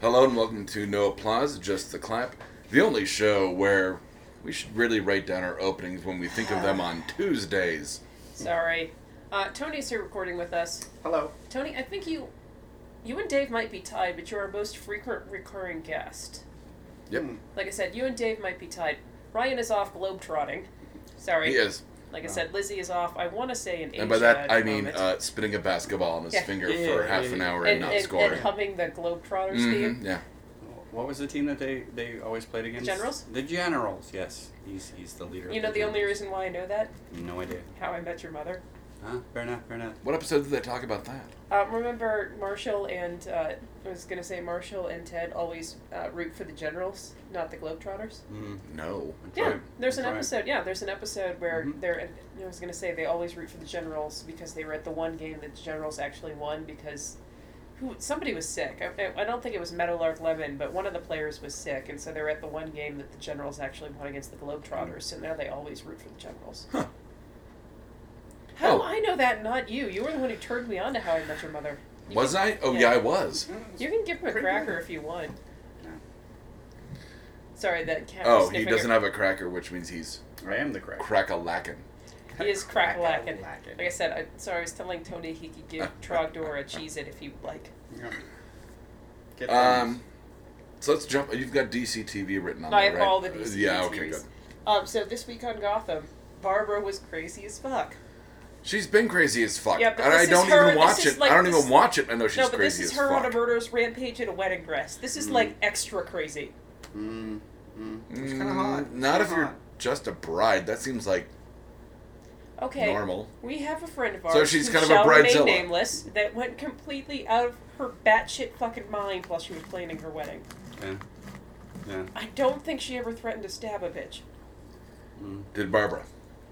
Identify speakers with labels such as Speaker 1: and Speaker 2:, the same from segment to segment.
Speaker 1: Hello and welcome to No Applause, Just the Clap, the only show where we should really write down our openings when we think of them on Tuesdays.
Speaker 2: Sorry. Uh, Tony's here recording with us.
Speaker 3: Hello.
Speaker 2: Tony, I think you, you and Dave might be tied, but you're our most frequent recurring guest.
Speaker 1: Yep.
Speaker 2: Like I said, you and Dave might be tied. Ryan is off globetrotting. Sorry.
Speaker 1: He is.
Speaker 2: Like I said, Lizzie is off. I want to say in Asia.
Speaker 1: And by that,
Speaker 2: at
Speaker 1: I
Speaker 2: the
Speaker 1: mean
Speaker 2: moment.
Speaker 1: uh, spinning a basketball on his
Speaker 2: Yeah.
Speaker 1: finger
Speaker 3: Yeah,
Speaker 1: for
Speaker 3: yeah,
Speaker 1: half
Speaker 3: yeah,
Speaker 1: an
Speaker 3: yeah.
Speaker 1: hour and,
Speaker 2: and,
Speaker 1: not
Speaker 2: and,
Speaker 1: scoring.
Speaker 2: and humming the Globetrotters
Speaker 1: Mhm,
Speaker 2: theme.
Speaker 1: yeah.
Speaker 3: What was the team that they, they always played against?
Speaker 2: Generals?
Speaker 3: The Generals, yes. He's, he's the leader.
Speaker 2: You
Speaker 3: of
Speaker 2: know the only
Speaker 3: Generals.
Speaker 2: reason why I know that?
Speaker 3: No idea.
Speaker 2: How I Met Your Mother.
Speaker 3: Huh? Fair enough, fair enough.
Speaker 1: What episode did they talk about that?
Speaker 2: Um, remember Marshall and uh, I was gonna say Marshall and Ted always uh, root for the Generals, not the Globetrotters.
Speaker 1: Mm-hmm.
Speaker 3: Mm,
Speaker 1: No.
Speaker 3: that's
Speaker 2: Yeah,
Speaker 3: right,
Speaker 2: there's an
Speaker 3: that's right.
Speaker 2: episode. Yeah, there's an episode where
Speaker 1: Mm-hmm.
Speaker 3: Mhm.
Speaker 2: they're. I was gonna say they always root for the Generals because they were at the one game that the Generals actually won because who somebody was sick. I- I, I don't think it was Meadowlark Lemon, but one of the players was sick, and so they were at the one game that the Generals actually won against the Globetrotters. So now they always root for the Generals.
Speaker 1: Huh.
Speaker 2: How do
Speaker 1: Oh.
Speaker 2: I know that? Not you. You were the one who turned me on to How I Met Your Mother. You
Speaker 1: Was
Speaker 2: can,
Speaker 1: I? Oh,
Speaker 2: yeah.
Speaker 1: yeah, I was.
Speaker 2: You can give him a
Speaker 3: Pretty
Speaker 2: cracker
Speaker 3: good.
Speaker 2: if you want.
Speaker 3: No.
Speaker 2: Sorry, that cat. was
Speaker 1: Oh, he
Speaker 2: sniffing
Speaker 1: doesn't
Speaker 2: your-
Speaker 1: have a cracker, which means he's
Speaker 3: I am the crack.
Speaker 1: crack a lackin'.
Speaker 2: He is crack lacking.
Speaker 3: Crack-a-lackin'.
Speaker 2: Like I said, I, so I was telling Tony he could give Trogdor a cheese it if he would like.
Speaker 3: Yeah. Get
Speaker 1: Um, so let's jump. You've got DC TV written on
Speaker 2: I
Speaker 1: there,
Speaker 2: have
Speaker 1: right?
Speaker 2: all the
Speaker 1: Uh,
Speaker 2: DC
Speaker 1: Yeah, okay,
Speaker 2: series.
Speaker 1: good.
Speaker 2: Um, so this week on Gotham, Barbara was crazy as fuck.
Speaker 1: She's been crazy as fuck.
Speaker 2: Yeah, but
Speaker 1: and
Speaker 2: this
Speaker 1: I
Speaker 2: is
Speaker 1: don't
Speaker 2: her-
Speaker 1: even
Speaker 2: this
Speaker 1: watch
Speaker 2: is
Speaker 1: it.
Speaker 2: like
Speaker 1: I don't
Speaker 2: this-
Speaker 1: even watch it. I know she's
Speaker 2: no, but this
Speaker 1: crazy
Speaker 2: is
Speaker 1: as
Speaker 2: her on a
Speaker 1: fuck.
Speaker 2: murderous rampage in a wedding dress. This is
Speaker 3: Mm.
Speaker 2: like extra crazy.
Speaker 3: that. Mm, mm. It's
Speaker 1: Mm,
Speaker 3: kind of hot.
Speaker 1: Not
Speaker 3: It's
Speaker 1: if
Speaker 3: kinda
Speaker 1: you're
Speaker 3: hot.
Speaker 1: just a bride. That seems like
Speaker 2: Okay.
Speaker 1: normal.
Speaker 2: We have a friend of
Speaker 1: So
Speaker 2: ours.
Speaker 1: she's
Speaker 2: who
Speaker 1: kind of a
Speaker 2: shall remain
Speaker 1: bridezilla.
Speaker 2: nameless that went completely out of her batshit fucking mind while she was planning her wedding.
Speaker 3: Yeah. Yeah.
Speaker 2: I don't think she ever threatened to stab a bitch.
Speaker 3: Mm.
Speaker 1: Did Barbara?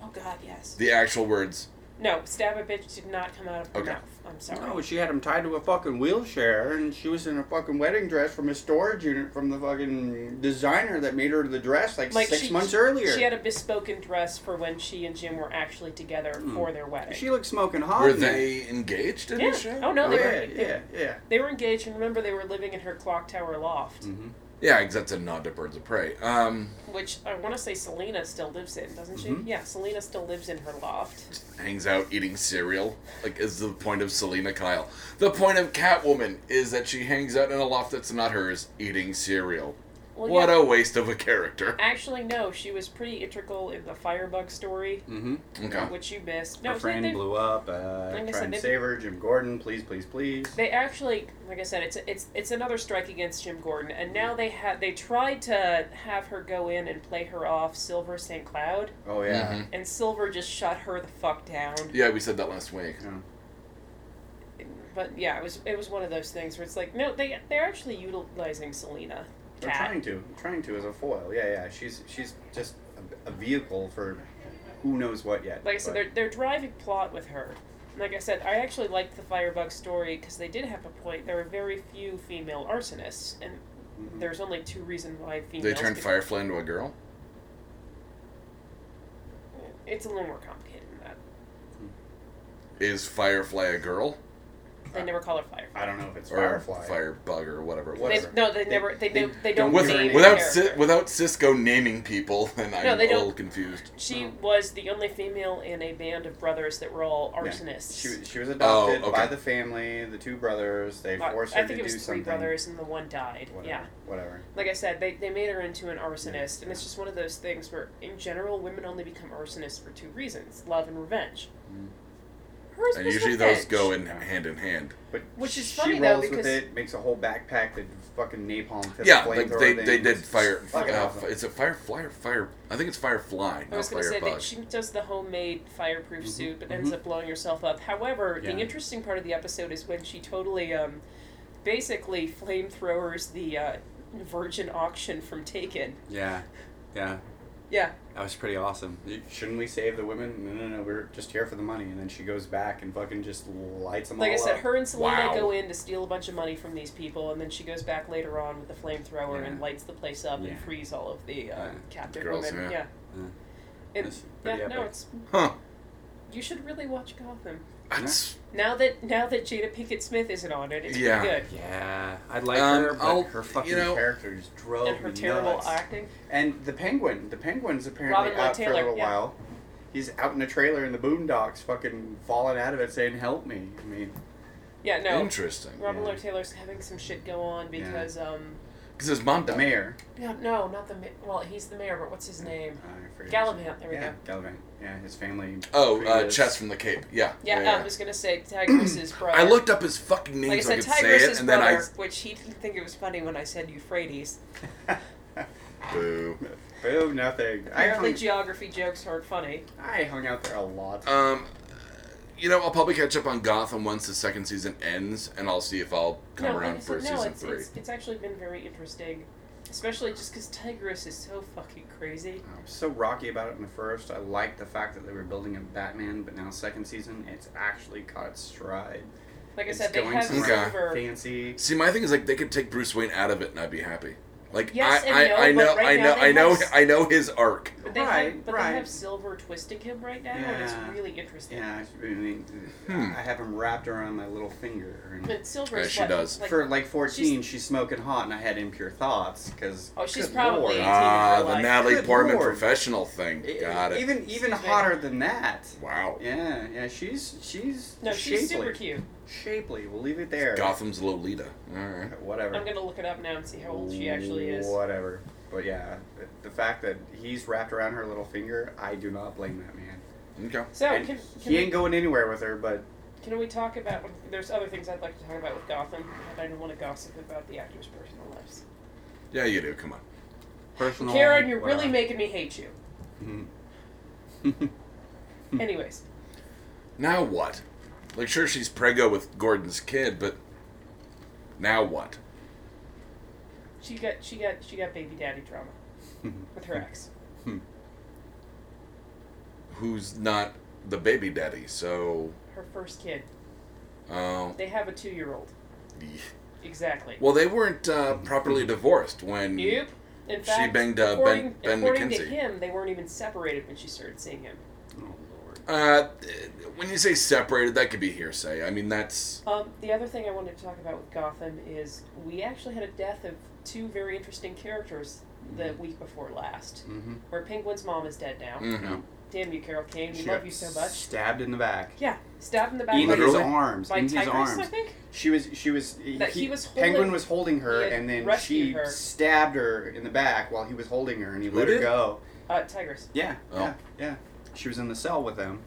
Speaker 2: Oh God, yes.
Speaker 1: The actual words.
Speaker 2: No, stab a bitch did not come out of her
Speaker 1: Okay.
Speaker 2: mouth. I'm sorry.
Speaker 3: No, Oh, she had him tied to a fucking wheelchair, and she was in a fucking wedding dress from a storage unit from the fucking designer that made her the dress like, six
Speaker 2: she,
Speaker 3: months earlier.
Speaker 2: She had a bespoken dress for when she and Jim were actually together
Speaker 3: Hmm.
Speaker 2: for their wedding.
Speaker 3: She looked smoking hot.
Speaker 1: Were
Speaker 3: in there.
Speaker 1: they engaged in
Speaker 2: yeah.
Speaker 1: the show?
Speaker 2: Oh no, they
Speaker 3: yeah,
Speaker 2: were
Speaker 3: yeah, yeah.
Speaker 2: they were engaged, and remember they were living in her clock tower loft,
Speaker 3: Mm-hmm.
Speaker 1: Yeah, because that's a nod to Birds of Prey. Um,
Speaker 2: which I want to say Selena still lives in, doesn't she?
Speaker 3: Mhm.
Speaker 2: Yeah, Selena still lives in her loft.
Speaker 1: hangs out eating cereal. Like is the point of Selena Kyle. The point of Catwoman is that she hangs out in a loft that's not hers, eating cereal.
Speaker 2: Well,
Speaker 1: what
Speaker 2: yeah.
Speaker 1: a waste of a character.
Speaker 2: Actually, no. She was pretty integral in the Firebug story,
Speaker 3: Mm-hmm.
Speaker 1: Okay.
Speaker 2: which you missed. No,
Speaker 3: her
Speaker 2: they-
Speaker 3: friend
Speaker 2: they-
Speaker 3: blew up. Uh,
Speaker 2: Like I
Speaker 3: trying
Speaker 2: said,
Speaker 3: to
Speaker 2: they-
Speaker 3: save her. Jim Gordon, please, please, please.
Speaker 2: They actually, like I said, it's it's it's another strike against Jim Gordon, and now they had they tried to have her go in and play her off Silver St. Cloud,
Speaker 3: Oh yeah.
Speaker 1: Mhm.
Speaker 2: and Silver just shut her the fuck down.
Speaker 1: Yeah, we said that last week.
Speaker 2: But yeah, it was it was one of those things where it's like, no, they they're actually utilizing Selena.
Speaker 3: They're
Speaker 2: Cat.
Speaker 3: trying to, trying to as a foil. Yeah, yeah. She's she's just a, a vehicle for who knows what yet.
Speaker 2: Like I said,
Speaker 3: but-
Speaker 2: they're they're driving plot with her. Like I said, I actually liked the Firebug story because they did have a point. There are very few female arsonists, and
Speaker 3: Mhm.
Speaker 2: there's only two reasons why females.
Speaker 1: They turned
Speaker 2: could-
Speaker 1: Firefly into a girl.
Speaker 2: It's a little more complicated than that.
Speaker 1: Is Firefly a girl
Speaker 2: They never call her Firefly.
Speaker 3: I don't know if it's
Speaker 1: or
Speaker 3: Firefly.
Speaker 1: Firebug or whatever? it was.
Speaker 2: They,
Speaker 3: Whatever.
Speaker 2: no, they
Speaker 3: They-
Speaker 2: never. They
Speaker 3: they
Speaker 2: do. They don't.
Speaker 3: don't
Speaker 1: With,
Speaker 2: name
Speaker 3: really
Speaker 2: the
Speaker 1: without
Speaker 2: character.
Speaker 1: Ci- without Cisco naming people, and I'm
Speaker 2: they
Speaker 1: a
Speaker 2: don't-
Speaker 1: little confused.
Speaker 2: she was the only female in a band of brothers that were all
Speaker 3: Yeah.
Speaker 2: arsonists.
Speaker 3: She was- she was adopted
Speaker 1: Oh, okay.
Speaker 3: by the family, the two brothers. They
Speaker 2: Uh,
Speaker 3: forced her
Speaker 2: I think
Speaker 3: to
Speaker 2: it was
Speaker 3: do
Speaker 2: three
Speaker 3: something.
Speaker 2: brothers and the one died.
Speaker 3: Whatever,
Speaker 2: Yeah,
Speaker 3: Whatever.
Speaker 2: like I said, they, they made her into an arsonist, and it's just one of those things where, in general, women only become arsonists for two reasons: love and revenge.
Speaker 3: Mm.
Speaker 2: Hers
Speaker 1: And
Speaker 2: was
Speaker 1: usually
Speaker 2: revenge.
Speaker 1: those go in hand in hand.
Speaker 3: But
Speaker 2: Which is
Speaker 3: she
Speaker 2: funny, though,
Speaker 3: rolls with
Speaker 2: because-
Speaker 3: it, makes a whole backpack that fucking napalm. fist
Speaker 1: Yeah, like
Speaker 3: flamethrower
Speaker 1: they,
Speaker 3: thing.
Speaker 1: they did fire.
Speaker 3: Fucking
Speaker 1: uh,
Speaker 3: awesome.
Speaker 1: It's a firefly or fire. I think it's firefly,
Speaker 2: I
Speaker 1: not
Speaker 2: was going to say
Speaker 1: firebug.
Speaker 2: that she does the homemade fireproof
Speaker 1: Mm-hmm,
Speaker 3: Mhm,
Speaker 2: suit, but ends
Speaker 3: mhm.
Speaker 2: up blowing herself up. However,
Speaker 3: Yeah.
Speaker 2: the interesting part of the episode is when she totally, um, basically, flamethrowers the uh, virgin auction from Taken.
Speaker 3: Yeah, yeah.
Speaker 2: Yeah,
Speaker 3: That was pretty awesome. Shouldn't we save the women? No, no, no. We're just here for the money. And then she goes back and fucking just lights them
Speaker 2: like I
Speaker 3: all
Speaker 2: said,
Speaker 3: up.
Speaker 2: her and Selena
Speaker 1: Wow.
Speaker 2: go in to steal a bunch of money from these people, and then she goes back later on with the flamethrower and
Speaker 3: Yeah.
Speaker 2: lights the place up
Speaker 3: Yeah.
Speaker 2: and frees all of the uh,
Speaker 3: Yeah.
Speaker 2: captive
Speaker 1: Girls, yeah.
Speaker 2: women. Yeah,
Speaker 3: Yeah.
Speaker 2: And-
Speaker 3: That's
Speaker 2: yeah,
Speaker 3: pretty
Speaker 2: no,
Speaker 3: epic.
Speaker 2: it's
Speaker 1: huh?
Speaker 2: you should really watch Gotham.
Speaker 1: That's
Speaker 2: Now that now that Jada Pinkett Smith isn't on it, it's
Speaker 1: Yeah.
Speaker 2: pretty good.
Speaker 4: Yeah, I like
Speaker 1: Um,
Speaker 4: her, but
Speaker 1: I'll-
Speaker 4: her fucking
Speaker 1: you know-
Speaker 4: character just drove
Speaker 2: And her
Speaker 4: me
Speaker 2: terrible
Speaker 4: nuts.
Speaker 2: acting.
Speaker 3: And the penguin. The penguin's apparently
Speaker 2: Robin Lloyd
Speaker 3: out for a
Speaker 2: Taylor,
Speaker 3: little
Speaker 2: yeah.
Speaker 3: while. He's out in a trailer in the boondocks, fucking falling out of it, saying, "Help me!" I mean,
Speaker 2: Yeah, no.
Speaker 1: interesting.
Speaker 2: Robin
Speaker 3: yeah.
Speaker 2: Lloyd Taylor's having some shit go on
Speaker 3: Yeah.
Speaker 2: because um
Speaker 1: Because his mom
Speaker 3: the
Speaker 1: died.
Speaker 3: mayor.
Speaker 2: no no not the ma- well he's the mayor but what's his name
Speaker 3: I forget his-
Speaker 2: Galavant there we
Speaker 3: yeah,
Speaker 2: go
Speaker 3: Galavant. Yeah, his family.
Speaker 1: Oh, uh,
Speaker 3: previous-
Speaker 1: Chess from the Cape. Yeah.
Speaker 2: yeah, I was gonna say Tigress's brother
Speaker 1: I looked up his fucking name
Speaker 2: like I
Speaker 1: so I
Speaker 2: said
Speaker 1: could say it,
Speaker 2: Tigress's
Speaker 1: and then I.
Speaker 2: brother which he didn't think it was funny when I said Euphrates
Speaker 1: Boo.
Speaker 3: Boom, nothing. I
Speaker 2: apparently
Speaker 3: hung,
Speaker 2: geography jokes aren't funny
Speaker 3: I hung out there a lot.
Speaker 1: Um, you know, I'll probably catch up on Gotham once the second season ends, and I'll see if I'll come
Speaker 2: no, like I
Speaker 1: around
Speaker 2: said,
Speaker 1: for
Speaker 2: no,
Speaker 1: season
Speaker 2: it's,
Speaker 1: three.
Speaker 2: It's, it's actually been very interesting especially just because Tigress is so fucking crazy
Speaker 3: I was so rocky about it in the first. I liked the fact that they were building a Batman, but now second season, it's actually caught its stride.
Speaker 2: like I
Speaker 3: it's
Speaker 2: said they
Speaker 3: going
Speaker 2: have
Speaker 3: somewhere
Speaker 2: Silver
Speaker 3: fancy.
Speaker 1: See, my thing is like they could take Bruce Wayne out of it, and I'd be happy. Like
Speaker 2: Yes and
Speaker 1: I,
Speaker 2: no,
Speaker 1: I, I
Speaker 2: but
Speaker 1: know,
Speaker 2: right
Speaker 1: I
Speaker 2: now
Speaker 1: know,
Speaker 2: they
Speaker 1: I know,
Speaker 2: have-
Speaker 1: I know his arc.
Speaker 2: But they
Speaker 3: Right,
Speaker 2: have, but
Speaker 3: right.
Speaker 2: they have Silver twisting him right now, and it's
Speaker 3: Yeah.
Speaker 2: really interesting.
Speaker 3: Yeah, I mean,
Speaker 1: Hmm.
Speaker 3: I have him wrapped around my little finger. And
Speaker 2: But Silver
Speaker 1: Yeah,
Speaker 2: is
Speaker 1: she
Speaker 2: what,
Speaker 1: does.
Speaker 2: Like,
Speaker 3: for like 14, she's, smoking hot, and I had impure thoughts because.
Speaker 2: Oh, she's probably
Speaker 3: Lord.
Speaker 2: 18 in
Speaker 1: Ah,
Speaker 2: real
Speaker 1: the
Speaker 2: life.
Speaker 1: Natalie
Speaker 3: Good
Speaker 1: Portman
Speaker 3: lord.
Speaker 1: professional thing.
Speaker 3: E-
Speaker 1: Got it.
Speaker 3: Even even
Speaker 2: She's big.
Speaker 3: hotter than that.
Speaker 1: Wow.
Speaker 3: Yeah, yeah, she's she's
Speaker 2: no,
Speaker 3: shapely.
Speaker 2: she's super cute.
Speaker 3: Shapely. We'll leave it there.
Speaker 1: Gotham's Lolita. All right.
Speaker 3: Whatever.
Speaker 2: I'm gonna look it up now and see how old she actually is.
Speaker 3: Whatever. But yeah, the- the fact that he's wrapped around her little finger, I do not blame that man.
Speaker 1: Okay.
Speaker 2: So
Speaker 3: And
Speaker 2: can can
Speaker 3: he
Speaker 2: we,
Speaker 3: ain't going anywhere with her, but
Speaker 2: can we talk about? There's other things I'd like to talk about with Gotham, but I don't want to gossip about the actors' personal lives.
Speaker 1: Yeah, you do. Come on.
Speaker 3: personal.
Speaker 2: Karen, you're really making me hate you.
Speaker 3: making.
Speaker 1: Hmm.
Speaker 2: Anyways,
Speaker 1: Now what? Like, sure, she's preggo with Gordon's kid, but now what?
Speaker 2: she got she got she got baby daddy drama
Speaker 3: Oh,
Speaker 2: with
Speaker 1: Hmm.
Speaker 2: her ex.
Speaker 1: Who's not the baby daddy? So,
Speaker 2: Her first kid.
Speaker 1: uh,
Speaker 2: They have a two-year-old.
Speaker 1: yeah.
Speaker 2: Exactly.
Speaker 1: well, they weren't uh, properly divorced when.
Speaker 2: Nope. In
Speaker 1: She
Speaker 2: fact,
Speaker 1: banged, uh, Ben-
Speaker 2: according,
Speaker 1: Ben
Speaker 2: according
Speaker 1: McKenzie.
Speaker 2: to him, they weren't even separated when she started seeing him.
Speaker 3: oh lord.
Speaker 1: Uh, when you say separated, that could be hearsay. I mean, that's
Speaker 2: Um, the other thing I wanted to talk about with Gotham is we actually had a death of two very interesting characters the
Speaker 1: Hmm.
Speaker 2: week before last.
Speaker 3: Mm-hmm.
Speaker 2: Where Penguin's mom is dead now.
Speaker 1: mhm.
Speaker 2: Damn you, Carol Kane. We
Speaker 3: She
Speaker 2: love
Speaker 3: got
Speaker 2: you so much.
Speaker 3: Stabbed in the back.
Speaker 2: Yeah, stabbed in the back
Speaker 3: In
Speaker 2: by
Speaker 3: his
Speaker 1: Literally?
Speaker 3: arms. in his
Speaker 2: Tigress, I
Speaker 3: arms.
Speaker 2: think.
Speaker 3: She was. She was.
Speaker 2: That he was
Speaker 3: Penguin
Speaker 2: holding-
Speaker 3: was holding her,
Speaker 2: he had
Speaker 3: and then
Speaker 2: rescued
Speaker 3: she
Speaker 2: her.
Speaker 3: stabbed her in the back while he was holding her, and he
Speaker 1: Who
Speaker 3: let her
Speaker 1: did?
Speaker 3: go.
Speaker 2: Uh, Tigress.
Speaker 3: Yeah.
Speaker 1: Oh.
Speaker 3: Yeah. Yeah. She was in the cell with them.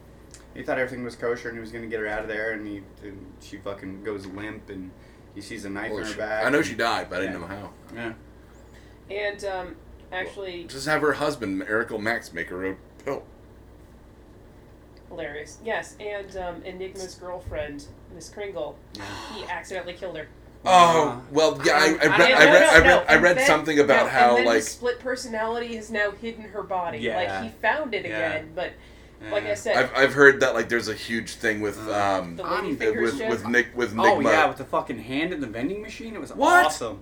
Speaker 3: He thought everything was kosher, and he was gonna get her out of there, and he, and she fucking goes limp, and he sees a knife
Speaker 1: Holy
Speaker 3: in her
Speaker 1: shit.
Speaker 3: back.
Speaker 1: I know
Speaker 3: and-
Speaker 1: she died, but I didn't
Speaker 3: Yeah.
Speaker 1: know how.
Speaker 3: Yeah.
Speaker 2: And um, actually,
Speaker 1: Just have her husband, Eric Max, make her a pill.
Speaker 2: hilarious. Yes, and um, Enigma's girlfriend, Miss Kringle, he accidentally killed her.
Speaker 1: Oh well, yeah. I, I, read,
Speaker 2: And-
Speaker 1: I
Speaker 2: no,
Speaker 1: read,
Speaker 2: no,
Speaker 1: I read,
Speaker 2: no,
Speaker 1: I
Speaker 2: and
Speaker 1: read
Speaker 2: then-
Speaker 1: something about
Speaker 2: no,
Speaker 1: how
Speaker 2: and then
Speaker 1: like
Speaker 2: the split personality has now hidden her body.
Speaker 3: Yeah.
Speaker 2: Like he found it
Speaker 3: Yeah.
Speaker 2: again, but
Speaker 3: yeah.
Speaker 2: like I said,
Speaker 1: I've, I've heard that like there's a huge thing with
Speaker 3: Uh,
Speaker 1: um
Speaker 2: the
Speaker 3: I'm-
Speaker 2: lady
Speaker 3: it
Speaker 2: fingers
Speaker 1: with
Speaker 2: joke,
Speaker 1: with Nick with Nigma
Speaker 3: Oh yeah, with the fucking hand in the vending machine, it was
Speaker 1: What?
Speaker 3: awesome.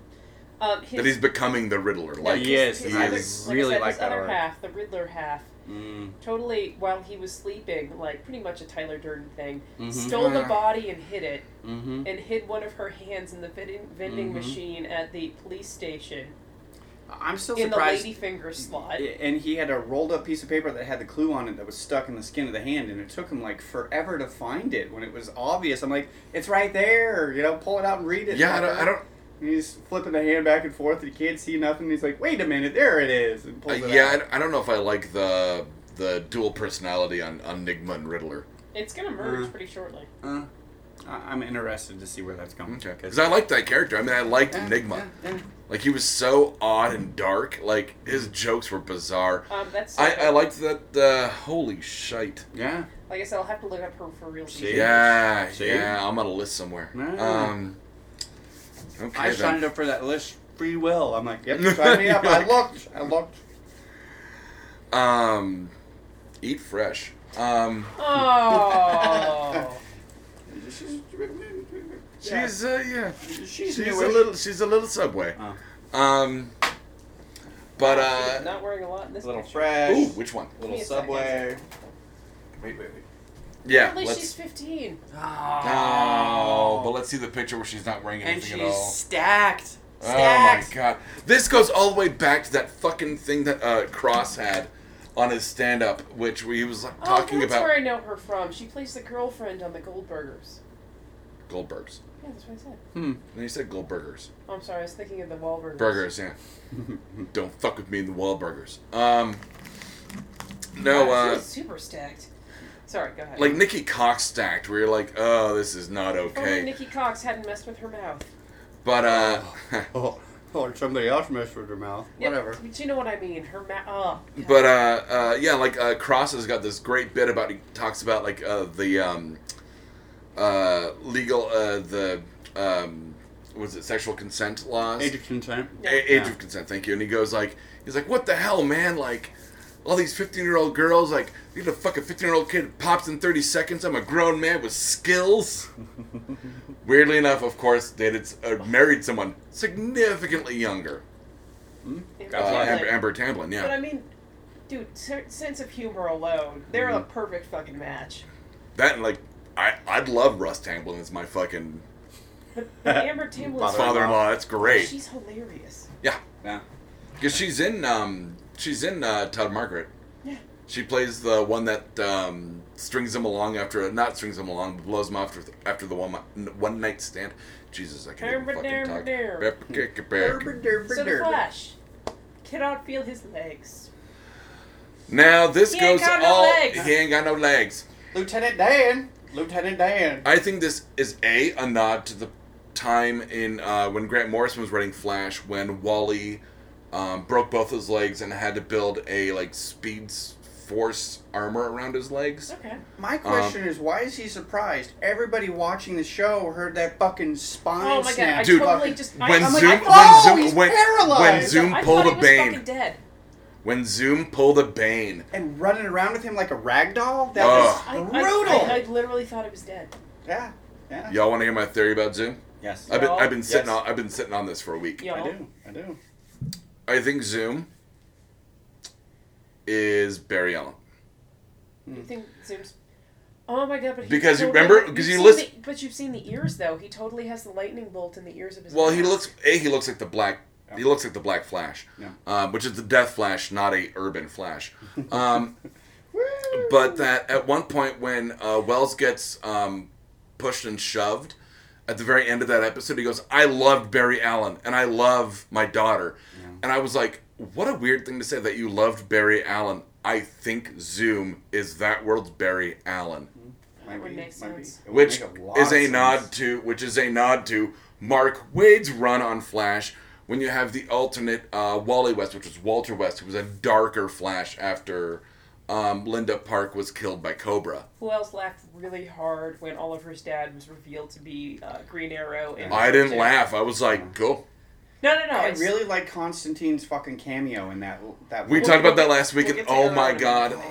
Speaker 2: um, his,
Speaker 1: that he's becoming the Riddler.
Speaker 2: no,
Speaker 1: Like
Speaker 2: his-
Speaker 3: yes,
Speaker 2: his
Speaker 1: I
Speaker 2: other-
Speaker 3: really
Speaker 2: like I said,
Speaker 3: like
Speaker 2: his
Speaker 3: that
Speaker 2: other
Speaker 3: arc.
Speaker 2: half, the Riddler half,
Speaker 3: Mm.
Speaker 1: Mm-hmm.
Speaker 2: totally while he was sleeping, like pretty much a Tyler Durden thing,
Speaker 3: Mhm.
Speaker 2: stole the
Speaker 1: Yeah.
Speaker 2: body and hid it,
Speaker 3: Mm-hmm.
Speaker 2: and hid one of her hands in the vending, vending
Speaker 1: Mm-hmm.
Speaker 3: Mhm.
Speaker 2: machine at the police station
Speaker 3: I'm still
Speaker 2: in the
Speaker 3: surprised.
Speaker 2: lady finger slot.
Speaker 3: and he had a rolled up piece of paper that had the clue on it that was stuck in the skin of the hand, and it took him like forever to find it when it was obvious. I'm like, it's right there, you know, pull it out and read it.
Speaker 1: yeah, I don't, I
Speaker 3: fucker."
Speaker 1: don't
Speaker 3: And he's flipping the hand back and forth, and he can't see nothing. he's like, wait a minute, there it is, and
Speaker 1: uh,
Speaker 3: pulls it
Speaker 1: yeah, I
Speaker 3: out.
Speaker 1: don't- I don't know if I like the the dual personality on on Nigma and Riddler.
Speaker 2: It's
Speaker 1: Mm-hmm.
Speaker 2: gonna merge
Speaker 3: Mhm.
Speaker 2: pretty shortly.
Speaker 3: Uh, I- I'm interested to see where that's going.
Speaker 1: Okay, because I liked that character. I mean, I liked Nigma. Like he was so odd and dark. Like his jokes were bizarre.
Speaker 2: Um, that's
Speaker 1: I, I liked that. Uh, holy shite.
Speaker 3: Yeah.
Speaker 2: Like I said, I'll have to look up her for real.
Speaker 3: See?
Speaker 1: Yeah,
Speaker 3: See?
Speaker 1: yeah. I'm on a list somewhere.
Speaker 3: Ah.
Speaker 1: Um. Okay.
Speaker 3: I
Speaker 1: then.
Speaker 3: signed up for that list free will. I'm like, yep, sign me up. I looked. I looked.
Speaker 1: Um, eat fresh. Um,
Speaker 2: Oh.
Speaker 1: she's uh, yeah,
Speaker 3: she's,
Speaker 1: she's a
Speaker 3: newish.
Speaker 1: little she's a little subway.
Speaker 3: Oh.
Speaker 1: Um, but uh,
Speaker 2: She's not wearing a lot in this
Speaker 3: little
Speaker 2: picture.
Speaker 3: fresh.
Speaker 1: ooh, which one?
Speaker 2: Give
Speaker 3: Little
Speaker 2: me a
Speaker 3: subway.
Speaker 1: Wait, wait, wait. Yeah,
Speaker 2: Apparently
Speaker 1: let's.
Speaker 2: she's 15.
Speaker 1: Oh, but let's see the picture where she's not wearing
Speaker 4: Ah. and
Speaker 1: anything
Speaker 4: she's
Speaker 1: at all.
Speaker 4: stacked.
Speaker 1: Oh my
Speaker 4: Stacked.
Speaker 1: god. This goes all the way back to that fucking thing that uh, Cross had on his stand up, which we- he was like, talking
Speaker 2: oh, that's
Speaker 1: about
Speaker 2: where I know her from. She plays the girlfriend on the Goldbergers.
Speaker 1: Goldbergs.
Speaker 2: Yeah, that's what I said.
Speaker 3: Hmm.
Speaker 1: And he said Goldbergers.
Speaker 2: Oh, I'm sorry, I was thinking of the Wahlburgers.
Speaker 1: Burgers, yeah. Don't fuck with me in the Wahlburgers. Um, no,
Speaker 2: Wow, she
Speaker 1: uh,
Speaker 2: was super stacked. Sorry, go ahead.
Speaker 1: like Nikki Cox stacked, where you're like, oh, this is not
Speaker 2: If only
Speaker 1: okay.
Speaker 2: Nikki Cox hadn't messed with her mouth.
Speaker 1: But, uh,
Speaker 3: Oh, or somebody else messed with her mouth.
Speaker 2: Yeah,
Speaker 3: Whatever.
Speaker 2: But you know what I mean. Her mouth. Oh, God.
Speaker 1: But uh, uh, yeah, like uh, Cross has got this great bit about he talks about like uh, the um, uh, legal uh, the um, was it sexual consent laws
Speaker 3: Age of consent.
Speaker 2: Yeah.
Speaker 1: A- age
Speaker 3: Yeah.
Speaker 1: of consent. Thank you. And he goes like he's like what the hell man like all these fifteen year old girls like you get a fucking fifteen year old kid pops in thirty seconds. I'm a grown man with skills. Weirdly enough, of course, dated s- uh, married someone significantly younger.
Speaker 2: Amber
Speaker 1: Uh,
Speaker 3: Tamblyn.
Speaker 2: Tamblyn.
Speaker 1: Amber, Amber Tamblyn, yeah.
Speaker 2: But I mean, dude, ser- sense of humor alone, they're a
Speaker 1: Mm-hmm.
Speaker 2: perfect fucking match.
Speaker 1: That and like, I I'd love Russ Tamblyn as my fucking
Speaker 2: But, but Amber Tamblyn's
Speaker 3: Father-in-law.
Speaker 1: father-in-law. That's great.
Speaker 2: She's hilarious.
Speaker 3: Yeah.
Speaker 1: Because she's in um she's in uh, Todd Margaret.
Speaker 2: Yeah.
Speaker 1: She plays the one that um, strings him along after not strings him along, but blows him off after, after the one one night stand. Jesus, I can't even fucking talk.
Speaker 2: So the Flash cannot feel his legs.
Speaker 1: Now this
Speaker 2: He ain't
Speaker 1: goes
Speaker 2: got no
Speaker 1: all.
Speaker 2: legs.
Speaker 1: He ain't got no legs.
Speaker 3: Lieutenant Dan. Lieutenant Dan.
Speaker 1: I think this is a a nod to the time in uh, when Grant Morrison was writing Flash when Wally um, broke both his legs and had to build a like speed s- force armor around his legs.
Speaker 2: Okay.
Speaker 3: My
Speaker 1: Um,
Speaker 3: question is, why is he surprised? Everybody watching the show heard that fucking spine
Speaker 2: Oh my god! I
Speaker 3: snap.
Speaker 1: Dude,
Speaker 2: totally just I,
Speaker 1: when
Speaker 2: I'm like,
Speaker 1: Zoom
Speaker 2: I
Speaker 1: when
Speaker 2: thought-
Speaker 3: oh,
Speaker 1: Zoom
Speaker 3: he's
Speaker 1: when,
Speaker 3: paralyzed.
Speaker 1: when Zoom
Speaker 2: I
Speaker 1: pulled
Speaker 2: thought
Speaker 1: a
Speaker 2: he was fucking
Speaker 1: bane
Speaker 2: dead.
Speaker 1: when Zoom pulled a bane
Speaker 3: and running around with him like a rag doll. That
Speaker 1: Ugh.
Speaker 2: I, I-
Speaker 3: was brutal.
Speaker 2: I, I literally thought he was dead.
Speaker 3: yeah. Yeah.
Speaker 1: y'all want to hear my theory about Zoom
Speaker 3: Yes.
Speaker 1: I've been
Speaker 2: Y'all?
Speaker 1: I've been sitting
Speaker 3: Yes.
Speaker 1: on I've been sitting on this for a week
Speaker 2: Y'all.
Speaker 3: I do. I do.
Speaker 1: I think Zoom is Barry Allen
Speaker 2: You think Zoom's? Oh my god! But he
Speaker 1: Because you
Speaker 2: totally-
Speaker 1: remember- because
Speaker 2: you've
Speaker 1: you
Speaker 2: seen
Speaker 1: listen-
Speaker 2: the- but you've seen the ears though. He totally has the lightning bolt in the ears of his.
Speaker 1: well he
Speaker 2: mask.
Speaker 1: looks a he looks like the black he looks like the Black Flash
Speaker 3: Yeah.
Speaker 1: um, which is the Death Flash not a urban Flash um,
Speaker 3: Woo!
Speaker 1: but that at one point when uh, Wells gets um, pushed and shoved at the very end of that episode, he goes, "I loved Barry Allen and I love my daughter," and I was like, "What a weird thing to say that you loved Barry Allen." I think Zoom is that world's Barry Allen,
Speaker 3: Might
Speaker 2: would
Speaker 3: be-
Speaker 2: make
Speaker 3: might be.
Speaker 2: sense.
Speaker 3: It would
Speaker 1: which
Speaker 3: make lot
Speaker 1: is
Speaker 3: of
Speaker 1: a
Speaker 3: sense.
Speaker 1: nod to which is a nod to Mark Wade's run on Flash when you have the alternate uh, Wally West, which was Walter West, who was a darker Flash after um, Linda Park was killed by Cobra.
Speaker 2: Who else laughed really hard when Oliver's dad was revealed to be uh, Green Arrow? And
Speaker 1: I didn't laugh. I was like, cool.
Speaker 2: No, no, no.
Speaker 3: I
Speaker 2: it's-
Speaker 3: really like Constantine's fucking cameo in that. That
Speaker 1: We
Speaker 3: one.
Speaker 1: talked about that last week,
Speaker 2: We'll
Speaker 1: and
Speaker 2: get to the
Speaker 1: oh
Speaker 2: other
Speaker 1: my
Speaker 2: one in a
Speaker 1: god,
Speaker 2: minute.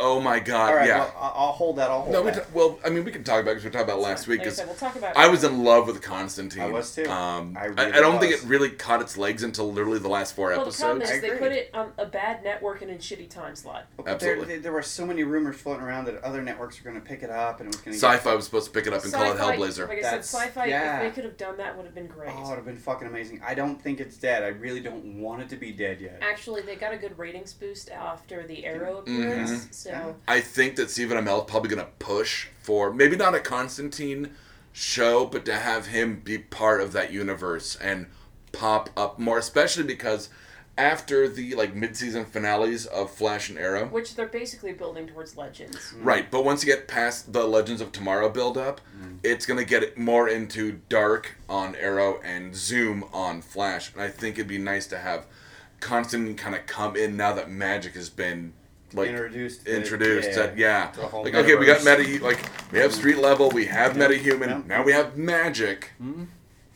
Speaker 1: oh my god,
Speaker 3: All right.
Speaker 1: yeah.
Speaker 3: Well, I- I'll hold that. I'll hold
Speaker 1: no, we
Speaker 3: that.
Speaker 1: t- well, I mean, we can talk about because we talked about last week.
Speaker 2: Like I
Speaker 1: Because
Speaker 2: said, we'll talk about.
Speaker 1: I was in love with Constantine.
Speaker 3: I was too.
Speaker 1: Um, I, I
Speaker 3: I really
Speaker 1: don't think it
Speaker 3: was.
Speaker 1: really caught its legs until literally the last four
Speaker 2: Well, the problem
Speaker 1: episodes.
Speaker 2: is they
Speaker 3: I
Speaker 2: put
Speaker 3: agree.
Speaker 2: it on a bad network and in shitty time slot.
Speaker 3: But there-
Speaker 1: Absolutely.
Speaker 3: There, there were so many rumors floating around that other networks are going to pick it up, and it was going to.
Speaker 1: Sci-fi was supposed to pick it up and call it
Speaker 2: Sci-fi-
Speaker 1: Hellblazer.
Speaker 2: Like I
Speaker 3: That's-
Speaker 2: said, sci-fi.
Speaker 3: yeah.
Speaker 2: If they could have done that, would have been great.
Speaker 3: Oh, it would have been fucking amazing. I don't think it's dead. I really don't want it to be dead yet.
Speaker 2: Actually, they got a good ratings boost after the Arrow
Speaker 1: Mhm.
Speaker 2: appearance. So
Speaker 3: Yeah.
Speaker 1: I think that Stephen Amell is probably going to push for maybe not a Constantine show, but to have him be part of that universe and pop up more, especially because after the like mid-season finales of Flash and Arrow,
Speaker 2: which they're basically building towards Legends.
Speaker 1: Right, but once you get past the Legends of Tomorrow build up,
Speaker 2: Mm-hmm.
Speaker 1: it's going to get it more into Dark on Arrow and Zoom on Flash. And I think it'd be nice to have Constantine kind of come in now that magic has been like
Speaker 3: Introduced to-
Speaker 1: Introduced,
Speaker 3: yeah.
Speaker 1: that- yeah.
Speaker 3: To a whole
Speaker 1: Like okay, we got
Speaker 3: universe.
Speaker 1: meta E, like we have street level, we have meta human,
Speaker 3: yeah.
Speaker 1: now we have magic.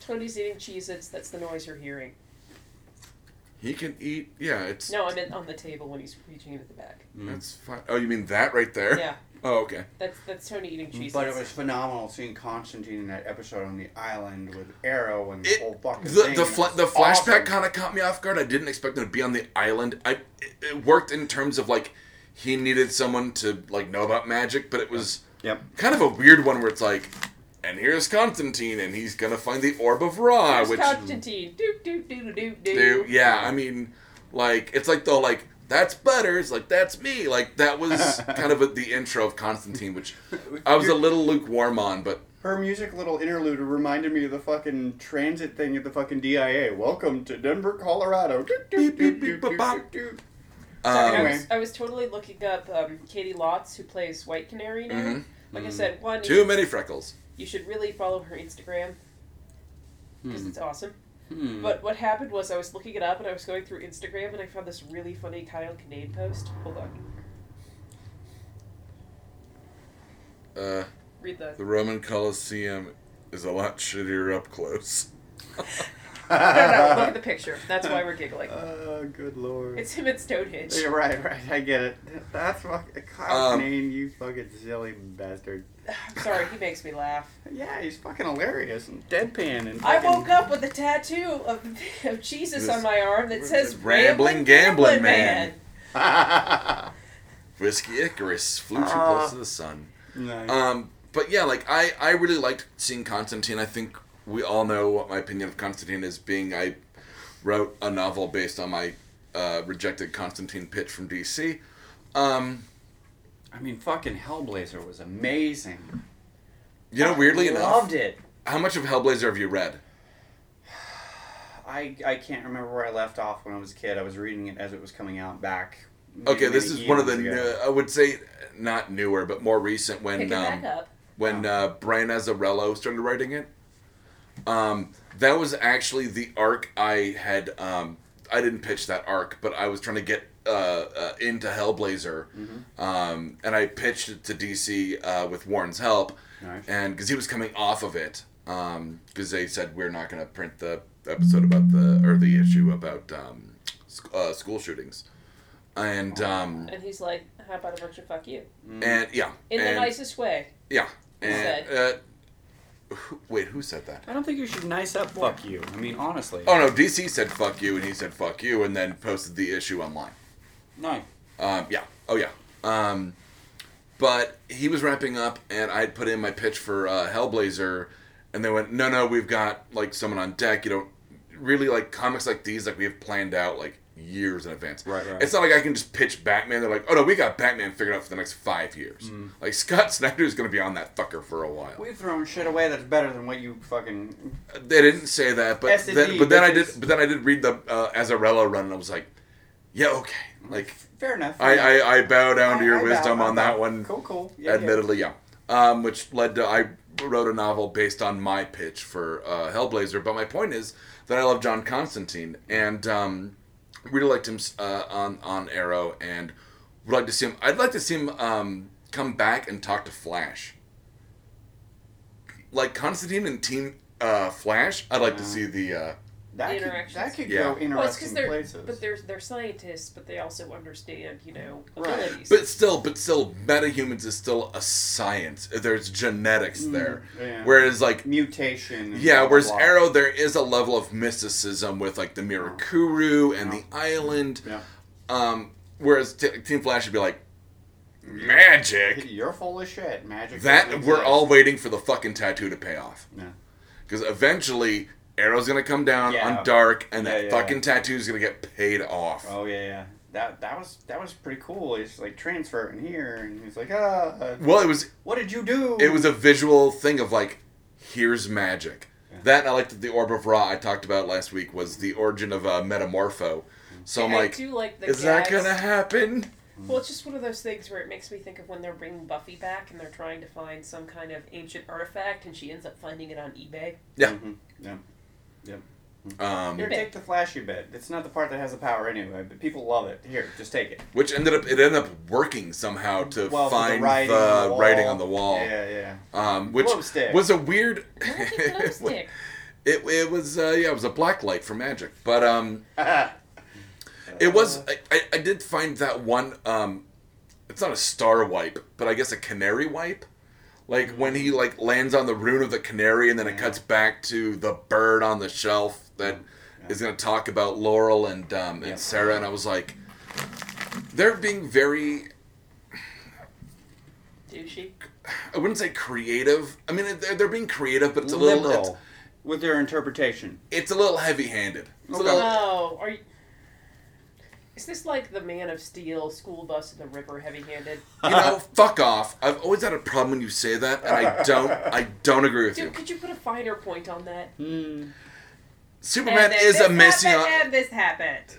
Speaker 2: Tony's eating Cheez-Its. That's the noise you're hearing.
Speaker 1: He can eat. Yeah, it's
Speaker 2: No, I meant on the table when he's reaching into the bag.
Speaker 1: that's fine. Oh, you mean that right there?
Speaker 2: Yeah,
Speaker 1: Oh, okay.
Speaker 2: that's that's Tony eating Cheez-Its.
Speaker 3: But it was phenomenal seeing Constantine in that episode on the island with Arrow and
Speaker 1: It-
Speaker 3: the whole fucking
Speaker 1: the
Speaker 3: thing.
Speaker 1: the,
Speaker 3: and it
Speaker 1: fla-
Speaker 3: was
Speaker 1: the flashback
Speaker 3: awesome.
Speaker 1: kind of caught me off guard. I didn't expect them to be on the island. I it, it worked in terms of like he needed someone to like know about magic, but it was
Speaker 3: Yep.
Speaker 1: kind of a weird one where it's like, and here's Constantine, and he's gonna find the Orb of Ra,
Speaker 2: Here's
Speaker 1: which
Speaker 2: Constantine. Doo doo doo doo
Speaker 1: do
Speaker 2: doo.
Speaker 1: yeah i mean like it's like the like that's butters like that's me like that was kind of a, the intro of constantine which i was a little lukewarm on but
Speaker 3: Her music little interlude reminded me of the fucking transit thing at the fucking DIA. Welcome to Denver, Colorado. Doot, doot,
Speaker 1: Beep, beep,
Speaker 3: doot, doot,
Speaker 1: beep, bop, bop.
Speaker 3: doot, doot, doot.
Speaker 1: um,
Speaker 2: I was, I was totally looking up um, Katie Lotz, who plays White Canary now.
Speaker 1: Mhm.
Speaker 2: Like I said, one,
Speaker 1: too many freckles
Speaker 2: you should really follow her Instagram because
Speaker 4: Hmm.
Speaker 2: it's awesome.
Speaker 4: Hmm.
Speaker 2: But what happened was I was looking it up and I was going through Instagram and I found this really funny Kyle Kinane post. Hold on,
Speaker 1: uh,
Speaker 2: read the.
Speaker 1: the roman colosseum is a lot shittier up close
Speaker 2: No, no, look at the picture. That's why we're giggling.
Speaker 3: Oh, good lord.
Speaker 2: It's him at Stonehenge.
Speaker 3: Yeah, right, right. I get it. That's fucking Kyle's
Speaker 1: Um,
Speaker 3: name, you fucking silly bastard.
Speaker 2: I'm sorry, he makes me laugh.
Speaker 3: Yeah, he's fucking hilarious and deadpan and.
Speaker 2: I
Speaker 3: fucking-
Speaker 2: woke up with a tattoo of, of Jesus
Speaker 1: This-
Speaker 2: on my arm that
Speaker 1: this
Speaker 2: says
Speaker 1: rambling
Speaker 2: "Rambling
Speaker 1: gambling
Speaker 2: Gambling
Speaker 1: man."
Speaker 2: Man."
Speaker 1: whiskey icarus flew too
Speaker 3: Ah.
Speaker 1: close to the sun
Speaker 3: nice.
Speaker 1: Um, but yeah, like I, I really liked seeing Constantine. I think we all know what my opinion of Constantine is being. I wrote a novel based on my uh, rejected Constantine pitch from DC. Um,
Speaker 3: I mean, fucking Hellblazer was amazing.
Speaker 1: you know, weirdly
Speaker 3: I
Speaker 1: enough,
Speaker 3: loved it.
Speaker 1: how much of Hellblazer have you read?
Speaker 3: I, I can't remember where I left off when I was a kid. I was reading it as it was coming out back. many,
Speaker 1: Okay, this
Speaker 3: many
Speaker 1: is one of the
Speaker 3: eons
Speaker 1: new,
Speaker 3: ago.
Speaker 1: I would say not newer, but more recent when
Speaker 2: Pick it
Speaker 1: um,
Speaker 2: back up.
Speaker 1: when
Speaker 3: Oh.
Speaker 1: uh, Brian Azzarello started writing it. Um, that was actually the arc I had. Um, I didn't pitch that arc, but I was trying to get uh, uh, into Hellblazer, um, and I pitched it to DC uh, with Warren's help,
Speaker 3: Nice.
Speaker 1: and because he was coming off of it, because they said we're not going to print the episode about the or the issue about um, sc- uh, school shootings, and um,
Speaker 2: And he's like, "How about a bunch of fuck you?"
Speaker 1: and yeah,
Speaker 2: In
Speaker 1: and,
Speaker 2: the nicest way.
Speaker 1: yeah,
Speaker 2: Who
Speaker 1: and uh, who, wait, who said that?
Speaker 4: I don't think you should nice up. Fuck you. I mean, honestly.
Speaker 1: Oh no, DC said fuck you, and he said fuck you, and then posted the issue online.
Speaker 4: no.
Speaker 1: Um, yeah. Oh yeah. Um, but he was wrapping up, and I'd put in my pitch for uh, Hellblazer, and they went, "No, no, we've got like someone on deck. You don't really like comics like these. Like we have planned out like years in advance.
Speaker 4: Right, right.
Speaker 1: It's not like I can just pitch Batman. They're like, "Oh no, we got Batman figured out for the next five years.
Speaker 4: Mm.
Speaker 1: Like Scott Snyder's gonna be on that fucker for a while."
Speaker 3: We've thrown shit away that's better than what you fucking.
Speaker 1: They didn't say that, but
Speaker 3: S&D,
Speaker 1: then, but then I
Speaker 3: which
Speaker 1: did.
Speaker 3: is-
Speaker 1: But then I did read the uh, Azarello run, and I was like, "Yeah, okay." Like
Speaker 3: Fair enough.
Speaker 1: I, I, I bow down to
Speaker 3: I-
Speaker 1: your
Speaker 3: I bow,
Speaker 1: wisdom
Speaker 3: I
Speaker 1: on
Speaker 3: bow.
Speaker 1: that one.
Speaker 3: Cool, cool. Yeah,
Speaker 1: admittedly, yeah. Um, which led to I wrote a novel based on my pitch for uh, Hellblazer. But my point is that I love John Constantine and um, really liked him uh, on on Arrow, and would like to see him. I'd like to see him um, come back and talk to Flash. Like Constantine and Team uh, Flash, I'd like to
Speaker 3: Yeah.
Speaker 1: see the. Uh,
Speaker 3: That could,
Speaker 2: Interactions.
Speaker 3: that could
Speaker 1: Yeah.
Speaker 3: go interesting
Speaker 2: Well, it's because they're
Speaker 3: places.
Speaker 2: but they're they're scientists, but they also understand, you know,
Speaker 3: Right.
Speaker 2: abilities.
Speaker 1: But still, but still, metahumans is still a science. There's genetics there.
Speaker 3: Mm. yeah.
Speaker 1: Whereas, like,
Speaker 3: mutation. and
Speaker 1: yeah,
Speaker 3: blah,
Speaker 1: whereas
Speaker 3: blah, blah.
Speaker 1: Arrow, there is a level of mysticism with, like, the Mirakuru and
Speaker 3: Yeah.
Speaker 1: the island.
Speaker 3: Yeah.
Speaker 1: Um, whereas T- Team Flash would be like, magic.
Speaker 3: You're full of shit. Magic.
Speaker 1: That,
Speaker 3: doesn't
Speaker 1: we're
Speaker 3: exist.
Speaker 1: all waiting for the fucking tattoo to pay off.
Speaker 3: Yeah.
Speaker 1: Because eventually, Arrow's going to come down
Speaker 3: Yeah.
Speaker 1: on Dark, and
Speaker 3: Yeah,
Speaker 1: that
Speaker 3: yeah,
Speaker 1: fucking tattoo's going to get paid off.
Speaker 3: Oh yeah, yeah. That that was that was pretty cool. He's like transfer in here, and he's like, ah, uh,
Speaker 1: Well, it was
Speaker 3: what did you do?
Speaker 1: it was a visual thing of like, here's magic. That and I liked that the Orb of Ra I talked about last week was the origin of uh, Metamorpho. So I'm
Speaker 2: I
Speaker 1: like,
Speaker 2: do like the
Speaker 1: is that
Speaker 2: gags.
Speaker 1: gonna happen?
Speaker 2: Well, it's just one of those things where it makes me think of when they're bringing Buffy back and they're trying to find some kind of ancient artifact, and she ends up finding it on eBay.
Speaker 1: Yeah.
Speaker 3: Mhm, Yeah.
Speaker 1: Um,
Speaker 3: Here, take the flashy bit. It's not the part that has the power anyway, but people love it. Here, just take it.
Speaker 1: which ended up it ended up working somehow to
Speaker 3: Well, with the
Speaker 1: find the,
Speaker 3: writing on the wall.
Speaker 1: writing on the wall,
Speaker 3: Yeah, yeah.
Speaker 1: um, which
Speaker 3: Glow stick.
Speaker 1: was a weird.
Speaker 2: Magic
Speaker 1: it,
Speaker 2: glowstick.
Speaker 1: it was uh, yeah, it was a black light for magic, but um,
Speaker 3: Ah.
Speaker 1: It was.
Speaker 3: Uh,
Speaker 1: I, I, I did find that one. Um, it's not a star wipe, but I guess a canary wipe. Like when he like lands on the rune of the canary, and then it
Speaker 3: Mm. Yeah.
Speaker 1: cuts back to the bird on the shelf that is going to talk about Laurel and um, and
Speaker 3: Yeah.
Speaker 1: Sarah. And I was like, they're being very
Speaker 2: douchey.
Speaker 1: I wouldn't say creative. I mean, they're, they're being creative, but it's a
Speaker 4: liberal
Speaker 1: little it's,
Speaker 4: with their interpretation.
Speaker 1: it's a little heavy-handed. It's a
Speaker 3: Okay.
Speaker 1: little-
Speaker 2: Oh, are you? Is this like the Man of Steel, School Bus, and the Ripper, heavy-handed?
Speaker 1: you know, fuck off. I've always had a problem when you say that, and I don't. I don't agree with you.
Speaker 2: Dude, could you put a finer point on that?
Speaker 1: Hmm. Superman
Speaker 2: And then
Speaker 1: is
Speaker 2: this
Speaker 1: a messiah.
Speaker 2: happened, And this happened.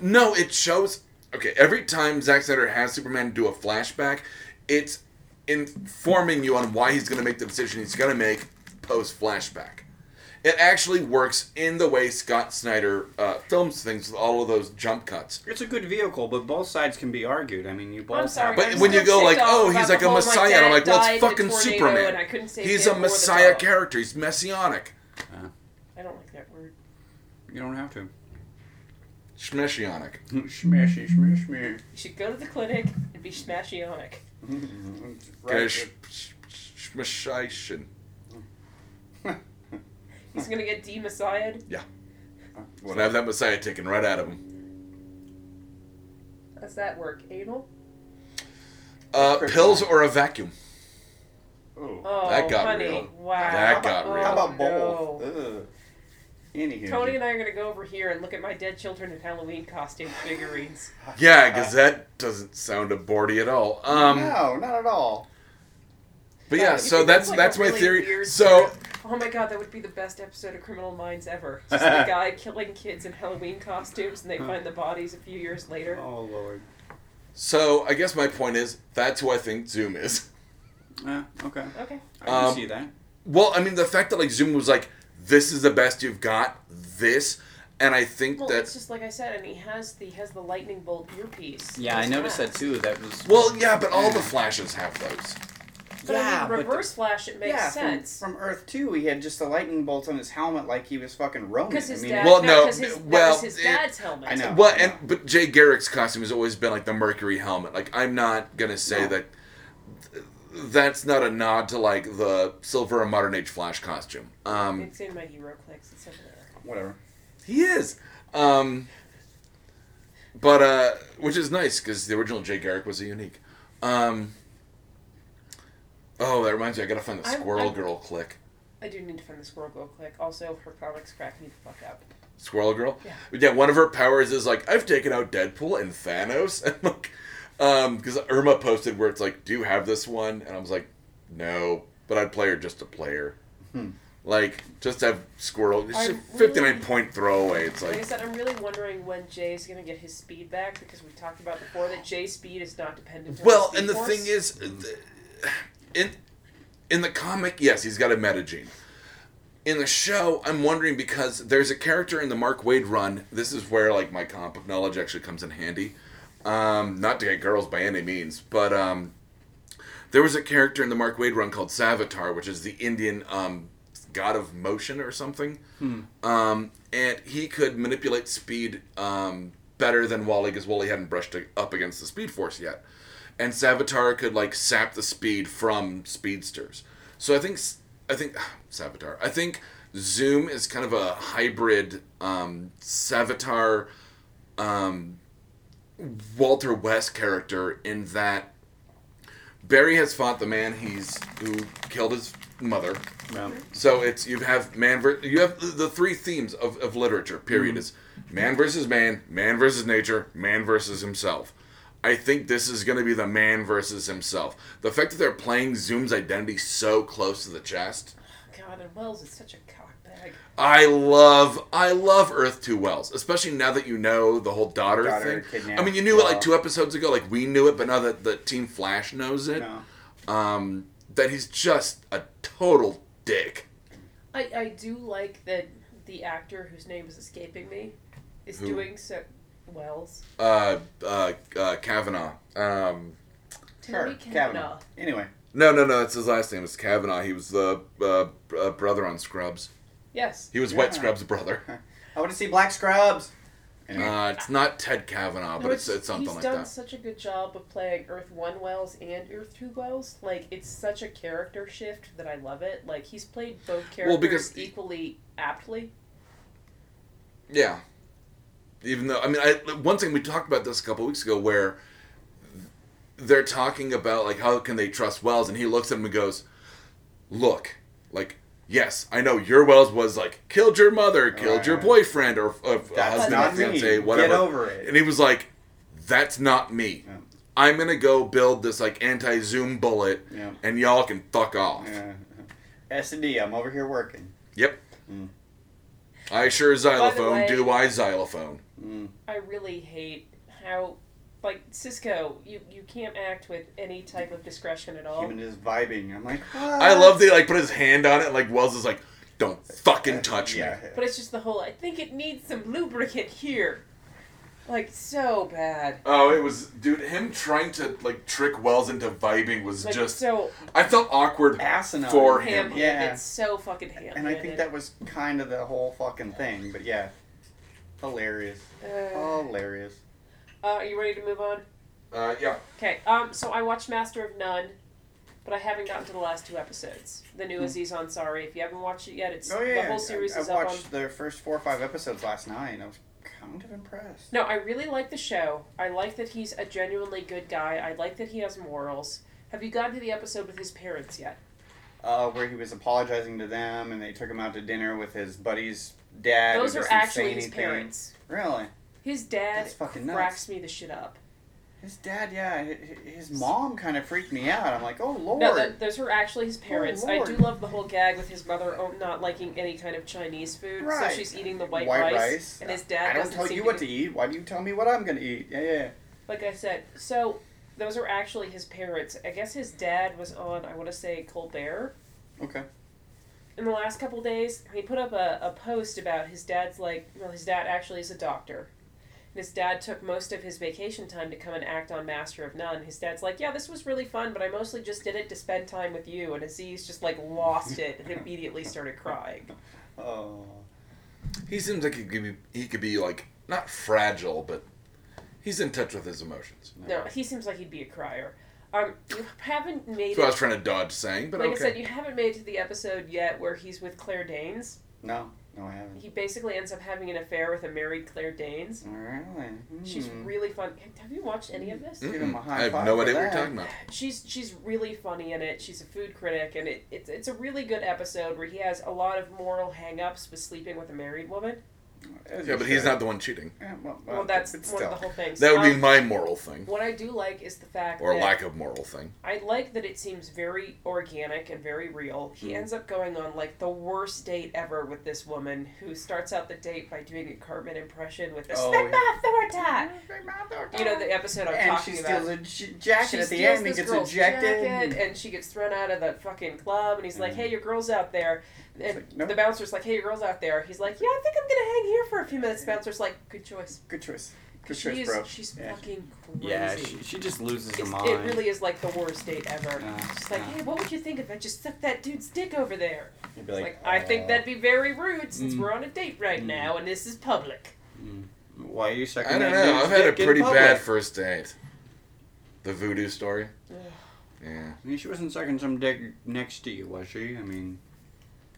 Speaker 1: No, it shows. Okay, every time Zack Snyder has Superman do a flashback, it's informing you on why he's going to make the decision he's going to make post flashback. It actually works in the way Scott Snyder uh, films things with all of those jump cuts.
Speaker 4: It's a good vehicle, but both sides can be argued. I mean, you both.
Speaker 2: I'm sorry,
Speaker 1: But
Speaker 2: I'm
Speaker 1: when you
Speaker 2: still
Speaker 1: go like,
Speaker 2: ticked off
Speaker 1: oh,
Speaker 2: about
Speaker 1: he's like
Speaker 2: the
Speaker 1: a
Speaker 2: whole, my
Speaker 1: messiah, and
Speaker 2: dad
Speaker 1: I'm like, well,
Speaker 2: died
Speaker 1: it's
Speaker 2: in a
Speaker 1: fucking
Speaker 2: tornado
Speaker 1: Superman.
Speaker 2: and I couldn't save
Speaker 1: He's a
Speaker 2: him or the
Speaker 1: messiah
Speaker 2: dog.
Speaker 1: character. He's messianic.
Speaker 2: I don't like that word.
Speaker 4: You don't have to.
Speaker 1: Shmessianic.
Speaker 3: Smashy, smash, smash.
Speaker 2: You should go to the clinic and be smashionic.
Speaker 1: Okay,
Speaker 3: Right.
Speaker 1: sh- sh- sh- shmessian.
Speaker 2: He's gonna get demessiahed.
Speaker 1: Well, have that messiah taken right out of him.
Speaker 2: How's that work? Anal?
Speaker 1: Uh,
Speaker 3: Kryptonite.
Speaker 1: pills or a vacuum?
Speaker 3: Oh.
Speaker 2: Oh,
Speaker 1: That got
Speaker 2: honey.
Speaker 1: real.
Speaker 2: Wow.
Speaker 1: That got
Speaker 2: oh,
Speaker 1: real.
Speaker 3: How about
Speaker 2: no.
Speaker 3: both? Ugh. Anywho.
Speaker 2: Tony and I are gonna go over here and look at my dead children in Halloween costume figurines.
Speaker 1: Yeah, because that doesn't sound aborty at all. Um,
Speaker 3: Uh, no, not at all.
Speaker 1: But yeah,
Speaker 2: If
Speaker 1: so
Speaker 2: it's
Speaker 1: that's
Speaker 2: like
Speaker 1: that's
Speaker 2: a
Speaker 1: my
Speaker 2: really
Speaker 1: theory.
Speaker 2: weird
Speaker 1: So
Speaker 2: sort of- oh my god, that would be the best episode of Criminal Minds ever. Just the guy killing kids in Halloween costumes, and they find the bodies a few years later.
Speaker 3: Oh lord.
Speaker 1: so I guess my point is that's who I think Zoom is.
Speaker 3: Uh,
Speaker 4: Yeah. Okay.
Speaker 2: Okay.
Speaker 4: I can
Speaker 1: Um,
Speaker 4: see that.
Speaker 1: Well, I mean the fact that like Zoom was like this is the best you've got this, and I think
Speaker 2: Well, it's
Speaker 1: that's
Speaker 2: just like I said, and he has the he has the lightning bolt earpiece.
Speaker 4: Yeah, I noticed that too. That was.
Speaker 1: well yeah, but all the flashes have those.
Speaker 2: But
Speaker 4: Yeah,
Speaker 2: I
Speaker 4: but
Speaker 2: mean, reverse flash, it makes
Speaker 3: yeah, from-
Speaker 2: sense.
Speaker 3: From, Earth 2, he had just a lightning bolt on his helmet like he was fucking Ronin.
Speaker 2: Because his
Speaker 3: I mean,
Speaker 2: dad,
Speaker 1: Well, no,
Speaker 2: because his, that
Speaker 1: well,
Speaker 2: was his
Speaker 1: it-
Speaker 2: dad's helmet.
Speaker 3: I know.
Speaker 1: Well, and but Jay Garrick's costume has always been like the Mercury helmet. Like I'm not gonna say
Speaker 3: No.
Speaker 1: that that's not a nod to like the silver and modern age flash costume. Um,
Speaker 2: It's in my hero clicks. It's over there.
Speaker 3: Whatever.
Speaker 1: He is. Um, but uh, which is nice because the original Jay Garrick was a unique. Um, oh, that reminds me. I gotta find the
Speaker 2: I'm-
Speaker 1: Squirrel
Speaker 2: I'm-
Speaker 1: Girl click.
Speaker 2: I do need to find the squirrel girl click. Also, her comics crack me the fuck up.
Speaker 1: Squirrel Girl.
Speaker 2: Yeah.
Speaker 1: But yeah, one of her powers is like I've taken out Deadpool and Thanos, and like, um, because Irma posted where it's like, do you have this one? And I was like, no, but I'd play her just a player. Like, just have Squirrel. It's
Speaker 2: I'm
Speaker 1: a fifty-nine
Speaker 2: really-
Speaker 1: point throwaway. It's
Speaker 2: Like I
Speaker 1: like,
Speaker 2: said, I'm really wondering when Jay's gonna get his speed back because we talked about before that Jay's speed is not dependent. on
Speaker 1: Well,
Speaker 2: speed
Speaker 1: and the
Speaker 2: force.
Speaker 1: thing is, th- in in the comic, yes, he's got a metagene. In the show, I'm wondering because there's a character in the Mark Wade run. This is where like my comic book knowledge actually comes in handy. Um, not to get girls by any means, but um, there was a character in the Mark Wade run called Savitar, which is the Indian um, god of motion or something. Um, and he could manipulate speed um, better than Wally because Wally hadn't brushed it up against the Speed Force yet. And Savitar could like sap the speed from speedsters. So I think s- I think ah, Savitar. I think Zoom is kind of a hybrid um, Savitar um, Walter West character in that Barry has fought the man he's who killed his mother.
Speaker 4: Well,
Speaker 1: So it's you have man ver- you have the- the three themes of, of literature.
Speaker 3: Mm-hmm.
Speaker 1: Period is man versus man, man versus nature, man versus himself. I think this is going to be the man versus himself. The fact that they're playing Zoom's identity so close to the chest,
Speaker 2: God, and Wells is such a cockbag.
Speaker 1: I love I love Earth Two Wells, especially now that you know the whole daughter,
Speaker 3: Daughter
Speaker 1: thing.
Speaker 3: kidnapped,
Speaker 1: I mean, you knew it like
Speaker 3: yeah.
Speaker 1: two episodes ago, like we knew it, but now that the Team Flash knows it,
Speaker 3: No.
Speaker 1: um, that he's just a total dick.
Speaker 2: I, I do like that the actor whose name is escaping me is
Speaker 1: Who?
Speaker 2: doing so. Wells.
Speaker 1: uh, uh, uh, Kavanaugh. Um,
Speaker 2: Terry
Speaker 3: Sure,
Speaker 2: Kavanaugh.
Speaker 3: Anyway.
Speaker 1: no, no, no. That's his last name. It's Kavanaugh. He was the uh, uh, brother on Scrubs.
Speaker 2: Yes.
Speaker 1: He was Wet
Speaker 3: Yeah.
Speaker 1: Scrubs' brother.
Speaker 3: I want to see Black Scrubs. Anyway.
Speaker 1: Uh, it's not Ted Kavanaugh, but
Speaker 2: No,
Speaker 1: it's, it's something
Speaker 2: he's
Speaker 1: like
Speaker 2: done
Speaker 1: that.
Speaker 2: such a good job of playing Earth One Wells and Earth Two Wells. Like it's such a character shift that I love it. Like he's played both characters
Speaker 1: Well, because-
Speaker 2: equally aptly.
Speaker 1: Yeah. Even though I mean, I one thing we talked about this a couple weeks ago, where they're talking about like how can they trust Wells, and he looks at him and goes, "Look, like." Yes, I know your Wells was like killed your mother, killed your
Speaker 3: Right.
Speaker 1: boyfriend, or, or
Speaker 3: That's
Speaker 1: husband,
Speaker 3: not
Speaker 1: or
Speaker 3: me.
Speaker 1: fiance,
Speaker 3: Get
Speaker 1: whatever.
Speaker 3: over it.
Speaker 1: And he was like, "That's not me.
Speaker 3: Yeah.
Speaker 1: I'm gonna go build this like anti-zoom bullet,
Speaker 3: Yeah.
Speaker 1: and y'all can fuck off."
Speaker 3: Yeah. S and D, I'm over here working.
Speaker 1: Yep.
Speaker 3: Mm.
Speaker 1: I sure xylophone.
Speaker 2: way-
Speaker 1: do I xylophone?
Speaker 3: Mm.
Speaker 2: I really hate how, like Cisco, you you can't act with any type of discretion at all.
Speaker 3: Even just vibing. I'm like,
Speaker 1: I
Speaker 2: uh,
Speaker 1: love that he like put his hand on it. and, Like Wells is like, "Don't fucking touch
Speaker 3: yeah.
Speaker 1: me."
Speaker 2: But it's just the whole. I think it needs some lubricant here, like so bad.
Speaker 1: Oh, it was dude. Him trying to like trick Wells into vibing was
Speaker 2: Like
Speaker 1: just.
Speaker 2: so
Speaker 1: I felt awkward
Speaker 3: Asinine.
Speaker 1: for him.
Speaker 2: ham-handed.
Speaker 3: Yeah.
Speaker 2: So fucking ham.
Speaker 3: And I think that was kind of the whole fucking thing. But yeah, hilarious, Oh.
Speaker 2: Uh,
Speaker 3: hilarious.
Speaker 2: uh, are you ready to move on?
Speaker 1: Uh, yeah.
Speaker 2: Okay. Um. So I watched Master of None, but I haven't gotten to the last two episodes. The new Aziz Ansari. If you haven't watched it yet, it's
Speaker 3: Hmm. Oh yeah,
Speaker 2: the whole series
Speaker 3: I, I
Speaker 2: is up on
Speaker 3: watched the first four or five episodes last night. and I was kind of impressed.
Speaker 2: No, I really like the show. I like that he's a genuinely good guy. I like that he has morals. Have you gotten to the episode with his parents yet?
Speaker 3: Uh, where he was apologizing to them, and they took him out to dinner with his buddy's dad. who
Speaker 2: Those are
Speaker 3: doesn't say
Speaker 2: actually his
Speaker 3: anything.
Speaker 2: parents.
Speaker 3: Really,
Speaker 2: His dad
Speaker 3: That's fucking nuts.
Speaker 2: cracks me the shit up.
Speaker 3: his dad? Yeah, hi- hi- his mom kind of freaked me out. I'm like, oh lord. Oh,
Speaker 2: No, th those are actually his parents. I do
Speaker 3: Lord.
Speaker 2: love the whole gag with his mother oh, not liking any kind of Chinese food,
Speaker 3: Right.
Speaker 2: so she's eating the white, rice, and his dad
Speaker 3: I don't
Speaker 2: doesn't
Speaker 3: tell
Speaker 2: seem
Speaker 3: you
Speaker 2: to
Speaker 3: what
Speaker 2: give-
Speaker 3: to eat. Why do you tell me what I'm gonna eat? Yeah, yeah.
Speaker 2: Like I said, so those are actually his parents. I guess his dad was on, I want to say Colbert.
Speaker 3: Okay.
Speaker 2: in the last couple days, he put up a, a post about his dad's like, well, his dad actually is a doctor. And his dad took most of his vacation time to come and act on Master of None. His dad's like, yeah, this was really fun, but I mostly just did it to spend time with you. And Aziz just like lost it and immediately started crying.
Speaker 3: Oh.
Speaker 1: He seems like he could be. He could be like not fragile, but he's in touch with his emotions.
Speaker 2: No, he seems like he'd be a crier. Um, you haven't made
Speaker 1: That's what I was
Speaker 2: it,
Speaker 1: trying to dodge saying, but
Speaker 2: like I
Speaker 1: okay.
Speaker 2: said, you haven't made it to the episode yet where he's with Claire Danes.
Speaker 3: No, no, I haven't.
Speaker 2: He basically ends up having an affair with a married Claire Danes.
Speaker 3: Really? Hmm.
Speaker 2: She's really fun. Have you watched any of this?
Speaker 1: Mm-mm.
Speaker 3: Give him a high
Speaker 1: I have
Speaker 3: five
Speaker 1: no
Speaker 3: for
Speaker 1: idea what you're
Speaker 3: that.
Speaker 1: talking about.
Speaker 2: she's she's really funny in it. She's a food critic, and it, it's it's a really good episode where he has a lot of moral hang-ups with sleeping with a married woman.
Speaker 3: As
Speaker 1: Yeah,
Speaker 3: you
Speaker 1: but he's
Speaker 3: should.
Speaker 1: not the one cheating.
Speaker 3: Yeah, well, uh,
Speaker 2: Well, that's one
Speaker 3: but
Speaker 2: of the whole things.
Speaker 1: That would be
Speaker 2: Um,
Speaker 1: my moral thing,
Speaker 2: what I do like is the fact
Speaker 1: or
Speaker 2: that
Speaker 1: lack of moral thing.
Speaker 2: I like that it seems very organic and very real.
Speaker 1: Hmm.
Speaker 2: He ends up going on like the worst date ever with this woman who starts out the date by doing a Cartman impression with this.
Speaker 3: Oh,
Speaker 2: "Spit
Speaker 3: yeah.
Speaker 2: my authority." You know the episode I'm
Speaker 3: and
Speaker 2: talking
Speaker 3: she
Speaker 2: about.
Speaker 3: steals a j- jacket
Speaker 2: she
Speaker 3: at the
Speaker 2: steals
Speaker 3: end and
Speaker 2: this
Speaker 3: gets
Speaker 2: girl's
Speaker 3: ejected.
Speaker 2: jacket, and she gets thrown out of the fucking club. And he's like,
Speaker 3: Mhm.
Speaker 2: "Hey, your girl's out there." And
Speaker 3: like, nope.
Speaker 2: the bouncer's like, "Hey, your girl's out there." He's like, "Yeah, I think I'm gonna hang here for a few minutes." bouncer's like, "Good choice."
Speaker 3: Good choice. Good
Speaker 2: 'Cause
Speaker 3: choice,
Speaker 2: she's
Speaker 3: bro.
Speaker 2: she's
Speaker 3: Yeah.
Speaker 2: fucking crazy.
Speaker 4: Yeah, she, she just loses her
Speaker 2: It's,
Speaker 4: mind.
Speaker 2: it really is like the worst date ever.
Speaker 4: Yeah,
Speaker 2: She's like,
Speaker 4: yeah.
Speaker 2: "Hey, what would you think if I just sucked that dude's dick over there?"
Speaker 3: You'd be
Speaker 2: It's like, I think
Speaker 3: uh,
Speaker 2: that'd be very rude since
Speaker 4: Mm.
Speaker 2: we're on a date right
Speaker 4: Mm.
Speaker 2: now and this is public.
Speaker 4: uh, Why are you sucking
Speaker 1: I don't
Speaker 4: that
Speaker 1: know.
Speaker 4: dude's
Speaker 1: I've had a
Speaker 4: dick in
Speaker 1: pretty
Speaker 4: public?
Speaker 1: bad first date. The voodoo story.
Speaker 2: Ugh.
Speaker 1: Yeah.
Speaker 4: I mean, she wasn't sucking some dick next to you, was she? I mean,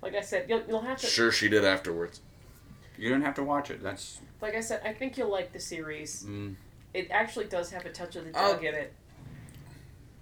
Speaker 2: Like I said, you'll, you'll have to.
Speaker 1: Sure, she did afterwards.
Speaker 4: you don't have to watch it. That's
Speaker 2: Like I said, I think you'll like the series.
Speaker 4: mm,
Speaker 2: It actually does have a touch of the
Speaker 1: Oh.
Speaker 2: dog in it.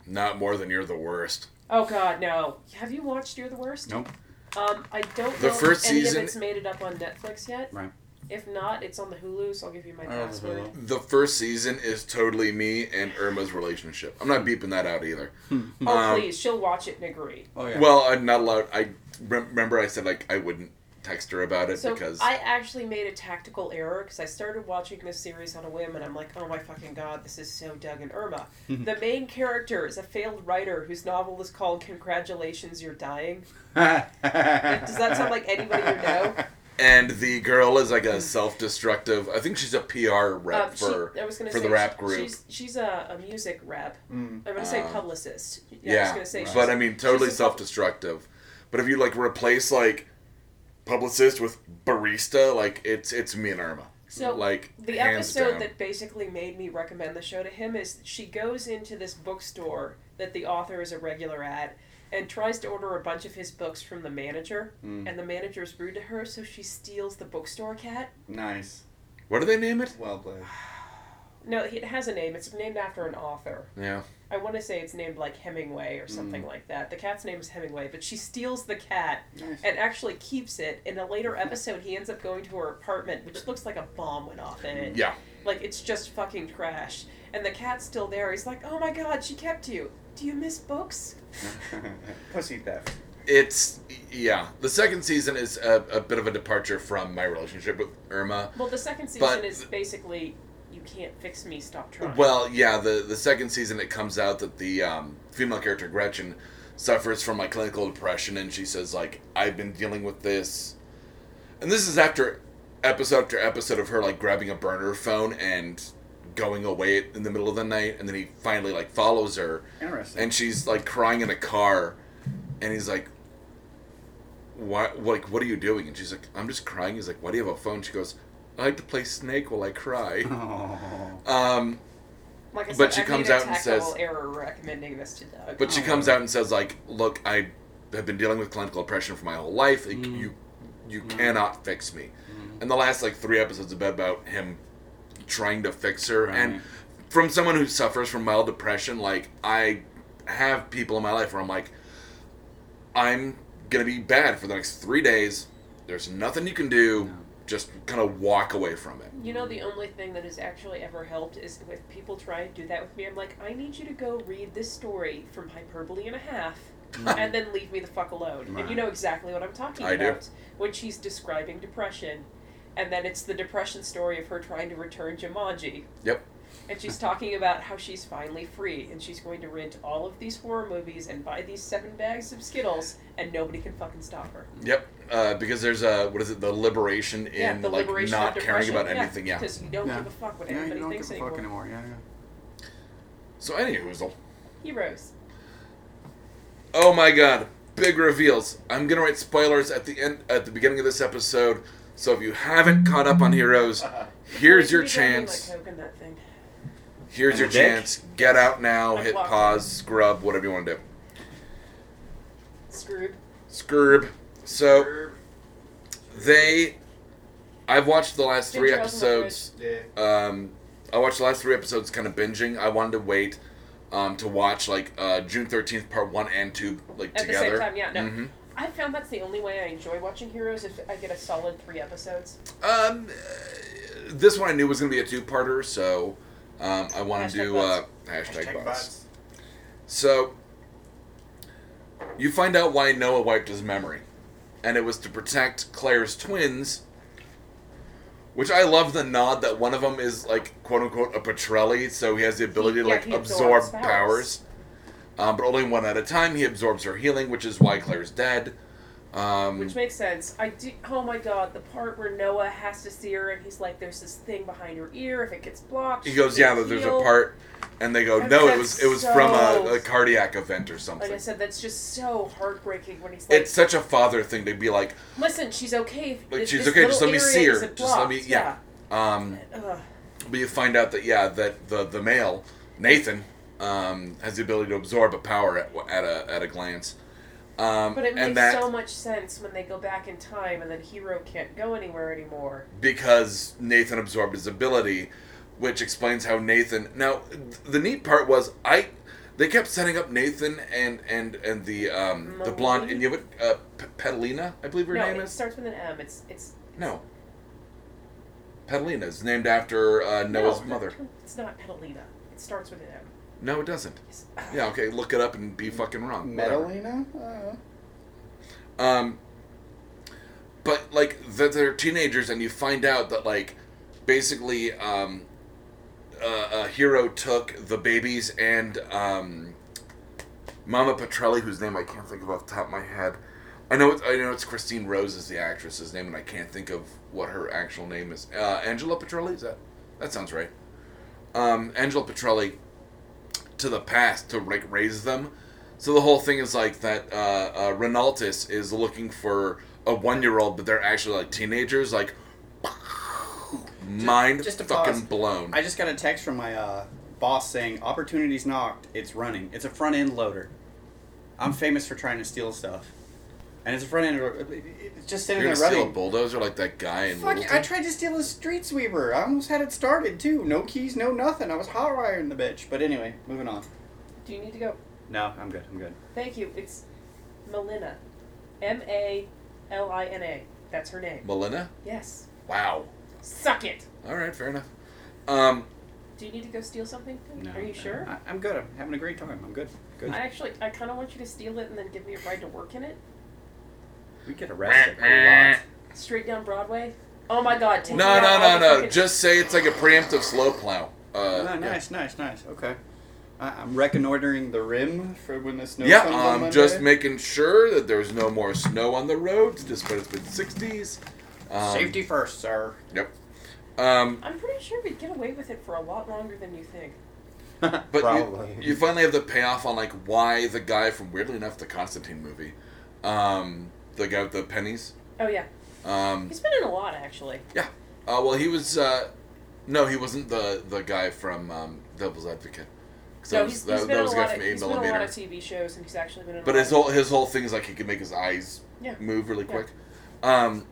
Speaker 1: Not more than you're the worst.
Speaker 2: Oh God, no! Have you watched You're the Worst?
Speaker 4: Nope.
Speaker 2: Um, I don't
Speaker 1: The
Speaker 2: know
Speaker 1: first
Speaker 2: if any
Speaker 1: season-
Speaker 2: of it's made it up on Netflix yet.
Speaker 4: Right.
Speaker 2: If not, it's on the Hulu, so I'll give you my
Speaker 4: I don't
Speaker 2: password.
Speaker 4: know.
Speaker 1: The first season is totally me and Irma's relationship. I'm not beeping that out either.
Speaker 2: Oh
Speaker 1: Um,
Speaker 2: please, she'll watch it and agree.
Speaker 4: oh yeah.
Speaker 1: Well, I'm not allowed. I rem- remember I said like I wouldn't text her about it
Speaker 2: So
Speaker 1: because
Speaker 2: I actually made a tactical error because I started watching this series on a whim, and I'm like, oh my fucking god, this is so Doug and Irma. the main character is a failed writer whose novel is called "Congratulations, You're Dying."
Speaker 4: Does
Speaker 2: that sound like anybody you know?
Speaker 1: and the girl is like a self-destructive. I think she's a PR rep
Speaker 2: Um, she-
Speaker 1: for.
Speaker 2: I was gonna
Speaker 1: for
Speaker 2: say
Speaker 1: the rap
Speaker 2: she-
Speaker 1: group.
Speaker 2: She's she's a, a music rep.
Speaker 3: Mm.
Speaker 2: I'm gonna say
Speaker 1: Uh,
Speaker 2: publicist. Yeah,
Speaker 1: yeah,
Speaker 2: I was gonna say she's-
Speaker 1: but I mean totally
Speaker 2: she's a-
Speaker 1: self-destructive. But if you like replace like publicist with barista, like it's it's me and Irma.
Speaker 2: So,
Speaker 1: like
Speaker 2: The
Speaker 1: hands
Speaker 2: episode
Speaker 1: down.
Speaker 2: that basically made me recommend the show to him is she goes into this bookstore that the author is a regular at and tries to order a bunch of his books from the manager,
Speaker 3: Mm.
Speaker 2: and the manager's rude to her, so she steals the bookstore cat.
Speaker 3: Nice.
Speaker 1: What do they name it?
Speaker 3: Well played.
Speaker 2: No, it has a name. It's named after an author.
Speaker 1: Yeah.
Speaker 2: I want to say it's named like Hemingway or
Speaker 1: Mm.
Speaker 2: something like that. The cat's name is Hemingway, but she steals the cat
Speaker 3: Nice.
Speaker 2: and actually keeps it. In a later episode, he ends up going to her apartment, which looks like a bomb went off in it.
Speaker 1: Yeah.
Speaker 2: Like it's just fucking trash. And the cat's still there. He's like, oh my god, she kept you. Do you miss books?
Speaker 3: Pussy theft.
Speaker 1: It's yeah. The second season is a, a bit of a departure from my relationship with Irma.
Speaker 2: Well, the second season
Speaker 1: But-
Speaker 2: is basically you can't fix me, stop trying.
Speaker 1: Well, yeah, the the second season it comes out that the um, female character Gretchen suffers from like clinical depression, and she says like I've been dealing with this, and this is after episode after episode of her like grabbing a burner phone and going away in the middle of the night, and then he finally like follows her,
Speaker 3: Interesting.
Speaker 1: and she's like crying in a car, and he's like, "Why? Like, what are you doing?" And she's like, "I'm just crying." He's like, "Why do you have a phone?" She goes, "I like to play Snake while I cry."
Speaker 4: Oh.
Speaker 1: Um.
Speaker 2: like I
Speaker 1: but
Speaker 2: said,
Speaker 1: she
Speaker 2: I
Speaker 1: comes
Speaker 2: made a
Speaker 1: out and says-
Speaker 2: tactical error recommending this to Doug.
Speaker 1: But she comes out and says, like, look, I have been dealing with clinical depression for my whole life. Like,
Speaker 4: Mm.
Speaker 1: You you
Speaker 4: Mm.
Speaker 1: cannot fix me. And the last like three episodes have been about him trying to fix her. And
Speaker 4: Right.
Speaker 1: from someone who suffers from mild depression, like I have people in my life where I'm like, I'm gonna be bad for the next three days. There's nothing you can do.
Speaker 4: No.
Speaker 1: Just kind of walk away from it.
Speaker 2: You know, the only thing that has actually ever helped is if people try and do that with me, I'm like, I need you to go read this story from hyperbole and a half and then leave me the fuck alone. And you
Speaker 4: Right.
Speaker 2: know exactly what I'm talking
Speaker 1: Mm. I do.
Speaker 2: about when she's describing depression. And then it's the depression story of her trying to return Jumanji.
Speaker 1: Yep.
Speaker 2: And she's talking about how she's finally free and she's going to rent all of these horror movies and buy these seven bags of Skittles and nobody can fucking stop her.
Speaker 4: Mm.
Speaker 1: Yep. Uh, because there's a what is it? The liberation in
Speaker 2: yeah, the
Speaker 1: like
Speaker 2: liberation
Speaker 1: not
Speaker 2: of
Speaker 1: caring
Speaker 2: depression.
Speaker 1: about anything. Yeah.
Speaker 2: Because you don't
Speaker 4: Yeah.
Speaker 2: give a fuck what
Speaker 4: Yeah, you
Speaker 2: anybody
Speaker 4: don't give a
Speaker 2: thinks
Speaker 4: fuck
Speaker 2: anymore.
Speaker 4: anymore. Yeah, yeah.
Speaker 1: So any whoozle.
Speaker 2: Heroes.
Speaker 1: Oh my god, big reveals. I'm going to write spoilers at the end at the beginning of this episode. So if you haven't caught up on Heroes, here's your
Speaker 2: Please don't be
Speaker 1: chance.
Speaker 2: Like Coke in that thing.
Speaker 1: Here's your chance. Get out now,
Speaker 2: Like
Speaker 1: hit
Speaker 2: walk.
Speaker 1: pause, scrub, whatever you want to do.
Speaker 2: Screwed.
Speaker 1: Scrub. So they I've watched the last three
Speaker 2: Ginger ale is my
Speaker 1: episodes.
Speaker 3: Yeah.
Speaker 1: Um I watched the last three episodes kind of binging. I wanted to wait um, to watch like uh, June 13th part 1 and 2 like
Speaker 2: At the
Speaker 1: together.
Speaker 2: same time, yeah, no.
Speaker 1: Mhm.
Speaker 2: I found that's the only way I enjoy watching Heroes if I get a solid three episodes.
Speaker 1: Um, uh, this one I knew was gonna be a two-parter, so um, I want
Speaker 2: Hashtag
Speaker 1: to do uh,
Speaker 2: bots.
Speaker 1: hashtag, bots. So you find out why Noah wiped his memory, and it was to protect Claire's twins. Which I love the nod that one of them is like quote unquote a Petrelli, so he has the ability to
Speaker 2: Yeah,
Speaker 1: like
Speaker 2: he
Speaker 1: absorb
Speaker 2: absorbs
Speaker 1: powers,
Speaker 2: powers.
Speaker 1: um, but only one at a time. He absorbs her healing, which is why Claire's dead. Um,
Speaker 2: Which makes sense. I do. Oh my god, the part where Noah has to see her and he's like, "There's this thing behind her ear. If it gets blocked."
Speaker 1: He goes,
Speaker 2: she
Speaker 1: yeah,
Speaker 2: can
Speaker 1: there's
Speaker 2: heal."
Speaker 1: a part, and they go,
Speaker 2: That's
Speaker 1: no, it was it was from a,
Speaker 2: so-
Speaker 1: a cardiac event or something.
Speaker 2: Like I said, that's just so heartbreaking when he's like,
Speaker 1: it's such a father thing to be like,
Speaker 2: "Listen, she's okay. If
Speaker 1: like
Speaker 2: this-
Speaker 1: she's
Speaker 2: this
Speaker 1: okay, just
Speaker 2: little
Speaker 1: let me
Speaker 2: area
Speaker 1: see her,
Speaker 2: isn't
Speaker 1: just let me,
Speaker 2: blocked."
Speaker 1: yeah. Um,
Speaker 2: yeah. Ugh.
Speaker 1: but you find out that yeah, that the the male Nathan um, has the ability to absorb a power at, at a at a glance. Um,
Speaker 2: But it
Speaker 1: and
Speaker 2: makes
Speaker 1: that
Speaker 2: so much sense when they go back in time and then Hero can't go anywhere anymore.
Speaker 1: because Nathan absorbed his ability, which explains how Nathan. Now, th- the neat part was I. They kept setting up Nathan and and and the um, the blonde
Speaker 2: Marie?
Speaker 1: Inuit uh, P- Petalina, I believe her
Speaker 2: no,
Speaker 1: name
Speaker 2: it
Speaker 1: is.
Speaker 2: starts with an M. It's it's
Speaker 1: No. Petalina is named after uh, Noah's
Speaker 2: no,
Speaker 1: mother.
Speaker 2: It's not Petalina. It starts with an M.
Speaker 1: No, it doesn't.
Speaker 2: Yes.
Speaker 1: Yeah, okay, look it up and be fucking wrong. Whatever.
Speaker 3: Metalina? Uh,
Speaker 1: Um, but like that they're teenagers, and you find out that like basically um, uh, a hero took the babies and um, Mama Petrelli, whose name I can't think of off the top of my head. I know it's, I know it's Christine Rose is the actress's name, and I can't think of what her actual name is. Uh, Angela Petrelli is that? That sounds right. Um, Angela Petrelli to the past to like raise them. So the whole thing is like that. Uh, uh, Renaltis is looking for a one-year-old, but they're actually like teenagers. Like, mind
Speaker 3: just to
Speaker 1: fucking
Speaker 3: pause,
Speaker 1: blown.
Speaker 3: I just got a text from my uh, boss saying, "Opportunities knocked. It's running. It's a front end loader. I'm famous for trying to steal stuff." and it's a front end. it- it- It's just sitting
Speaker 1: You're gonna
Speaker 3: there
Speaker 1: steal a
Speaker 3: running.
Speaker 1: bulldozer like that guy in
Speaker 3: Fuck!
Speaker 1: Littleton?
Speaker 3: I tried to steal a street sweeper. I almost had it started too. No keys, no nothing. I was hot wiring the bitch. But anyway, moving on.
Speaker 2: Do you need to go?
Speaker 3: No, I'm good. I'm good.
Speaker 2: Thank you. It's Melina. M A L I N A. That's her name.
Speaker 1: Melina?
Speaker 2: Yes.
Speaker 1: Wow.
Speaker 2: Suck it.
Speaker 1: All right, fair enough. Um,
Speaker 2: Do you need to go steal something?
Speaker 3: No,
Speaker 2: Are you sure?
Speaker 3: I, I'm good. I'm having a great time. I'm good. Good.
Speaker 2: I actually, I kind of want you to steal it and then give me a ride to work in it.
Speaker 3: we get arrested a lot.
Speaker 2: Straight down Broadway. Oh my God! Take
Speaker 1: no,
Speaker 2: me out
Speaker 1: no,
Speaker 2: all
Speaker 1: no,
Speaker 2: the
Speaker 1: no.
Speaker 2: fucking-
Speaker 1: Just say it's like a preemptive slow plow. Uh,
Speaker 3: Ah,
Speaker 1: yeah.
Speaker 3: nice, nice, nice. Okay. I, I'm reconnoitering the rim for when the snow
Speaker 1: Yeah,
Speaker 3: comes on
Speaker 1: I'm
Speaker 3: Monday.
Speaker 1: just making sure that there's no more snow on the roads, despite it's been 60s. Um,
Speaker 3: Safety first, sir.
Speaker 1: Yep. Um,
Speaker 2: I'm pretty sure we'd get away with it for a lot longer than you think.
Speaker 1: but you,
Speaker 4: Probably.
Speaker 1: you finally have the payoff on like why the guy from weirdly enough the Constantine movie, um, the guy with the pennies.
Speaker 2: Oh yeah,
Speaker 1: Um,
Speaker 2: he's been in a lot actually.
Speaker 1: yeah. Uh, well, he was. Uh, no, he wasn't the the guy from um, Devil's Advocate. 'Cause that
Speaker 2: no,
Speaker 1: was-
Speaker 2: he's,
Speaker 1: that-
Speaker 2: he's
Speaker 1: that
Speaker 2: been in
Speaker 1: was
Speaker 2: a
Speaker 1: the guy
Speaker 2: lot of
Speaker 1: from
Speaker 2: he's
Speaker 1: 8
Speaker 2: been in a lot
Speaker 1: millimeter.
Speaker 2: of TV shows, and he's actually been in. A
Speaker 1: But
Speaker 2: lot
Speaker 1: his
Speaker 2: of-
Speaker 1: whole his whole thing is like he can make his eyes
Speaker 2: Yeah.
Speaker 1: move really
Speaker 2: Yeah.
Speaker 1: quick. Um,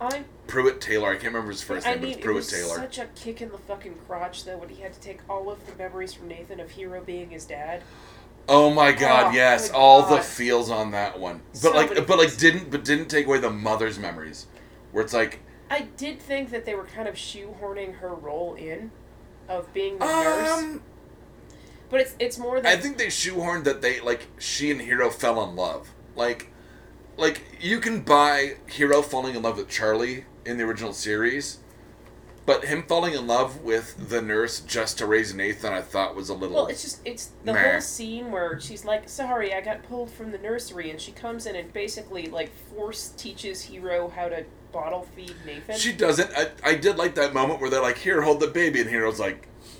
Speaker 2: I'm
Speaker 1: Pruitt Taylor. I can't remember his first
Speaker 2: I
Speaker 1: name, but
Speaker 2: mean,
Speaker 1: it's
Speaker 2: it
Speaker 1: Pruitt
Speaker 2: was
Speaker 1: Taylor.
Speaker 2: such a kick in the fucking crotch though when he had to take all of the memories from Nathan of Hero being his dad.
Speaker 1: Oh my god,
Speaker 2: Oh,
Speaker 1: yes,
Speaker 2: good
Speaker 1: all the
Speaker 2: God.
Speaker 1: feels on that one. But
Speaker 2: So
Speaker 1: like
Speaker 2: many
Speaker 1: but like
Speaker 2: feels.
Speaker 1: didn't but didn't take away the mother's memories. Where it's like
Speaker 2: I did think that they were kind of shoehorning her role in of being the nurse,
Speaker 1: um,
Speaker 2: but it's it's more
Speaker 1: I
Speaker 2: that
Speaker 1: think they shoehorned that they like she and Hero fell in love. Like like you can buy Hero falling in love with Charlie in the original series, but him falling in love with the nurse just to raise Nathan I thought was a little
Speaker 2: Well, it's just it's the
Speaker 1: Meh.
Speaker 2: whole scene where she's like, "Sorry, I got pulled from the nursery," and she comes in and basically like force teaches Hero how to bottle feed Nathan.
Speaker 1: She doesn't. I, I did like that moment where they're like, "Here, hold the baby," and Hero's like,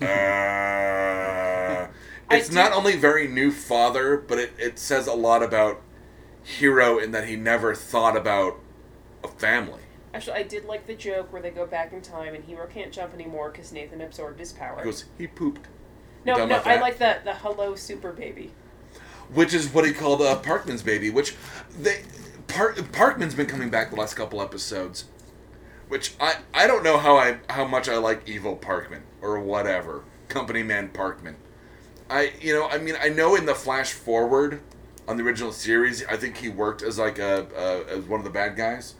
Speaker 1: uh. "It's
Speaker 2: do-
Speaker 1: not only very new father, but it, it says a lot about Hero in that he never thought about a family."
Speaker 2: Actually, I did like the joke where they go back in time and Hero can't jump anymore because Nathan absorbed his power.
Speaker 1: He goes, "He pooped,"
Speaker 2: no,
Speaker 1: dumb
Speaker 2: no,
Speaker 1: about
Speaker 2: I
Speaker 1: that.
Speaker 2: like the the hello super baby.
Speaker 1: which is what he called uh, Parkman's baby. Which they Park, Parkman's been coming back the last couple episodes. Which I, I don't know how I how much I like Evil Parkman or whatever Company Man Parkman. I you know I mean I know in the flash forward on the original series I think he worked as like a, a as one of the bad guys.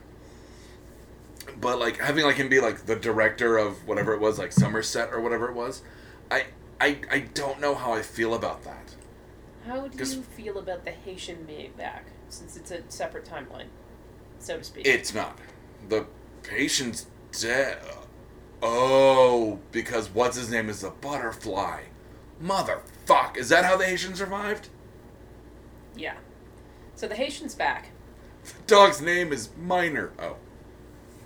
Speaker 1: But like having like him be like the director of whatever it was like Somerset or whatever it was, I I, I don't know how I feel about that.
Speaker 2: How do
Speaker 1: 'Cause-
Speaker 2: you feel about the Haitian being back since it's a separate timeline, so to speak?
Speaker 1: It's not. The patient's dead. Oh, because what's his name is a butterfly. Motherfuck. Is that how the Haitian survived?
Speaker 2: yeah. So the Haitian's back.
Speaker 1: The dog's name is Minor. Oh.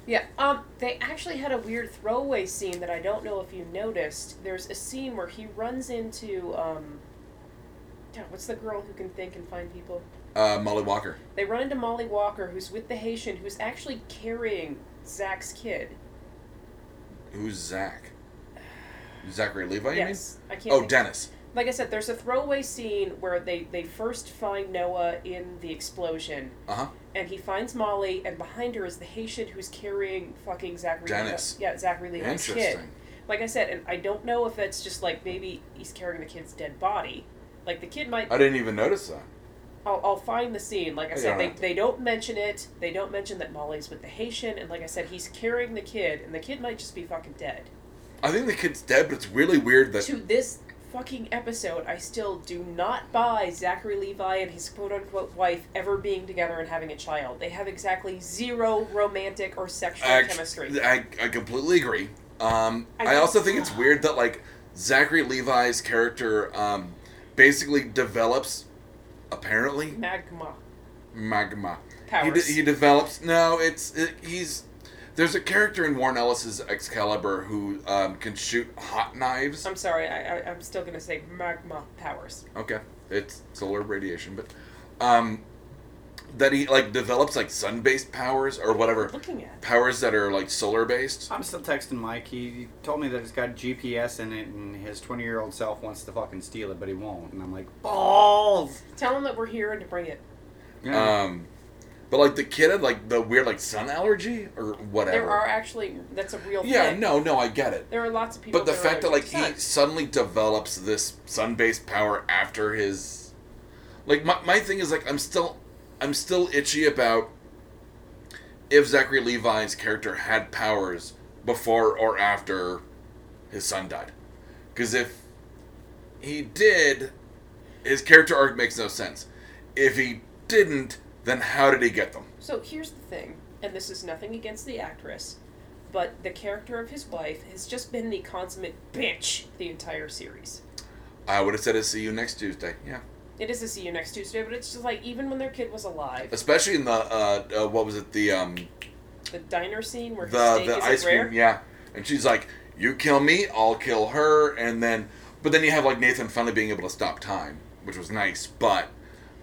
Speaker 2: Yeah, um, they actually had a weird throwaway scene that I don't know if you noticed. There's a scene where he runs into, um, God, what's the girl who can think and find people?
Speaker 1: Uh, Molly Walker.
Speaker 2: They run into Molly Walker, who's with the Haitian, who's actually carrying Zach's kid.
Speaker 1: Who's Zach? Zachary Levi, you
Speaker 2: yes, I
Speaker 1: mean?
Speaker 2: can't.
Speaker 1: Oh,
Speaker 2: think-
Speaker 1: Dennis.
Speaker 2: Like I said, there's a throwaway scene where they they first find Noah in the explosion,
Speaker 1: Uh huh.
Speaker 2: and he finds Molly, and behind her is the Haitian who's carrying fucking Zachary.
Speaker 1: Dennis.
Speaker 2: Yeah, Zachary Levi's kid.
Speaker 1: Interesting.
Speaker 2: like I said, and I don't know if that's just like maybe he's carrying the kid's dead body. Like the kid might.
Speaker 1: I didn't even notice that.
Speaker 2: I'll, I'll find the scene. Like I
Speaker 1: You
Speaker 2: said,
Speaker 1: don't
Speaker 2: they,
Speaker 1: have to.
Speaker 2: they don't mention it. They don't mention that Molly's with the Haitian, and like I said, he's carrying the kid, and the kid might just be fucking dead.
Speaker 1: I think the kid's dead, but it's really weird that.
Speaker 2: to this fucking episode, I still do not buy Zachary Levi and his quote unquote wife ever being together and having a child. They have exactly zero romantic or sexual
Speaker 1: Act-
Speaker 2: chemistry.
Speaker 1: I, I completely agree. Um,
Speaker 2: I
Speaker 1: I,
Speaker 2: think-
Speaker 1: also think it's weird that like Zachary Levi's character um, basically develops apparently
Speaker 2: Magma.
Speaker 1: magma. He, de-
Speaker 2: Powers.
Speaker 1: he develops. No, it's it, he's there's a character in Warren Ellis's Excalibur who um, can shoot hot knives.
Speaker 2: I'm sorry, I, I, I'm still gonna say magma powers.
Speaker 1: Okay, it's solar radiation, but um, that he like develops like sun based powers or whatever
Speaker 2: Looking at.
Speaker 1: powers that are like solar based.
Speaker 4: I'm still texting Mike. He, he told me that it's got GPS in it, and his 20 year old self wants to fucking steal it, but he won't. And I'm like, balls.
Speaker 2: Tell him that we're here and to bring it.
Speaker 4: Yeah.
Speaker 1: Um, But like the kid had like the weird like sun allergy or whatever.
Speaker 2: There are actually that's a real
Speaker 1: yeah,
Speaker 2: thing.
Speaker 1: no, no, I get it.
Speaker 2: There are lots of people.
Speaker 1: But the
Speaker 2: that are
Speaker 1: fact that like
Speaker 2: allergic
Speaker 1: he
Speaker 2: to sun.
Speaker 1: suddenly develops this sun-based power after his, like my my thing is like I'm still, I'm still itchy about if Zachary Levi's character had powers before or after his son died, because if he did, his character arc makes no sense. If he didn't, then how did he get them?
Speaker 2: So here's the thing, and this is nothing against the actress, but the character of his wife has just been the consummate bitch the entire series.
Speaker 1: I would have said, "I see you next Tuesday." Yeah.
Speaker 2: It is a see you next Tuesday, but it's just like even when their kid was alive,
Speaker 1: especially in the uh, uh what was it the um
Speaker 2: the diner scene where
Speaker 1: the
Speaker 2: his steak
Speaker 1: the
Speaker 2: isn't
Speaker 1: ice
Speaker 2: rare.
Speaker 1: cream yeah and she's like you kill me i'll kill her and then but then you have like nathan finally being able to stop time which was nice but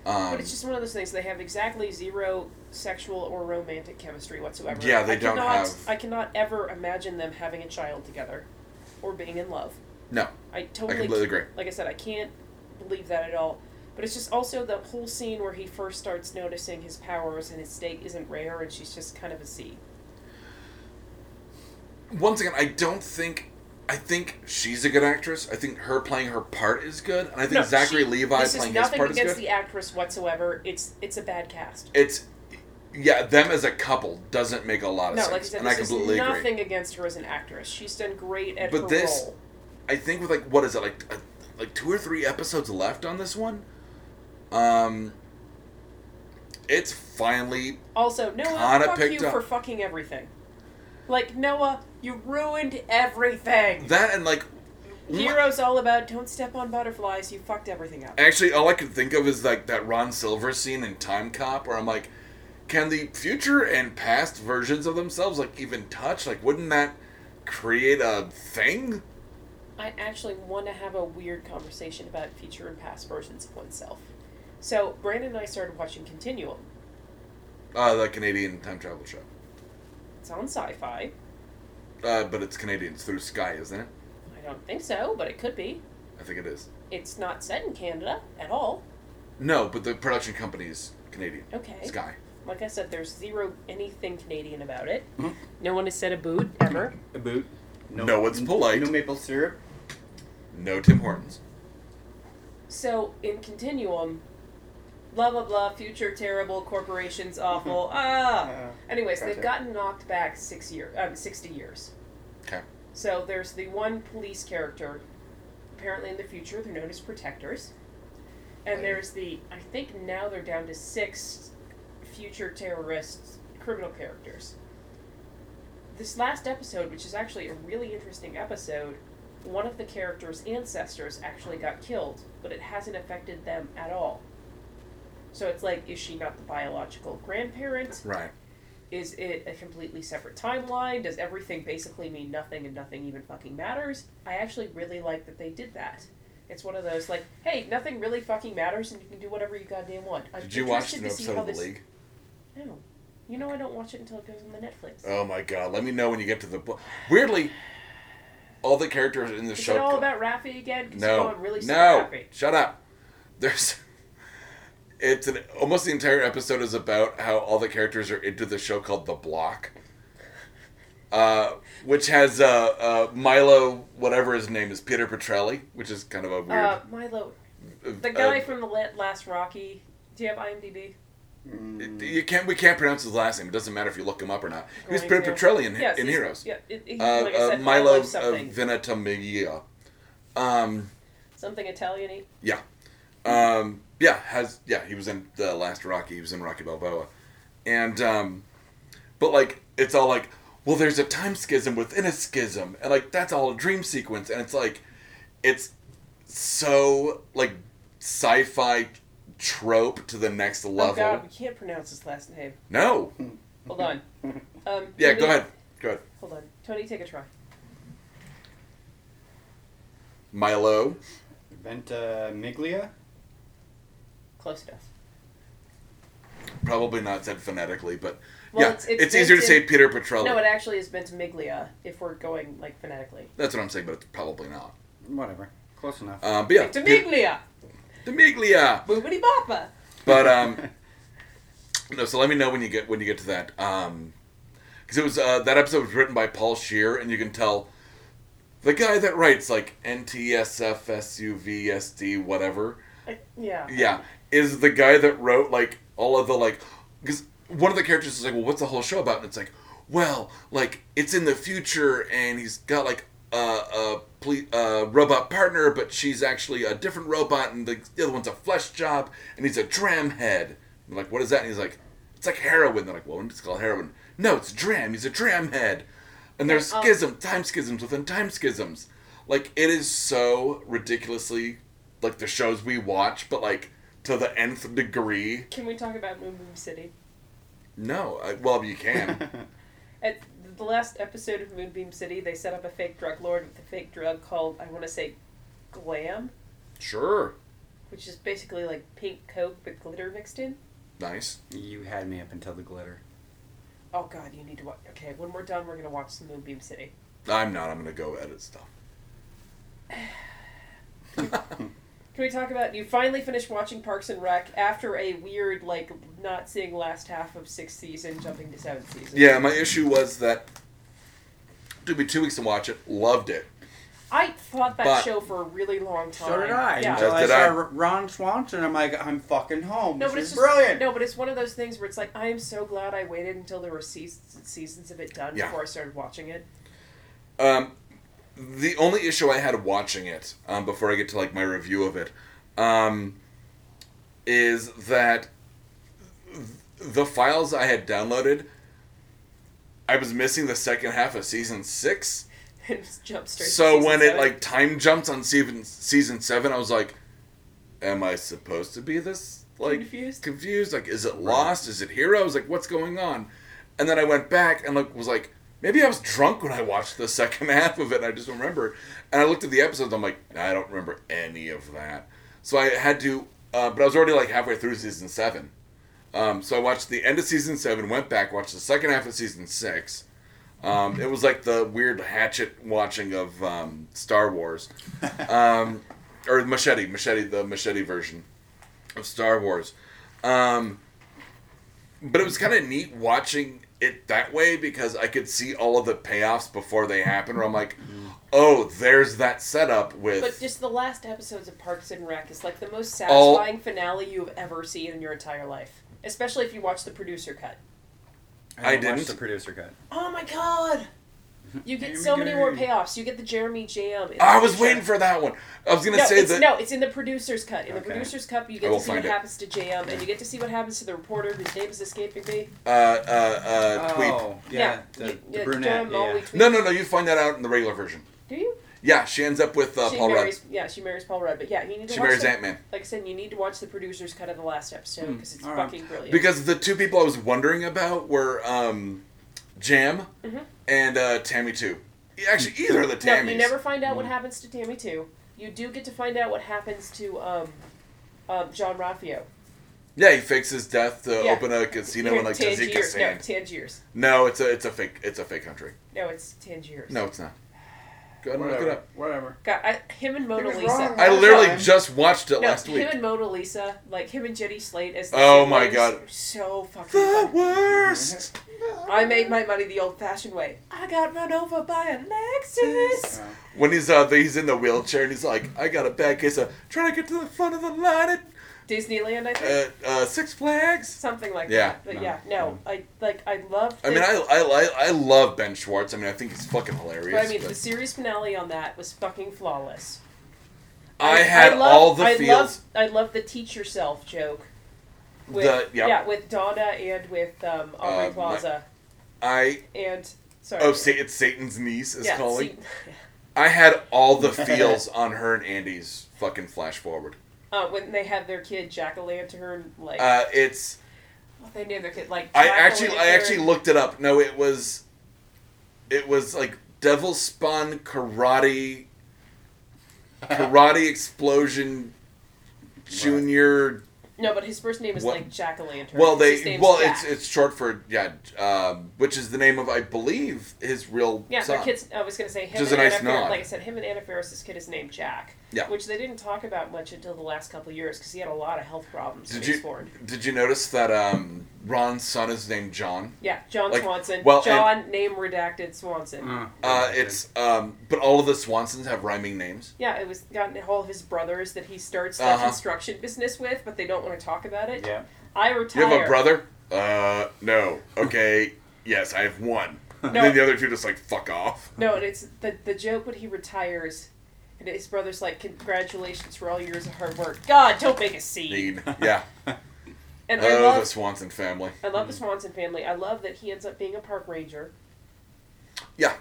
Speaker 1: um
Speaker 2: But it's just one of those things. They have exactly zero sexual or romantic chemistry whatsoever.
Speaker 1: Yeah, they
Speaker 2: I
Speaker 1: don't
Speaker 2: cannot,
Speaker 1: have-
Speaker 2: I cannot ever imagine them having a child together, or being in love.
Speaker 1: no
Speaker 2: I totally
Speaker 1: completely agree.
Speaker 2: Like I said, I can't believe that at all. But it's just also the whole scene where he first starts noticing his powers and his steak isn't rare, and she's just kind of a C.
Speaker 1: once again i don't think i think she's a good actress i think her playing her part is good and i think
Speaker 2: No,
Speaker 1: zachary
Speaker 2: she-
Speaker 1: levi
Speaker 2: this
Speaker 1: playing
Speaker 2: is
Speaker 1: his
Speaker 2: nothing
Speaker 1: part is
Speaker 2: against
Speaker 1: good
Speaker 2: the actress whatsoever. It's it's a bad cast.
Speaker 1: it's yeah them as a couple doesn't make a lot of
Speaker 2: No,
Speaker 1: sense
Speaker 2: like I said,
Speaker 1: and i
Speaker 2: this is
Speaker 1: completely agree
Speaker 2: nothing against her as an actress. She's done great at
Speaker 1: But
Speaker 2: her
Speaker 1: this-
Speaker 2: role.
Speaker 1: I think with like what is it like uh, like two or three episodes left on this one. Um, it's finally
Speaker 2: Also, Noah,
Speaker 1: Kinda
Speaker 2: fuck
Speaker 1: picked
Speaker 2: you
Speaker 1: up.
Speaker 2: for fucking everything. Like Noah, you ruined everything.
Speaker 1: that and like
Speaker 2: Hero's all about don't step on butterflies. You fucked everything up.
Speaker 1: actually all I could think of is like that Ron Silver scene in Time Cop where I'm like, can the future and past versions of themselves like even touch? Like, wouldn't that create a thing?
Speaker 2: I actually want to have a weird conversation about future and past versions of oneself. So Brandon and I started watching Continuum.
Speaker 1: Uh, the Canadian time travel show.
Speaker 2: It's on Sci-Fi.
Speaker 1: Uh, but it's Canadian. It's through Sky, isn't it?
Speaker 2: I don't think so, but it could be.
Speaker 1: I think it is.
Speaker 2: It's not set in Canada at all.
Speaker 1: No, but the production company is Canadian.
Speaker 2: Okay.
Speaker 1: Sky.
Speaker 2: Like I said, there's zero anything Canadian about it.
Speaker 4: Mhm.
Speaker 2: No one has said a boot ever.
Speaker 4: A boot.
Speaker 1: No one's polite.
Speaker 3: No maple syrup.
Speaker 1: No Tim Hortons.
Speaker 2: So in continuum, blah blah blah, future terrible, corporations awful. ah.
Speaker 3: Uh,
Speaker 2: Anyways, they've
Speaker 3: gotcha.
Speaker 2: gotten knocked back six year, um, sixty years.
Speaker 1: Okay.
Speaker 2: So there's the one police character. Apparently, in the future, they're known as protectors. And there's the I think now they're down to six future terrorist criminal characters. This last episode, which is actually a really interesting episode, one of the characters' ancestors actually got killed, but it hasn't affected them at all. So it's like, is she not the biological grandparent?
Speaker 1: Right.
Speaker 2: Is it a completely separate timeline? Does everything basically mean nothing and nothing even fucking matters? I actually really like that they did that. It's one of those like, hey, nothing really fucking matters and you can do whatever you goddamn want. I'm
Speaker 1: Did you watch
Speaker 2: interested
Speaker 1: an
Speaker 2: to see
Speaker 1: episode
Speaker 2: how
Speaker 1: of The
Speaker 2: this-
Speaker 1: League?
Speaker 2: No. You know I don't watch it until it goes on the Netflix.
Speaker 1: Oh my god! Let me know when you get to the book. Weirdly, all the characters in the
Speaker 2: Is
Speaker 1: show.
Speaker 2: it all about Rafi again? 'Cause
Speaker 1: no,
Speaker 2: you know I'm
Speaker 1: no,
Speaker 2: really super happy.
Speaker 1: shut up. There's, it's an almost the entire episode is about how all the characters are into the show called The Block, uh, which has uh, uh, Milo, whatever his name is, Peter Petrelli, which is kind of a weird.
Speaker 2: Uh, Milo,
Speaker 1: uh,
Speaker 2: the guy from the la- last Rocky. Do you have IMDb?
Speaker 1: It- Mm. You can't. We can't pronounce his last name. It doesn't matter if you look him up or not. He was
Speaker 2: Going
Speaker 1: Peter
Speaker 2: to.
Speaker 1: Petrelli in,
Speaker 2: Yes,
Speaker 1: in
Speaker 2: he's-
Speaker 1: Heroes.
Speaker 2: Yeah, it, it,
Speaker 1: Uh,
Speaker 2: like I
Speaker 1: uh,
Speaker 2: said,
Speaker 1: Milo uh,
Speaker 2: something,
Speaker 1: Ventimiglia. Um,
Speaker 2: something Italian-y.
Speaker 1: yeah, um, yeah, has yeah. He was in the last Rocky. He was in Rocky Balboa, and um, but like it's all like, well, there's a time schism within a schism, and like that's all a dream sequence, and it's like, it's so like sci-fi trope to the next level.
Speaker 2: Oh God, we can't pronounce his last name.
Speaker 1: No,
Speaker 2: Hold on. Um,
Speaker 1: yeah,
Speaker 2: Tony-
Speaker 1: go ahead, go ahead.
Speaker 2: Hold on, Tony, take a try.
Speaker 1: Milo.
Speaker 4: uh, Ventimiglia.
Speaker 2: Close enough.
Speaker 1: Probably not said phonetically, but
Speaker 2: Well,
Speaker 1: yeah,
Speaker 2: it's-
Speaker 1: it's,
Speaker 2: it's
Speaker 1: easier to say
Speaker 2: Vincent-
Speaker 1: Peter Petrelli.
Speaker 2: No, it actually is Ventimiglia if we're going like phonetically.
Speaker 1: That's what I'm saying, but it's probably not.
Speaker 4: Whatever. Close enough.
Speaker 1: Um, but yeah, Peter-
Speaker 2: Ventimiglia,
Speaker 1: Demiglia.
Speaker 2: boobity boppa.
Speaker 1: But um, No, so let me know when you get when you get to that. Um, because it was uh, that episode was written by Paul Shear, and you can tell the guy that writes like NTSFSUVSD whatever.
Speaker 2: I, yeah.
Speaker 1: Yeah, is the guy that wrote like all of the like because one of the characters is like, well, what's the whole show about? And it's like, well, like it's in the future, and he's got like a a ple- a robot partner, but she's actually a different robot, and the, the other one's a flesh job, and he's a dram head. And like, what is that? And he's like, it's like heroin. They're like, well, it's called heroin. No, it's dram. He's a dram head. And there's
Speaker 2: Yeah, um,
Speaker 1: schism, time schisms within time schisms. Like it is so ridiculously like the shows we watch, but like to the nth degree.
Speaker 2: Can we talk about Moon Boom City?
Speaker 1: No, I, well you can.
Speaker 2: At the last episode of Moonbeam City, they set up a fake drug lord with a fake drug called, I want to say, Glam,
Speaker 1: sure,
Speaker 2: which is basically like pink coke with glitter mixed in.
Speaker 1: nice.
Speaker 4: You had me up until the glitter.
Speaker 2: Oh God, you need to watch. Okay, when we're done, we're gonna watch some Moonbeam City.
Speaker 1: I'm not. I'm gonna go edit stuff.
Speaker 2: Can we talk about you finally finished watching Parks and Rec after a weird like not seeing last half of sixth season, jumping to seventh season?
Speaker 1: yeah, my issue was that took me two weeks to watch it. Loved it.
Speaker 2: I thought that
Speaker 1: But-
Speaker 2: show for a really long time.
Speaker 4: So did I.
Speaker 2: Yeah.
Speaker 4: Until I
Speaker 1: Did
Speaker 4: saw
Speaker 1: I?
Speaker 4: R- Ron Swanson, I'm like, I'm fucking home.
Speaker 2: No,
Speaker 4: this
Speaker 2: but it's
Speaker 4: is
Speaker 2: just,
Speaker 4: brilliant.
Speaker 2: No, but it's one of those things where it's like I am so glad I waited until there were seasons, seasons of it done
Speaker 1: Yeah.
Speaker 2: before I started watching it.
Speaker 1: Um, the only issue I had watching it, um, before I get to like my review of it, um, is that th- the files I had downloaded, I was missing the second half of season six.
Speaker 2: It just jumped straight. to
Speaker 1: So
Speaker 2: season
Speaker 1: when it
Speaker 2: seven.
Speaker 1: like time jumps on season season seven, I was like, "Am I supposed to be this like
Speaker 2: Confused?
Speaker 1: Confused? Like, is it lost? Is it heroes? Like, what's going on?" And then I went back and like was like, "Maybe I was drunk when I watched the second half of it. and I just don't remember." And I looked at the episodes. I'm like, "I don't remember any of that." So I had to, uh, but I was already like halfway through season seven. Um, so I watched the end of season seven, went back, watched the second half of season six. Um, it was like the weird hatchet watching of um, Star Wars, um, or machete, machete, the machete version of Star Wars. Um, but it was kind of neat watching it that way because I could see all of the payoffs before they happen. Where I'm like, oh, there's that setup with.
Speaker 2: But just the last episodes of Parks and Rec is like the most
Speaker 1: All-
Speaker 2: satisfying finale you've ever seen in your entire life, especially if you watch the producer cut.
Speaker 1: I
Speaker 4: watched
Speaker 1: didn't.
Speaker 4: the producer cut.
Speaker 2: Oh my god! You get
Speaker 4: Jeremy
Speaker 2: so many more
Speaker 4: Jeremy.
Speaker 2: payoffs. You get the Jeremy Jam. in the
Speaker 1: I was
Speaker 2: future.
Speaker 1: waiting for that one. I was gonna
Speaker 2: No,
Speaker 1: say
Speaker 2: it's,
Speaker 1: that.
Speaker 2: no, it's in the producer's cut. In the
Speaker 4: Okay.
Speaker 2: producer's cut, you
Speaker 1: I
Speaker 2: get
Speaker 1: will
Speaker 2: to see what
Speaker 1: find it.
Speaker 2: happens to Jam, and you get to see what happens to the reporter whose name is escaping me.
Speaker 1: Uh, uh, uh, tweet.
Speaker 4: Oh, yeah. The,
Speaker 2: you-
Speaker 4: the
Speaker 2: yeah,
Speaker 4: brunette.
Speaker 2: Jam
Speaker 4: Yeah.
Speaker 2: Molly tweet.
Speaker 1: No, no, no. You find that out in the regular version.
Speaker 2: Do you?
Speaker 1: Yeah, she ends up with uh,
Speaker 2: she
Speaker 1: Paul Rudd.
Speaker 2: marries. Yeah, she marries Paul Rudd. But yeah, you need to
Speaker 1: She
Speaker 2: watch.
Speaker 1: marries
Speaker 2: the-
Speaker 1: Ant Man.
Speaker 2: Like I said, you need to watch the producer's cut of the last episode because it's
Speaker 4: Hmm, all right.
Speaker 2: fucking brilliant.
Speaker 1: Because the two people I was wondering about were um, Jam
Speaker 2: Mhm.
Speaker 1: and uh, Tammy too. Actually, either of the
Speaker 2: Mm. no,
Speaker 1: Tammys.
Speaker 2: you never find out what
Speaker 4: Mm.
Speaker 2: happens to Tammy too. You do get to find out what happens to um, um, John Raffio.
Speaker 1: Yeah, he fakes his death to
Speaker 2: Yeah.
Speaker 1: open a casino in like
Speaker 2: Tangiers. No,
Speaker 1: Kazakhstan.
Speaker 2: Tangiers.
Speaker 1: No, it's a it's a fake it's a fake country.
Speaker 2: No, it's Tangiers.
Speaker 1: No, it's not. Go ahead and look
Speaker 4: Whatever.
Speaker 1: it up.
Speaker 4: Whatever.
Speaker 2: God, I, him and Mona
Speaker 4: was
Speaker 2: Lisa.
Speaker 4: wrong.
Speaker 1: I literally
Speaker 4: Time.
Speaker 1: just watched it
Speaker 2: No,
Speaker 1: last
Speaker 2: him
Speaker 1: week.
Speaker 2: and Mona Lisa, like him and Jenny Slate as the
Speaker 1: Oh my
Speaker 2: siblings,
Speaker 1: God.
Speaker 2: so fucking.
Speaker 1: The
Speaker 2: funny.
Speaker 1: worst.
Speaker 2: I made my money the old-fashioned way. I got run over by a Lexus.
Speaker 4: Oh.
Speaker 1: When he's uh he's in the wheelchair and he's like, I got a bad case of trying to get to the front of the line
Speaker 2: Disneyland, I
Speaker 1: at
Speaker 2: think,
Speaker 1: uh, uh, Six Flags.
Speaker 2: something like
Speaker 1: yeah.
Speaker 2: that. But
Speaker 4: No.
Speaker 2: yeah, no, I like I love.
Speaker 1: I mean, I, I, I, I love Ben Schwartz. I mean, I think he's fucking hilarious.
Speaker 2: But I mean,
Speaker 1: but
Speaker 2: the series finale on that was fucking flawless.
Speaker 1: I had
Speaker 2: love-
Speaker 1: all the
Speaker 2: I
Speaker 1: feels.
Speaker 2: Love, I love the teach yourself joke. With,
Speaker 1: The- yeah.
Speaker 2: yeah, with Donna and with um, Aubrey
Speaker 1: Uh, my-
Speaker 2: Plaza
Speaker 1: I
Speaker 2: and sorry.
Speaker 1: oh, Sa- it's Satan's niece is
Speaker 2: yeah,
Speaker 1: calling.
Speaker 2: see-
Speaker 1: I had all the feels on her and Andy's fucking flash forward.
Speaker 2: Uh, when they have their kid jack o' lantern, like
Speaker 1: Uh, it's
Speaker 2: what they name their kid, like
Speaker 1: I actually I
Speaker 2: Jack-o'-lantern.
Speaker 1: actually looked it up. No, it was it was like Devil Spawn Karate Karate Explosion Junior.
Speaker 2: no, but his first name is
Speaker 1: What-
Speaker 2: like jack o' lantern.
Speaker 1: Well,
Speaker 2: his
Speaker 1: they
Speaker 2: name's
Speaker 1: well
Speaker 2: Jack.
Speaker 1: it's it's short for yeah, um, which is the name of I believe his real
Speaker 2: yeah,
Speaker 1: son.
Speaker 2: their kids. I was gonna say him
Speaker 1: Which is
Speaker 2: and
Speaker 1: a nice
Speaker 2: Anna Fer-
Speaker 1: nod.
Speaker 2: like I said, him and Anna Ferris's kid is named Jack.
Speaker 1: Yeah.
Speaker 2: which they didn't talk about much until the last couple of years because he had a lot of health problems. when
Speaker 1: Did
Speaker 2: he was
Speaker 1: you-
Speaker 2: born.
Speaker 1: Did you notice that um, Ron's son is named John.
Speaker 2: Yeah, John
Speaker 1: Like,
Speaker 2: Swanson.
Speaker 1: well, and-
Speaker 2: John name redacted Swanson.
Speaker 3: Mm.
Speaker 4: Oh,
Speaker 1: Uh, it's um, but all of the Swansons have rhyming names.
Speaker 2: Yeah, it was got all of his brothers that he starts that
Speaker 1: Uh-huh.
Speaker 2: construction business with, but they don't want to talk about it.
Speaker 4: Yeah.
Speaker 2: I
Speaker 1: You
Speaker 2: retire.
Speaker 1: have a brother? Uh, no. Okay. yes, I have one. And
Speaker 2: No.
Speaker 1: then the other two just like fuck off.
Speaker 2: No, and it's the the joke when he retires, and his brother's like, "Congratulations for all your years of hard work." God, don't make a scene.
Speaker 1: Need. Yeah.
Speaker 2: And I
Speaker 1: Oh, the
Speaker 2: love,
Speaker 1: Swanson family.
Speaker 2: I love the Swanson family. I love that he ends up being a park ranger
Speaker 1: Yeah.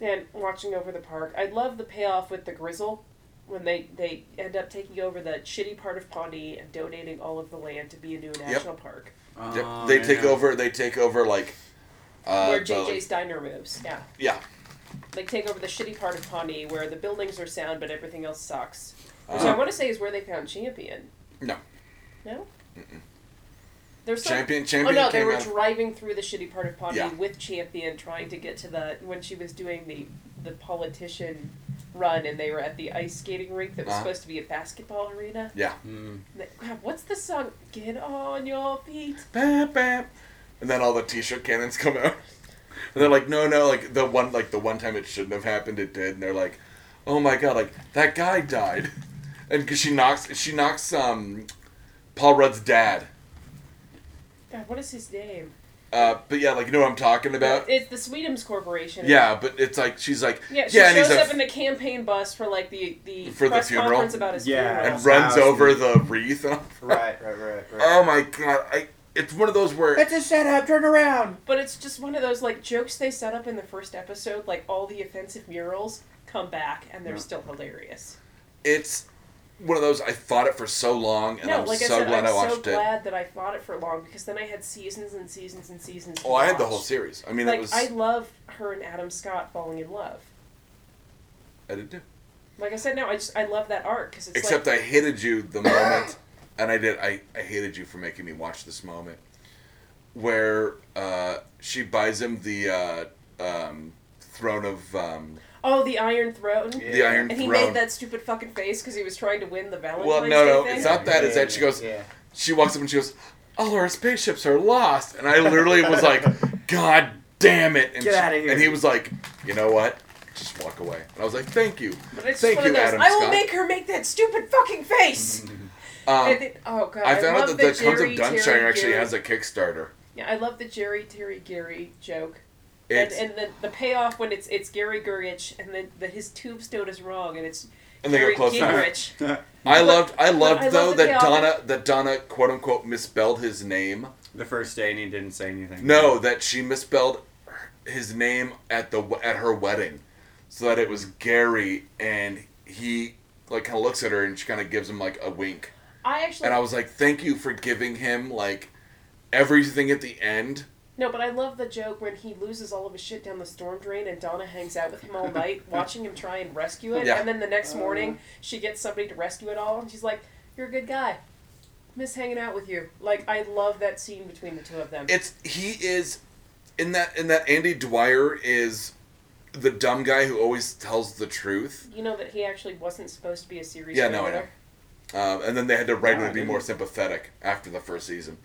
Speaker 2: and watching over the park. I love the payoff with the Grizzle when they they end up taking over the shitty part of Pawnee and donating all of the land to be a new national park
Speaker 3: Oh,
Speaker 1: Yep.
Speaker 4: Oh,
Speaker 1: they take over. They take over like. Uh,
Speaker 2: where
Speaker 1: the-
Speaker 2: JJ's diner moves. Yeah,
Speaker 1: yeah.
Speaker 2: like take over the shitty part of Pawnee where the buildings are sound but everything else sucks. Which I
Speaker 1: Uh,
Speaker 2: want to say is where they found Champion.
Speaker 1: no.
Speaker 2: No. There's some-
Speaker 1: Champion. Champion
Speaker 2: oh no, they
Speaker 1: came
Speaker 2: were
Speaker 1: out.
Speaker 2: driving through the shitty part of Pawnee
Speaker 1: Yeah.
Speaker 2: with Champion, trying to get to the when she was doing the the politician run, and they were at the ice skating rink that was
Speaker 1: Uh-huh.
Speaker 2: supposed to be a basketball arena.
Speaker 1: yeah.
Speaker 2: And they- God, what's the song? Get on your feet.
Speaker 1: Bam, bam. And then all the t-shirt cannons come out. And they're like, no, no, like the one, like the one time it shouldn't have happened, it did. And they're like, oh my god, like that guy died. And 'cause she knocks, she knocks um, Paul Rudd's dad.
Speaker 2: God, what is his name?
Speaker 1: Uh, but yeah, like you know what I'm talking about.
Speaker 2: It's the Sweetums Corporation.
Speaker 1: Yeah, but it's like she's like,
Speaker 2: Yeah, she
Speaker 1: yeah, and
Speaker 2: shows
Speaker 1: he's a,
Speaker 2: up in the campaign bus for like the the
Speaker 1: For the
Speaker 2: press
Speaker 1: funeral?
Speaker 2: conference about his
Speaker 4: Yeah.
Speaker 2: funeral.
Speaker 1: and runs
Speaker 4: house.
Speaker 1: over the wreath. And I'm like,
Speaker 4: Right, right, right, right.
Speaker 1: oh my god, I. It's one of those where
Speaker 3: That's a setup. Turn around.
Speaker 2: But it's just one of those like jokes they set up in the first episode, like all the offensive murals come back and they're
Speaker 4: Yeah.
Speaker 2: still hilarious.
Speaker 1: it's one of those I thought it for so long, and
Speaker 2: no,
Speaker 1: I'm
Speaker 2: like
Speaker 1: so
Speaker 2: I said,
Speaker 1: glad
Speaker 2: I'm
Speaker 1: watched
Speaker 2: so
Speaker 1: it.
Speaker 2: glad that I thought it for long because then I had seasons and seasons and seasons. to
Speaker 1: Oh, I had the
Speaker 2: watch.
Speaker 1: whole series. I mean,
Speaker 2: Like
Speaker 1: it was. I,
Speaker 2: I love her and Adam Scott falling in love.
Speaker 1: did too.
Speaker 2: Like I said, no, I just I love that arc because it's
Speaker 1: Except
Speaker 2: like
Speaker 1: I hated you the moment, and I did. I, I hated you for making me watch this moment where uh, she buys him the uh, um, throne of um,
Speaker 2: oh the Iron Throne.
Speaker 4: Yeah.
Speaker 1: the Iron
Speaker 2: And he
Speaker 1: Throne.
Speaker 2: made that stupid fucking face because he was trying to win the Valentine's
Speaker 1: Well, no,
Speaker 2: Day
Speaker 1: no,
Speaker 2: thing.
Speaker 1: it's not that. It's that she goes.
Speaker 4: Yeah.
Speaker 1: She walks up and she goes, "All our spaceships are lost," and I literally was like, "God damn it!" And
Speaker 4: Get
Speaker 1: she-
Speaker 4: outta here.
Speaker 1: And he was like, "You know what?" Just walk away. And I was like, thank you.
Speaker 2: But it's
Speaker 1: Thank
Speaker 2: just one
Speaker 1: you,
Speaker 2: of those.
Speaker 1: Adam
Speaker 2: I will
Speaker 1: Scott."
Speaker 2: make her make that stupid fucking face.
Speaker 1: Um,
Speaker 2: And it- oh god,
Speaker 1: I found out that
Speaker 2: love the
Speaker 1: the Tons of
Speaker 2: Jerry,
Speaker 1: Dunshire
Speaker 2: Terry,
Speaker 1: actually
Speaker 2: Gary-
Speaker 1: has a Kickstarter.
Speaker 2: Yeah, I love the Jerry Terry Gary joke, and,
Speaker 1: It's,
Speaker 2: and the, the payoff when it's it's Gary Gurich, and then that his tombstone is wrong, and it's
Speaker 1: And they go
Speaker 2: Gary
Speaker 1: close enough.
Speaker 2: Gingrich.
Speaker 1: I loved I loved
Speaker 2: I love
Speaker 1: though
Speaker 2: that they
Speaker 1: that
Speaker 2: all-
Speaker 1: Donna that Donna quote unquote misspelled his name.
Speaker 4: The first day, and he didn't say anything.
Speaker 1: No, that she misspelled his name at the at her wedding, so that it was Gary, and he like kind of looks at her and she kind of gives him like a wink,
Speaker 2: I actually
Speaker 1: and I was like, thank you for giving him like everything at the end.
Speaker 2: no, but I love the joke when he loses all of his shit down the storm drain, and Donna hangs out with him all night, watching him try and rescue it,
Speaker 1: Yeah.
Speaker 2: and then the next morning she gets somebody to rescue it all, and she's like, "You're a good guy." Miss hanging out with you. Like I love that scene between the two of them.
Speaker 1: It's he is in that in that Andy Dwyer is the dumb guy who always tells the truth.
Speaker 2: you know that he actually wasn't supposed to be a series
Speaker 1: Yeah, no, I
Speaker 2: regular.
Speaker 1: Um, and then they had to write
Speaker 4: Yeah,
Speaker 1: him to be
Speaker 4: didn't
Speaker 1: more
Speaker 4: they?
Speaker 1: sympathetic after the first season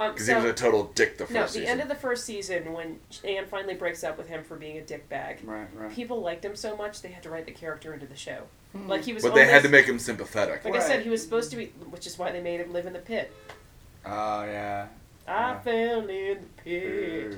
Speaker 2: Um,
Speaker 1: because
Speaker 2: so-
Speaker 1: he was a total dick the first
Speaker 2: No, the
Speaker 1: season.
Speaker 2: end of the first season when Anne finally breaks up with him for being a dickbag.
Speaker 4: Right, right.
Speaker 2: People liked him so much they had to write the character into the show. Like he was.
Speaker 1: but they had
Speaker 2: always-
Speaker 1: to make him sympathetic.
Speaker 2: Like I said,
Speaker 4: Right.
Speaker 2: he was supposed to be, which is why they made him live in the pit.
Speaker 4: Oh yeah.
Speaker 2: I
Speaker 4: Yeah.
Speaker 2: fell in the pit.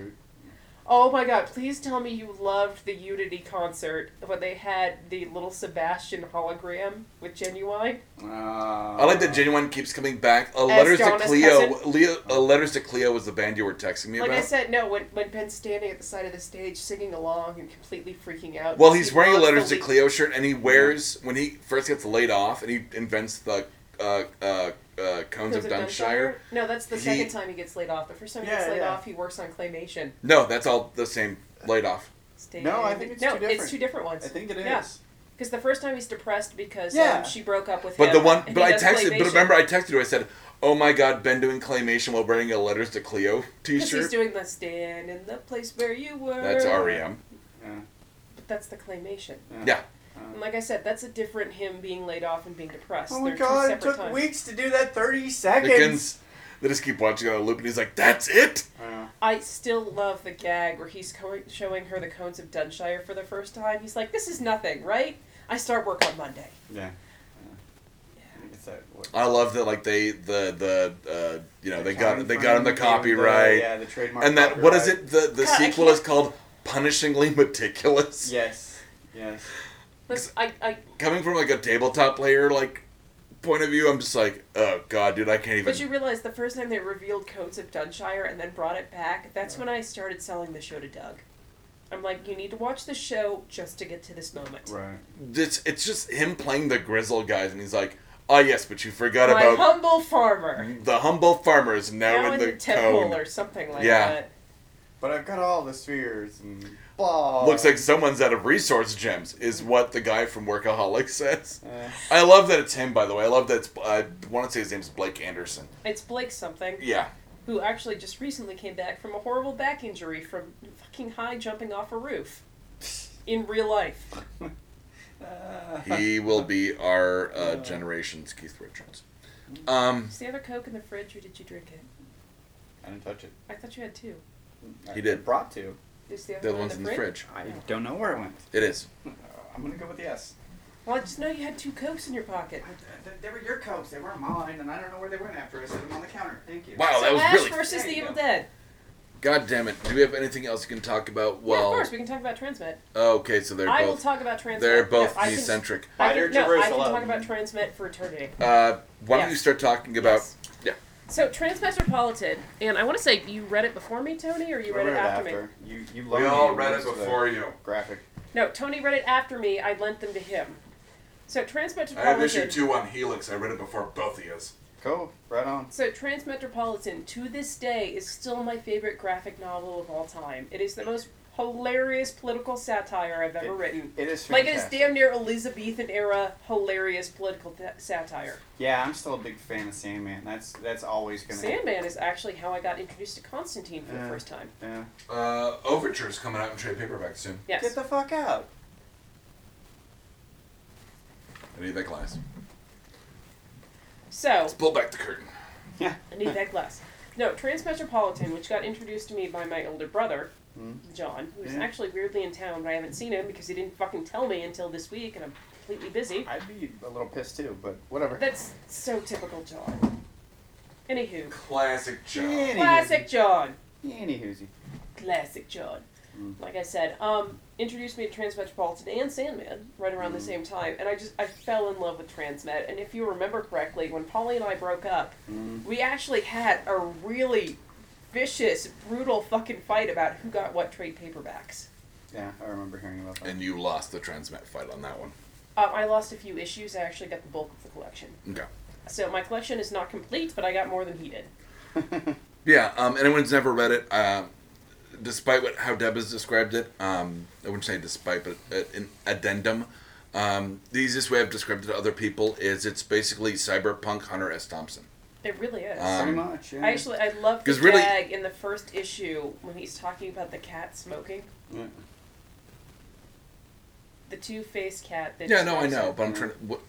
Speaker 2: Oh my god! Please tell me you loved the Unity concert when they had the little Sebastian hologram with Genuine.
Speaker 1: I
Speaker 4: Oh.
Speaker 1: like that genuine keeps coming back. Uh,
Speaker 2: As
Speaker 1: letters to
Speaker 2: Donna's
Speaker 1: Cleo.
Speaker 2: cousin?
Speaker 1: Leo, uh, letters to Cleo was the band you were texting me
Speaker 2: Like
Speaker 1: about.
Speaker 2: I said, no. When when Ben's standing at the side of the stage singing along and completely freaking out.
Speaker 1: well,
Speaker 2: because
Speaker 1: he's
Speaker 2: he
Speaker 1: wearing a
Speaker 2: loves
Speaker 1: letters
Speaker 2: the
Speaker 1: to
Speaker 2: lead-
Speaker 1: Cleo shirt, and he wears when he first gets laid off, and he invents the uh, uh, uh, cones of
Speaker 2: Because of
Speaker 1: Dunshire.
Speaker 2: Dunshire? No, that's the
Speaker 1: He-
Speaker 2: second time he gets laid off. The first time he
Speaker 4: Yeah,
Speaker 2: gets laid
Speaker 4: yeah.
Speaker 2: off, he works on claymation.
Speaker 1: No, that's all the same laid off.
Speaker 2: Stay
Speaker 4: No, I think it's
Speaker 2: no,
Speaker 4: two
Speaker 2: it's
Speaker 4: different.
Speaker 2: two different ones.
Speaker 4: I think it is.
Speaker 2: Yeah. Because the first time he's depressed because
Speaker 4: Yeah.
Speaker 2: um, she broke up with him.
Speaker 1: But the one,
Speaker 2: and
Speaker 1: but
Speaker 2: he
Speaker 1: I
Speaker 2: does
Speaker 1: texted. But
Speaker 2: claymation
Speaker 1: remember, I texted you. I said, "Oh my God, Ben doing claymation while wearing a letters to Cleo
Speaker 2: because he's
Speaker 1: T-shirt."
Speaker 2: doing the stand in the place where you were.
Speaker 1: That's E REM.
Speaker 4: Yeah.
Speaker 2: But that's the claymation.
Speaker 1: Yeah.
Speaker 2: And like I said, that's a different him being laid off and being depressed.
Speaker 4: Uh. Oh my
Speaker 2: They're two
Speaker 4: god! It
Speaker 2: separate
Speaker 4: took
Speaker 2: times.
Speaker 4: weeks to do that. Thirty seconds.
Speaker 1: Dickens. They just keep watching it on loop, and he's like, "That's it."
Speaker 3: Uh,
Speaker 2: I still love the gag where he's co- showing her the cones of Dunshire for the first time. He's like, "This is nothing, right? I start work on Monday."
Speaker 3: yeah. I think it's that. What,
Speaker 1: I love that, like they the the uh, you know they
Speaker 3: Accounting
Speaker 1: got they got him the
Speaker 3: firm gave
Speaker 1: copyright,
Speaker 3: yeah, the trademark.
Speaker 1: and that what is
Speaker 3: copyright.
Speaker 1: it? The the
Speaker 2: God, I
Speaker 1: sequel
Speaker 2: can't-
Speaker 1: is called "Punishingly Meticulous."
Speaker 3: Yes. Yes.
Speaker 2: Listen, I, I,
Speaker 1: Coming from like a tabletop player like point of view, I'm just like, oh god, dude, I can't even.
Speaker 2: but you realize the first time they revealed codes of Dunshire and then brought it back, that's when I started selling the show to Doug. I'm like, you need to watch the show just to get to this moment.
Speaker 3: Right.
Speaker 1: It's it's just him playing the grizzle guys, and he's like, oh yes, but you forgot
Speaker 2: My
Speaker 1: about
Speaker 2: humble farmer.
Speaker 1: the humble farmer is now,
Speaker 2: now
Speaker 1: in
Speaker 2: in
Speaker 1: the
Speaker 2: temple
Speaker 1: cone.
Speaker 2: or something like
Speaker 1: Yeah.
Speaker 2: that.
Speaker 3: But I've got all the spheres and blah.
Speaker 1: Looks like someone's out of resource gems, is what the guy from Workaholic says.
Speaker 3: Uh,
Speaker 1: I love that it's him, by the way. I love that it's, I want to say his name's Blake Anderson.
Speaker 2: It's Blake something
Speaker 1: Yeah.
Speaker 2: who actually just recently came back from a horrible back injury from fucking high jumping off a roof in real life.
Speaker 3: uh,
Speaker 1: He will be our uh, generation's Keith Richards. Um,
Speaker 2: Is the other Coke in the fridge, or did you drink it?
Speaker 3: I didn't touch it.
Speaker 2: I thought you had two.
Speaker 1: He did.
Speaker 3: Brought to.
Speaker 2: Is the other,
Speaker 1: the other
Speaker 2: one
Speaker 1: one's in the fridge.
Speaker 4: I don't know where it went.
Speaker 1: It is.
Speaker 3: I'm gonna go with yes.
Speaker 2: Well, I just know you had two Cokes in your pocket.
Speaker 3: They were your cokes. They weren't mine, and I don't know where they went after. I set them on the counter. Thank you.
Speaker 1: Wow, Oh, that
Speaker 2: so
Speaker 1: was
Speaker 2: Ash
Speaker 1: really.
Speaker 2: versus
Speaker 3: There
Speaker 2: the
Speaker 3: you
Speaker 2: Evil
Speaker 3: go.
Speaker 2: Dead.
Speaker 1: God damn it. Do we have anything else we can talk about? Well, oh,
Speaker 2: yeah, of course we can talk about Transmet.
Speaker 1: okay, so they're
Speaker 2: I will
Speaker 1: both
Speaker 2: talk about Transmet.
Speaker 1: they're both
Speaker 2: no, I can-
Speaker 1: me-centric.
Speaker 2: I
Speaker 3: Spider
Speaker 2: can, no, I can
Speaker 3: Jerusalem.
Speaker 2: talk about Transmet for eternity.
Speaker 1: Uh, why don't
Speaker 2: Yes.
Speaker 1: you start talking about?
Speaker 2: Yes.
Speaker 1: Yeah.
Speaker 2: So Transmetropolitan, and I want to say you read it before me, Tony, or you read, it after, me.
Speaker 3: You, you loaned me most of the
Speaker 1: you.
Speaker 2: Oh,
Speaker 3: Graphic.
Speaker 2: No, Tony read it after me. I lent them to him. So Transmetropolitan.
Speaker 1: on Helix. I read it before both of yous.
Speaker 3: Cool. Right on.
Speaker 2: So Transmetropolitan to this day is still my favorite graphic novel of all time. It is the most hilarious political satire I've ever
Speaker 3: It-
Speaker 2: written.
Speaker 3: It is
Speaker 2: Like it is
Speaker 3: fantastic.
Speaker 2: damn near Elizabethan era hilarious political th- satire.
Speaker 3: Yeah, I'm still a big fan of Sandman. That's that's always gonna.
Speaker 2: Sandman is actually how I got introduced to Constantine for the
Speaker 3: Yeah.
Speaker 2: first time.
Speaker 3: Yeah.
Speaker 1: Uh, Overture is coming out in trade paperback soon.
Speaker 2: Yes.
Speaker 3: Get the fuck out.
Speaker 1: I need that glass.
Speaker 2: So
Speaker 1: Let's pull back the curtain.
Speaker 3: Yeah.
Speaker 2: I need that glass. No, Transmetropolitan, which got introduced to me by my older brother,
Speaker 3: Mm.
Speaker 2: John, who's
Speaker 3: Yeah.
Speaker 2: actually weirdly in town, but I haven't seen him because he didn't fucking tell me until this week, and I'm completely busy.
Speaker 3: I'd be a little pissed too, but whatever.
Speaker 2: That's so typical John. Anywho,
Speaker 1: Classic
Speaker 3: Anywho.
Speaker 2: classic John.
Speaker 3: Anywhoosie.
Speaker 2: Classic John.
Speaker 3: Mm.
Speaker 2: Like I said, um, introduced me to Transmetropolitan and Sandman right around
Speaker 3: Mm.
Speaker 2: the same time, and I just I fell in love with Transmet. And if you remember correctly, when Polly and I broke up,
Speaker 3: Mm.
Speaker 2: we actually had a really vicious, brutal fucking fight about who got what trade paperbacks.
Speaker 3: Yeah, I remember hearing about that.
Speaker 1: And you lost the transmet fight on that one.
Speaker 2: Um, I lost a few issues. I actually got the bulk of the collection.
Speaker 1: Okay.
Speaker 2: So my collection is not complete, but I got more than he did.
Speaker 1: Yeah. Um, anyone's never read it. Uh, despite what how Deb has described it, um, I wouldn't say despite, but uh, an addendum. Um, the easiest way I've described it to other people is it's basically cyberpunk Hunter S. Thompson.
Speaker 2: It really is.
Speaker 1: Um,
Speaker 3: Pretty much. Yeah.
Speaker 2: I actually I love the
Speaker 1: 'cause really-
Speaker 2: gag in the first issue when he's talking about the cat smoking.
Speaker 3: Yeah.
Speaker 2: The two faced cat that
Speaker 1: Yeah, no, I
Speaker 2: smokes
Speaker 1: know,
Speaker 2: it.
Speaker 1: but I'm trying to. What,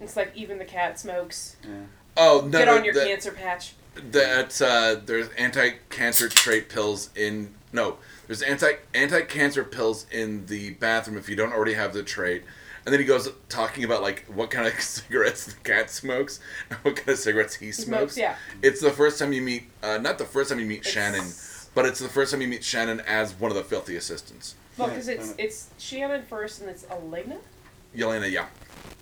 Speaker 2: It's like even the cat smokes.
Speaker 3: yeah.
Speaker 1: oh no!
Speaker 2: Get
Speaker 1: no,
Speaker 2: on your
Speaker 1: that-
Speaker 2: cancer patch.
Speaker 1: That's uh, there's anti-cancer trait pills in no, there's anti anti-cancer pills in the bathroom if you don't already have the trait. And then he goes talking about like what kind of cigarettes the cat smokes and what kind of cigarettes he
Speaker 2: He
Speaker 1: smokes.
Speaker 2: smokes, yeah.
Speaker 1: It's the first time you meet, uh, not the first time you meet Shannon,
Speaker 2: It's-
Speaker 1: but it's the first time you meet Shannon as one of the filthy assistants.
Speaker 2: Well,
Speaker 3: Yeah,
Speaker 2: because it's
Speaker 3: kinda.
Speaker 2: it's Shannon first, and it's
Speaker 1: Um,
Speaker 2: Elena.
Speaker 1: Yelena, yeah.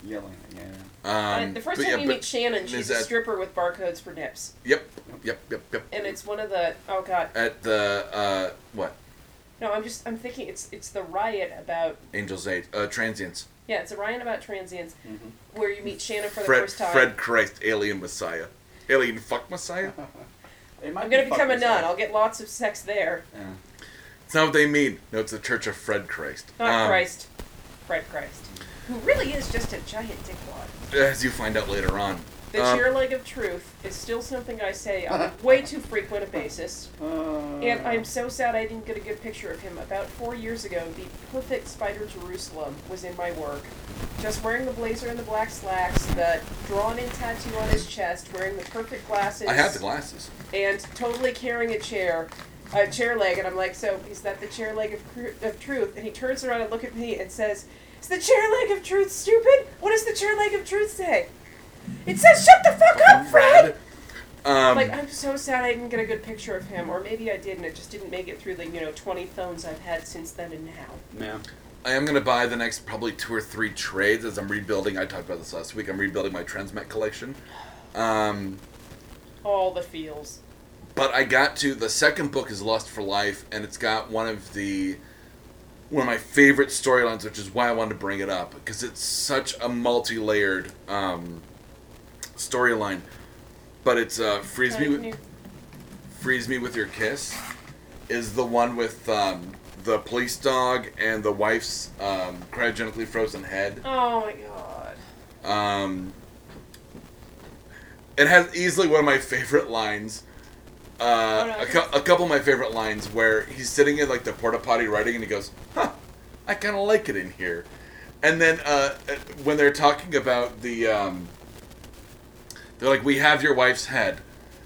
Speaker 3: Yelling. Yeah.
Speaker 1: Um,
Speaker 2: Uh, the
Speaker 1: but
Speaker 2: first time
Speaker 1: yeah,
Speaker 2: you
Speaker 1: but-
Speaker 2: meet Shannon,
Speaker 1: is
Speaker 2: she's a
Speaker 1: that-
Speaker 2: stripper with barcodes for nips,
Speaker 1: Yep, yep, yep, yep.
Speaker 2: and it's one of the oh god.
Speaker 1: At the uh, what?
Speaker 2: No, I'm just I'm thinking it's it's the riot about
Speaker 1: Angel's Aid, uh, transients.
Speaker 2: yeah it's a riot about transients
Speaker 3: Mhm.
Speaker 2: where you meet Shannon for the
Speaker 1: Fred,
Speaker 2: first time.
Speaker 1: Fred Christ, alien messiah, alien fuck messiah.
Speaker 3: It might
Speaker 2: I'm gonna
Speaker 3: be
Speaker 2: become a
Speaker 3: fucking
Speaker 2: nun.
Speaker 3: sad.
Speaker 2: I'll get lots of sex there.
Speaker 3: Yeah.
Speaker 1: It's not what they mean. No, it's the Church of Fred Christ.
Speaker 2: Not
Speaker 1: Um,
Speaker 2: Christ, Fred Christ, who really is just a giant dickwad.
Speaker 1: As you find out later on,
Speaker 2: The
Speaker 1: Um,
Speaker 2: chair leg of truth is still something I say on a way too frequent a basis.
Speaker 3: Uh,
Speaker 2: And I'm so sad I didn't get a good picture of him. About four years ago, the perfect Spider Jerusalem was in my work. Just wearing the blazer and the black slacks, the drawn in tattoo on his chest, wearing the perfect glasses,
Speaker 1: I had the glasses.
Speaker 2: and totally carrying a chair, a chair leg. And I'm like, so is that the chair leg of, cru- of truth? And he turns around and look at me and says, Is the chair leg of truth stupid? What does the chair leg of truth say? It says, Shut the fuck up, Fred!
Speaker 1: Oh, Um,
Speaker 2: Like I'm so sad I didn't get a good picture of him, or maybe I did and it just didn't make it through the you know twenty phones I've had since then and now.
Speaker 3: yeah.
Speaker 1: I am gonna buy the next probably two or three trades as I'm rebuilding. I talked about this last week. I'm rebuilding my Transmet collection. Um,
Speaker 2: All the feels.
Speaker 1: but I got to the second book is Lost for Life, and it's got one of the one of my favorite storylines, which is why I wanted to bring it up because it's such a multi-layered um, storyline. But it's uh, freeze me,
Speaker 2: Kind of
Speaker 1: with,
Speaker 2: new.
Speaker 1: freeze me with your kiss, is the one with um, the police dog and the wife's um, cryogenically frozen head.
Speaker 2: Oh my god.
Speaker 1: Um, it has easily one of my favorite lines. Uh,
Speaker 2: Oh, no,
Speaker 1: a, cou- a couple of my favorite lines where he's sitting in like the porta potty writing and he goes, "Huh, I kind of like it in here." And then uh, when they're talking about the, um, they're like, "We have your wife's head,"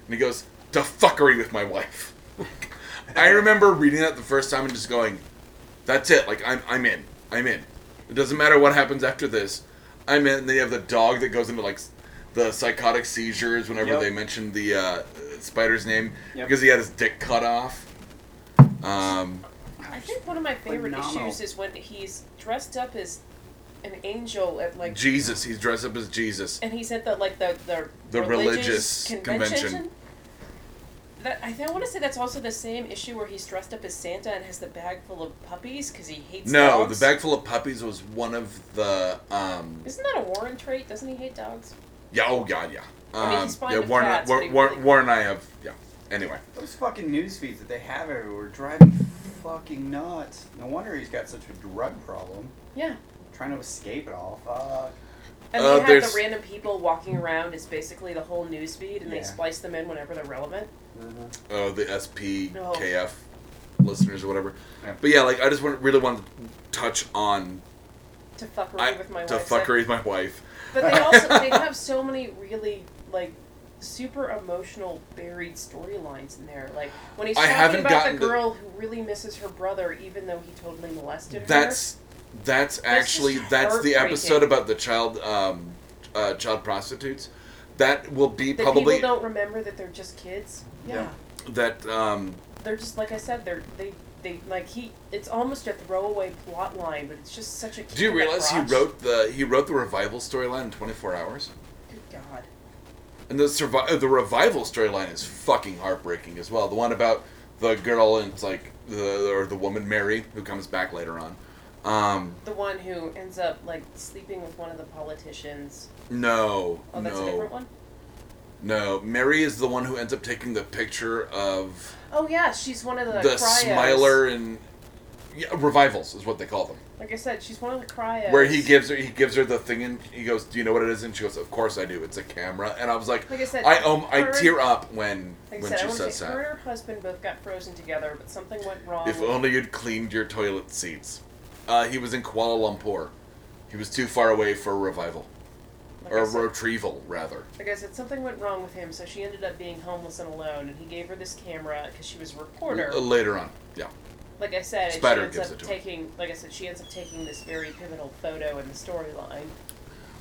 Speaker 1: and he goes, "To fuckery with my wife." I remember reading that the first time and just going, that's it. Like I'm, I'm in. I'm in. It doesn't matter what happens after this. I'm in. And then you have the dog that goes into like s- the psychotic seizures whenever
Speaker 3: Yep.
Speaker 1: they mention the uh, spider's name
Speaker 3: Yep.
Speaker 1: because he had his dick cut off. Um,
Speaker 2: I think one of my favorite
Speaker 3: Phenomenal.
Speaker 2: issues is when he's dressed up as an angel at like
Speaker 1: Jesus. He's dressed up as Jesus.
Speaker 2: and he's at the like the the,
Speaker 1: The religious convention.
Speaker 2: That, I, think, I want to say that's also the same issue where he's dressed up as Santa and has the bag full of puppies because he hates
Speaker 1: No,
Speaker 2: dogs.
Speaker 1: the bag full of puppies was one of the. Um,
Speaker 2: Isn't that a Warren trait? Doesn't he hate dogs?
Speaker 1: yeah. Oh God. Yeah. Um,
Speaker 2: I mean, he's fine
Speaker 1: yeah.
Speaker 2: with
Speaker 1: Warren,
Speaker 2: cats, but he
Speaker 1: Warren, Warren,
Speaker 2: really-
Speaker 1: Warren and I have. Yeah. Anyway.
Speaker 3: Those fucking news feeds that they have everywhere drive me fucking nuts. No wonder he's got such a drug problem.
Speaker 2: Yeah.
Speaker 3: Trying to escape it all. Fuck.
Speaker 2: And
Speaker 1: Uh,
Speaker 2: they have
Speaker 1: there's-
Speaker 2: the random people walking around is basically the whole news feed, and they
Speaker 3: Yeah.
Speaker 2: splice them in whenever they're relevant.
Speaker 1: uh, the SPKF
Speaker 2: No.
Speaker 1: listeners or whatever.
Speaker 3: Yeah.
Speaker 1: But yeah, like I just want, really want to touch on
Speaker 2: To fuck
Speaker 1: I,
Speaker 2: around with my
Speaker 1: to
Speaker 2: wife.
Speaker 1: fuckery with my wife.
Speaker 2: But they also they have so many really like super emotional buried storylines in there. Like when he's
Speaker 1: I haven't
Speaker 2: talking about
Speaker 1: gotten
Speaker 2: the
Speaker 1: the-
Speaker 2: girl who really misses her brother, even though he totally molested her.
Speaker 1: That's that's actually
Speaker 2: just
Speaker 1: that's the episode
Speaker 2: heartbreaking.
Speaker 1: about the child um, uh, child prostitutes. That will be
Speaker 2: that
Speaker 1: probably
Speaker 2: people don't remember that they're just kids. Yeah,
Speaker 1: Yeah. that um,
Speaker 2: they're just like I said. They're they. They, like he, it's almost a throwaway plot line, but it's just such a. kick
Speaker 1: Do you
Speaker 2: in the
Speaker 1: realize he
Speaker 2: crotch.
Speaker 1: wrote the he wrote the revival storyline in 24 hours?
Speaker 2: Good God.
Speaker 1: And the survi- uh, the revival storyline is fucking heartbreaking as well. The one about the girl and it's like the or the woman Mary who comes back later on. Um,
Speaker 2: The one who ends up like sleeping with one of the politicians.
Speaker 1: no,
Speaker 2: Oh, that's
Speaker 1: no,
Speaker 2: a different one.
Speaker 1: no. Mary is the one who ends up taking the picture of
Speaker 2: Oh yeah, she's one of the,
Speaker 1: the,
Speaker 2: cryos.
Speaker 1: Smiler and yeah, revivals is what they call them.
Speaker 2: Like I said, she's one of the cryos.
Speaker 1: Where he gives her he gives her the thing and he goes, "Do you know what it is?" And she goes, "Of course I do. It's a camera." And I was like,
Speaker 2: Like I said,
Speaker 1: I um, I
Speaker 2: her-
Speaker 1: tear up when
Speaker 2: Like I
Speaker 1: when
Speaker 2: said, I
Speaker 1: she
Speaker 2: want to
Speaker 1: says
Speaker 2: say
Speaker 1: that.
Speaker 2: her and her husband both got frozen together, but something went wrong.
Speaker 1: If um, only you'd cleaned your toilet seats. Uh, he was in Kuala Lumpur. He was too far away for revival.
Speaker 2: like I
Speaker 1: Or
Speaker 2: said-
Speaker 1: retrieval, rather.
Speaker 2: Like I said, something went wrong with him, so she ended up being homeless and alone. And he gave her this camera because she was a reporter.
Speaker 1: L- Uh, later on, yeah.
Speaker 2: Like I said, she
Speaker 1: Spider
Speaker 2: ends
Speaker 1: gives
Speaker 2: up
Speaker 1: it to her.
Speaker 2: taking. Like I said, she ends up taking this very pivotal photo in the storyline.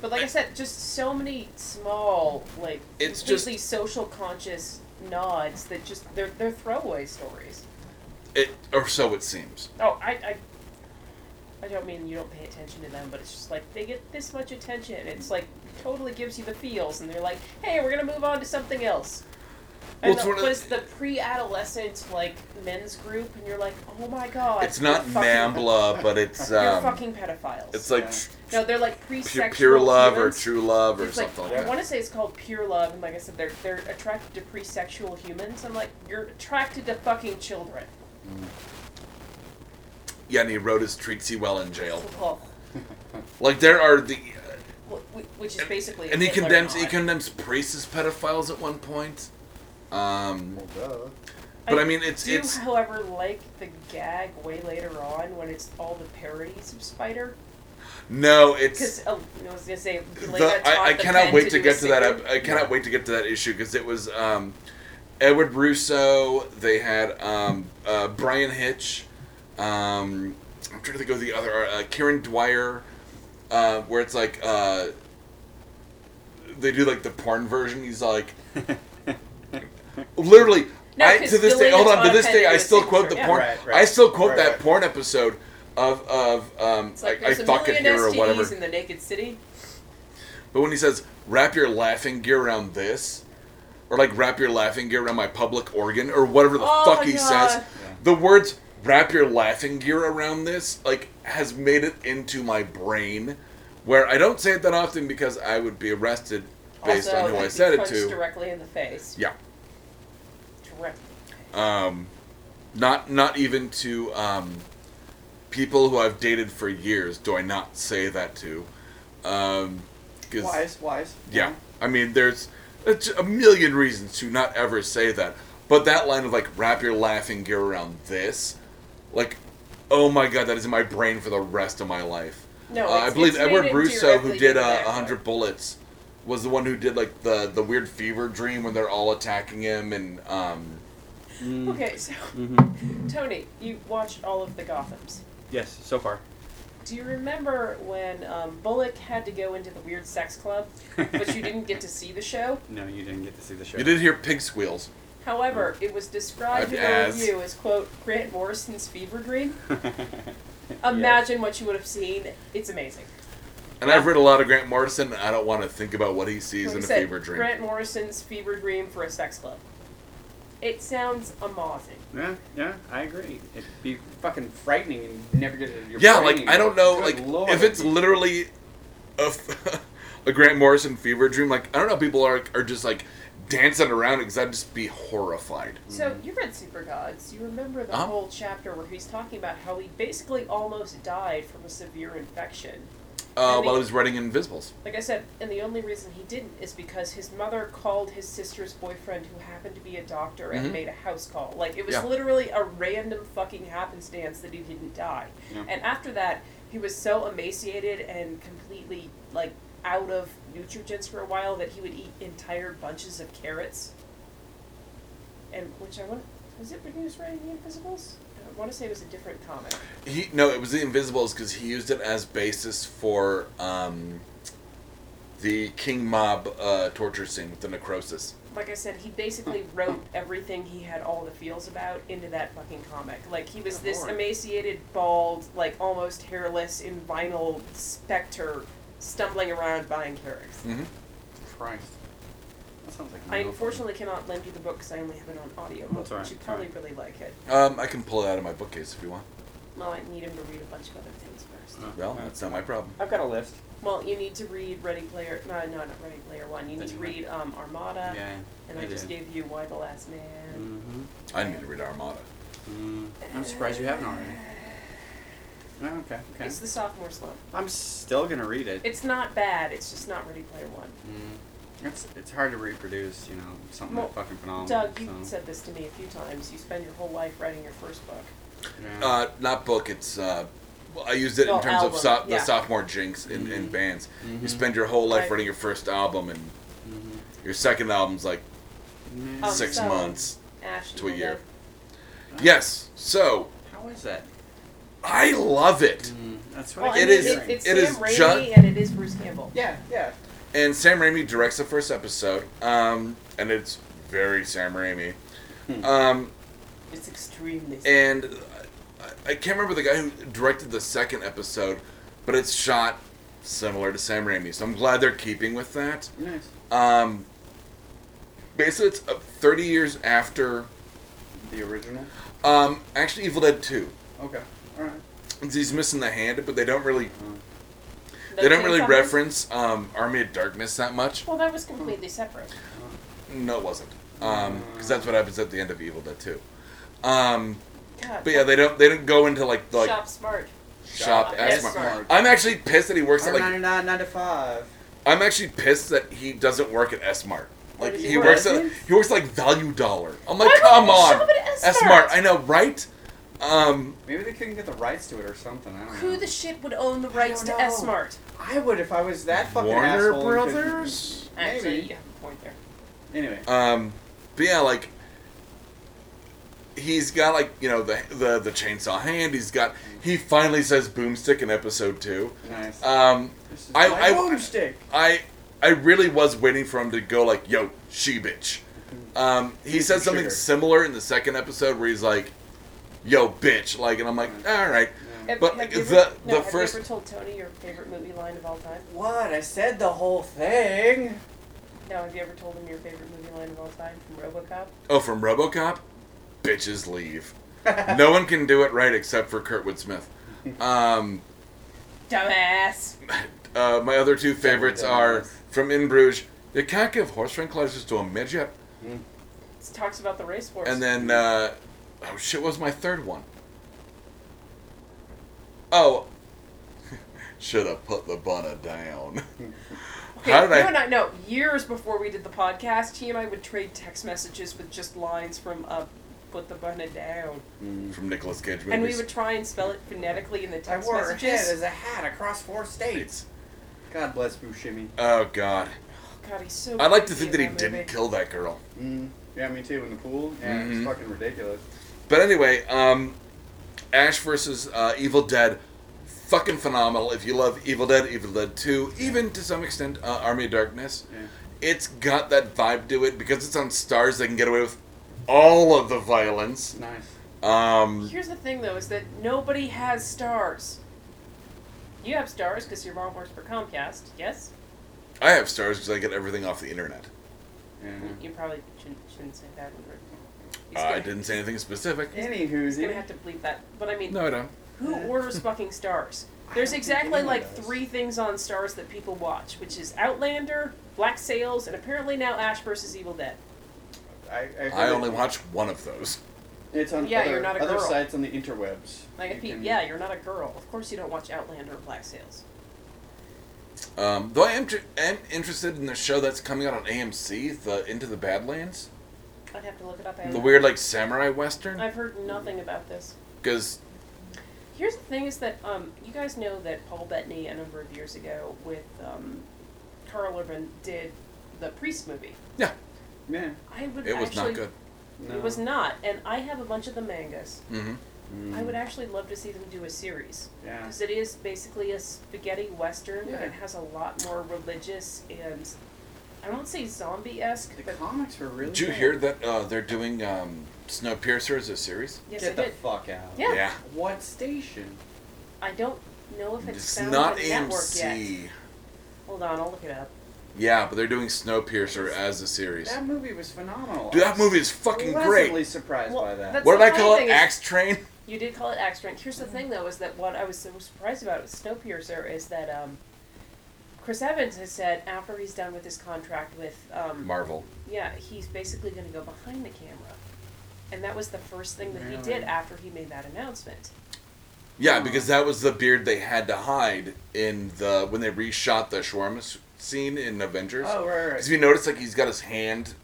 Speaker 2: But like I said, just so many small, like
Speaker 1: It's just-
Speaker 2: completely social conscious nods that just they're they're throwaway stories.
Speaker 1: It or so it seems.
Speaker 2: Oh, I, I, I don't mean you don't pay attention to them, but it's just like they get this much attention. It's like totally gives you the feels, and they're like, "Hey, we're gonna move on to something else."
Speaker 1: Well,
Speaker 2: And
Speaker 1: it's
Speaker 2: the-
Speaker 1: one of the-
Speaker 2: was the pre-adolescent like men's group, and you're like, "Oh my god!"
Speaker 1: It's not
Speaker 2: you're fucking,
Speaker 1: Nambla, but it's
Speaker 2: You're
Speaker 1: um,
Speaker 2: fucking pedophiles.
Speaker 1: it's like
Speaker 3: Yeah.
Speaker 1: tr-
Speaker 2: no, they're like
Speaker 1: pure,
Speaker 2: pre-sexual
Speaker 1: pure love or
Speaker 2: humans.
Speaker 1: true love or
Speaker 2: It's like,
Speaker 1: something like,
Speaker 2: I
Speaker 1: that.
Speaker 2: want to say it's called pure love, and like I said, they're they're attracted to pre-sexual humans. I'm like, you're attracted to fucking children.
Speaker 1: Yeah, and he wrote his treats he well in jail.
Speaker 2: Ugh.
Speaker 1: Like there are the
Speaker 2: Well, wh- which is basically.
Speaker 1: and he
Speaker 2: Hitler
Speaker 1: condemns he
Speaker 2: nod.
Speaker 1: condemns priests as pedophiles at one point. Um,
Speaker 4: Well, duh.
Speaker 1: but I mean, it's
Speaker 2: do,
Speaker 1: it's
Speaker 2: however, like the gag way later on when it's all the parodies of Spider.
Speaker 1: no, it's
Speaker 2: Because uh, I was gonna say, Lena
Speaker 1: the,
Speaker 2: taught
Speaker 1: I, I
Speaker 2: the
Speaker 1: cannot
Speaker 2: pen
Speaker 1: wait to
Speaker 2: do a
Speaker 1: get to that.
Speaker 2: secret-
Speaker 1: ep- I cannot wait to get to that issue because it was um, Edward Russo. They had um, uh, Brian Hitch. Um, I'm trying to think of the other uh, Karen Dwyer, uh, where it's like uh, they do like the porn version. He's like. Literally,
Speaker 2: No,
Speaker 1: I,
Speaker 2: 'cause
Speaker 1: to this
Speaker 2: the
Speaker 1: day, hold
Speaker 2: Lena's
Speaker 1: on. To
Speaker 2: on
Speaker 1: this
Speaker 2: pen
Speaker 1: day,
Speaker 2: do
Speaker 1: I
Speaker 2: a
Speaker 1: still
Speaker 2: secret
Speaker 1: quote the
Speaker 2: version.
Speaker 1: porn.
Speaker 3: Right, right.
Speaker 1: I still quote
Speaker 3: Right,
Speaker 1: that
Speaker 3: right.
Speaker 1: porn episode of of um,
Speaker 2: It's like
Speaker 1: I, I
Speaker 2: there's a
Speaker 1: thought could
Speaker 2: million
Speaker 1: hear or
Speaker 2: STDs
Speaker 1: whatever.
Speaker 2: in the naked city.
Speaker 1: But when he says wrap your laughing gear around this, or like wrap your laughing gear around my public organ, or whatever the
Speaker 2: Oh,
Speaker 1: fuck he
Speaker 2: God.
Speaker 1: says, the words wrap your laughing gear around this like has made it into my brain, where I don't say it that often because I would be arrested based
Speaker 2: also,
Speaker 1: on who
Speaker 2: I'd
Speaker 1: I
Speaker 2: be
Speaker 1: said it
Speaker 2: punched
Speaker 1: to.
Speaker 2: Directly in the face.
Speaker 1: Yeah.
Speaker 2: Directly.
Speaker 1: um, not not even to um, people who I've dated for years do I not say that to. Um 'cause
Speaker 3: Wise, wise.
Speaker 1: yeah, I mean, there's it's a million reasons to not ever say that, but that line of like wrap your laughing gear around this, like, oh my god, that is in my brain for the rest of my life.
Speaker 2: No,
Speaker 1: Uh, I
Speaker 2: it's-
Speaker 1: believe
Speaker 2: it's made
Speaker 1: Edward
Speaker 2: it
Speaker 1: Russo, who
Speaker 2: directly
Speaker 1: did
Speaker 2: into
Speaker 1: uh,
Speaker 2: that,
Speaker 1: hundred bullets, was the one who did like the the weird fever dream when they're all attacking him and um.
Speaker 2: Okay, so Tony, you watched all of the Gotham's.
Speaker 4: Yes, so far.
Speaker 2: Do you remember when um, Bullock had to go into the weird sex club, but you didn't get to see the show?
Speaker 4: No, you didn't get to see the show.
Speaker 1: You did hear pig squeals.
Speaker 2: However, it was described
Speaker 1: I'd
Speaker 2: in a
Speaker 1: ask.
Speaker 2: review as quote Grant Morrison's fever dream.
Speaker 4: Yes.
Speaker 2: Imagine what you would have seen. It's amazing.
Speaker 1: And I've read a lot of Grant Morrison. And I don't want to think about what he sees
Speaker 2: Like
Speaker 1: in
Speaker 2: I
Speaker 1: a
Speaker 2: said,
Speaker 1: fever dream.
Speaker 2: Grant Morrison's fever dream for a sex club. It sounds amazing.
Speaker 4: Yeah, yeah, I agree. It'd be
Speaker 3: Fucking frightening and never get it. in Your
Speaker 1: yeah,
Speaker 3: brain
Speaker 1: like I don't know,
Speaker 3: Good
Speaker 1: like
Speaker 3: Lord.
Speaker 1: if it's literally a, f- a Grant Morrison fever dream. Like I don't know, people are are just like dancing around because I'd just be horrified.
Speaker 2: So you read Super Gods. You remember the
Speaker 1: Uh-huh.
Speaker 2: whole chapter where he's talking about how he basically almost died from a severe infection.
Speaker 1: Uh,
Speaker 2: And
Speaker 1: while I
Speaker 2: the-
Speaker 1: was writing Invisibles,
Speaker 2: Like I said, and the only reason he didn't is because his mother called his sister's boyfriend, who happened to be a doctor, and
Speaker 1: Mhm.
Speaker 2: made a house call. Like it was
Speaker 1: Yeah.
Speaker 2: literally a random fucking happenstance that he didn't die.
Speaker 4: Yeah.
Speaker 2: And after that, he was so emaciated and completely like out of nutrients for a while that he would eat entire bunches of carrots. And which I want was it when he was writing the Invisibles? I want to say it was a different comic.
Speaker 1: he no, it was the Invisibles because he used it as basis for um, the King Mob uh, torture scene with the necrosis.
Speaker 2: like I said, he basically wrote everything he had all the feels about into that fucking comic. Like he was
Speaker 1: Good
Speaker 2: this
Speaker 1: lord.
Speaker 2: emaciated, bald, like almost hairless in vinyl specter stumbling around buying carrots.
Speaker 1: Mm-hmm.
Speaker 3: Christ. That sounds like
Speaker 2: I
Speaker 3: no fun.
Speaker 2: unfortunately cannot lend you the book because I only have it on audio.
Speaker 4: That's all right,
Speaker 2: You'd
Speaker 4: it's all
Speaker 2: probably
Speaker 4: right.
Speaker 2: really like it.
Speaker 1: Um, I can pull it out of my bookcase if you want.
Speaker 2: Well, I need him to read a bunch of other things first.
Speaker 4: Oh.
Speaker 1: Well,
Speaker 4: Yeah.
Speaker 1: that's not my problem.
Speaker 3: I've got a list.
Speaker 2: Well, you need to read Ready Player. No, no, not Ready Player One. You
Speaker 4: Then
Speaker 2: need to
Speaker 4: you might-
Speaker 2: read um, Armada,
Speaker 4: Yeah.
Speaker 2: and I, just gave you Why the Last Man.
Speaker 4: Mm-hmm.
Speaker 1: I need to read Armada.
Speaker 3: Mm-hmm.
Speaker 4: I'm surprised you haven't already. No,
Speaker 3: Oh,
Speaker 4: okay, okay.
Speaker 2: It's the sophomore slump.
Speaker 4: I'm still gonna read it.
Speaker 2: It's not bad. It's just not Ready Player One.
Speaker 4: Mm. It's it's hard to reproduce, you know, something
Speaker 2: Well,
Speaker 4: that fucking
Speaker 1: Um,
Speaker 4: phenomenal.
Speaker 2: Doug, you
Speaker 4: so,
Speaker 2: said this to me a few times. You spend your whole life writing your first book.
Speaker 4: yeah.
Speaker 1: Uh, not book. It's uh, well, I used it
Speaker 2: Oh,
Speaker 1: in terms
Speaker 2: album,
Speaker 1: of so-
Speaker 2: yeah.
Speaker 1: the sophomore jinx in, in
Speaker 4: Mhm.
Speaker 1: bands. You
Speaker 3: Mm-hmm.
Speaker 4: Mhm.
Speaker 1: spend your whole life
Speaker 2: Right.
Speaker 1: writing your first album, and
Speaker 4: Mhm.
Speaker 1: your second album's like
Speaker 4: Man,
Speaker 2: Um,
Speaker 1: six
Speaker 2: so-
Speaker 1: months.
Speaker 2: Ash,
Speaker 1: To a
Speaker 2: you
Speaker 1: year.
Speaker 2: know,
Speaker 1: Yes, so
Speaker 4: How is that?
Speaker 1: I love it,
Speaker 4: Mm, that's what
Speaker 2: Well,
Speaker 4: I
Speaker 1: It
Speaker 2: it
Speaker 4: keep
Speaker 1: is-
Speaker 2: is.
Speaker 4: hearing.
Speaker 2: It's
Speaker 1: it
Speaker 2: Sam
Speaker 1: is
Speaker 2: Raimi
Speaker 1: ju-
Speaker 2: and it is Bruce Campbell.
Speaker 3: Yeah, yeah.
Speaker 1: and Sam Raimi directs the first episode, um, and it's very Sam Raimi, um,
Speaker 2: It's extremely.
Speaker 1: and I- I can't remember the guy who directed the second episode, but it's shot similar to Sam Raimi, so I'm glad they're keeping with that.
Speaker 4: Nice.
Speaker 1: Um, basically, it's uh, 30 years after,
Speaker 3: The original.
Speaker 1: um, actually, Evil Dead 2.
Speaker 3: Okay. All right.
Speaker 1: He's missing the hand, but they don't really
Speaker 2: The
Speaker 1: they don't
Speaker 2: two
Speaker 1: really
Speaker 2: thumbers-
Speaker 1: reference um, Army of Darkness that much.
Speaker 2: Well, that was completely separate.
Speaker 1: No, it wasn't, because that's what happens at the end of Evil Dead 2. Um,
Speaker 2: God,
Speaker 1: but yeah, they don't they don't go into like the, like
Speaker 2: shop smart.
Speaker 1: shop,
Speaker 2: Shop
Speaker 1: as
Speaker 2: as
Speaker 1: smart.
Speaker 2: smart.
Speaker 1: I'm actually pissed that he works at
Speaker 4: Or
Speaker 1: like
Speaker 4: 99, 9 to 5.
Speaker 1: I'm actually pissed that he doesn't work at S Mart. Like
Speaker 2: does he
Speaker 1: he
Speaker 2: work
Speaker 1: works
Speaker 2: at?
Speaker 1: at he works like Value Dollar. I'm like,
Speaker 2: Why would
Speaker 1: come
Speaker 2: you
Speaker 1: on,
Speaker 2: shop at S-Mart?
Speaker 1: S-Mart, I know, right? Um,
Speaker 3: Maybe they couldn't get the rights to it or something. I don't
Speaker 2: Who
Speaker 3: know.
Speaker 2: the shit would own the rights
Speaker 3: don't
Speaker 2: to
Speaker 3: know.
Speaker 2: S Mart?
Speaker 3: I would if I was that fucking
Speaker 1: Warner
Speaker 3: asshole and couldn't-
Speaker 1: Brothers.
Speaker 2: Actually,
Speaker 3: Maybe.
Speaker 2: yeah, point there.
Speaker 3: Anyway,
Speaker 1: Um, but yeah, like he's got like you know the the the chainsaw hand. He's got he finally says boomstick in episode two.
Speaker 3: nice.
Speaker 1: Um,
Speaker 3: This is
Speaker 1: I-
Speaker 3: my
Speaker 1: I-
Speaker 3: boomstick.
Speaker 1: I I really was waiting for him to go like, "Yo, she bitch." Um, he
Speaker 3: Piece
Speaker 1: said
Speaker 3: of
Speaker 1: something
Speaker 3: sugar.
Speaker 1: similar in the second episode where he's like, "Yo, bitch," like, and I'm like, "All right."
Speaker 3: Yeah.
Speaker 1: But
Speaker 2: have you
Speaker 1: the-
Speaker 2: ever,
Speaker 1: the
Speaker 2: no, have
Speaker 1: first-
Speaker 2: you ever told Tony your favorite movie line of all time?
Speaker 3: What? I said the whole thing.
Speaker 2: No, have you ever told him your favorite movie line of all time from RoboCop?
Speaker 1: Oh, from RoboCop, bitches leave. no one can do it right except for Kurtwood Smith. Um,
Speaker 2: Dumbass.
Speaker 1: uh, my other two favorites are
Speaker 3: Dumbass.
Speaker 1: from In Bruges. You can't give horse tranquilizers to a midget.
Speaker 2: It talks about the race horse.
Speaker 1: And then, uh, oh shit, what was my third one? Oh, should have put the butter down.
Speaker 2: Okay,
Speaker 1: How did
Speaker 2: you
Speaker 1: I-
Speaker 2: and I no years before we did the podcast, he and I would trade text messages with just lines from uh, "Put the Bunna Down,"
Speaker 1: From Nicolas Cage movies.
Speaker 2: and we would try and spell it phonetically in the
Speaker 3: I
Speaker 2: text
Speaker 3: wore her head
Speaker 2: messages.
Speaker 3: as a hat across four states. God bless Bushimi.
Speaker 1: Oh god,
Speaker 2: Oh, God, he's so.
Speaker 1: I like to
Speaker 2: creepy
Speaker 1: think
Speaker 2: in
Speaker 1: that he
Speaker 2: that
Speaker 1: didn't
Speaker 2: movie.
Speaker 1: kill that girl.
Speaker 3: Mm. Yeah, me too. In the pool. Yeah,
Speaker 1: Mhm.
Speaker 3: it's fucking ridiculous.
Speaker 1: But anyway, um, Ash versus uh, Evil Dead, fucking phenomenal. If you love Evil Dead, Evil Dead Two, even to some extent uh, Army of Darkness,
Speaker 3: Yeah.
Speaker 1: it's got that vibe to it because it's on Stars. They can get away with all of the violence.
Speaker 3: Nice.
Speaker 1: Um,
Speaker 2: Here's the thing, though, is that nobody has stars. You have stars because your mom works for Comcast. Yes,
Speaker 1: I have stars because I get everything off the internet.
Speaker 3: Yeah.
Speaker 2: you probably shouldn't, shouldn't say that. Word. He's
Speaker 1: Uh,
Speaker 2: gonna-
Speaker 1: Mm-hmm. I didn't say anything specific.
Speaker 3: Anywho's
Speaker 2: He's gonna have to bleep that. But I mean,
Speaker 1: No, I don't.
Speaker 2: Who
Speaker 3: Yeah.
Speaker 2: orders fucking stars?
Speaker 3: I
Speaker 2: There's
Speaker 3: don't think
Speaker 2: exactly
Speaker 3: anyone
Speaker 2: like
Speaker 3: does.
Speaker 2: three things on stars that people watch, which is Outlander, Black Sails, and apparently now Ash versus Evil Dead.
Speaker 3: I, I, heard
Speaker 1: I
Speaker 3: it-
Speaker 1: only watch one of those.
Speaker 3: It's on
Speaker 2: Yeah,
Speaker 3: other,
Speaker 2: you're not a
Speaker 3: other
Speaker 2: girl.
Speaker 3: sites on the interwebs.
Speaker 2: Like, if
Speaker 3: You
Speaker 2: you,
Speaker 3: can-
Speaker 2: yeah, you're not a girl. Of course you don't watch Outlander or Black Sails.
Speaker 1: Um, though I am, tr- am interested in the show that's coming out on AMC, the Into the Badlands,
Speaker 2: I'd have to look it up. I
Speaker 1: the weird like samurai western,
Speaker 2: I've heard nothing about this.
Speaker 1: because
Speaker 2: Here's the thing: is that um, you guys know that Paul Bettany a number of years ago with um, Carl Urban did the Priest movie.
Speaker 3: Yeah.
Speaker 2: I would
Speaker 1: it was
Speaker 2: actually,
Speaker 1: not good.
Speaker 3: No.
Speaker 2: It was not, and I have a bunch of the mangas.
Speaker 1: hmm
Speaker 3: Mm.
Speaker 2: I would actually love to see them do a series.
Speaker 3: Yeah.
Speaker 2: Because it is basically a spaghetti western, but
Speaker 3: Yeah.
Speaker 2: it has a lot more religious and I won't say zombie esque,
Speaker 3: The
Speaker 2: but
Speaker 3: comics were really.
Speaker 1: Did you
Speaker 3: bad.
Speaker 1: hear that uh, they're doing um, Snowpiercer as a series?
Speaker 2: yes,
Speaker 3: Get
Speaker 2: I
Speaker 3: the
Speaker 2: did.
Speaker 3: fuck out.
Speaker 2: Yeah.
Speaker 3: What station?
Speaker 2: I don't know if it's,
Speaker 1: it's
Speaker 2: found
Speaker 1: not
Speaker 2: on the network yet.
Speaker 1: AMC.
Speaker 2: Hold on, I'll look it up.
Speaker 1: Yeah, but they're doing Snowpiercer as a series.
Speaker 3: That movie was phenomenal.
Speaker 1: Dude, that
Speaker 3: I was
Speaker 1: movie is fucking
Speaker 3: pleasantly
Speaker 1: great.
Speaker 3: surprised
Speaker 2: Well,
Speaker 3: by that.
Speaker 2: that's-
Speaker 1: What did I
Speaker 2: the
Speaker 1: call
Speaker 2: funny
Speaker 1: it?
Speaker 2: thing is-
Speaker 1: Axe Train.
Speaker 2: You did call it axe drink. Here's the thing though, is that what I was so surprised about with Snowpiercer is that um, Chris Evans has said after he's done with his contract with um,
Speaker 1: Marvel.
Speaker 2: yeah, he's basically going to go behind the camera, and that was the first thing that he did
Speaker 3: Really?
Speaker 2: after he made that announcement.
Speaker 1: Yeah,
Speaker 3: Oh.
Speaker 1: because that was the beard they had to hide in the when they reshot the shawarma s- scene in Avengers.
Speaker 3: Oh right,
Speaker 1: Because
Speaker 3: right.
Speaker 1: if you notice, like he's got his hand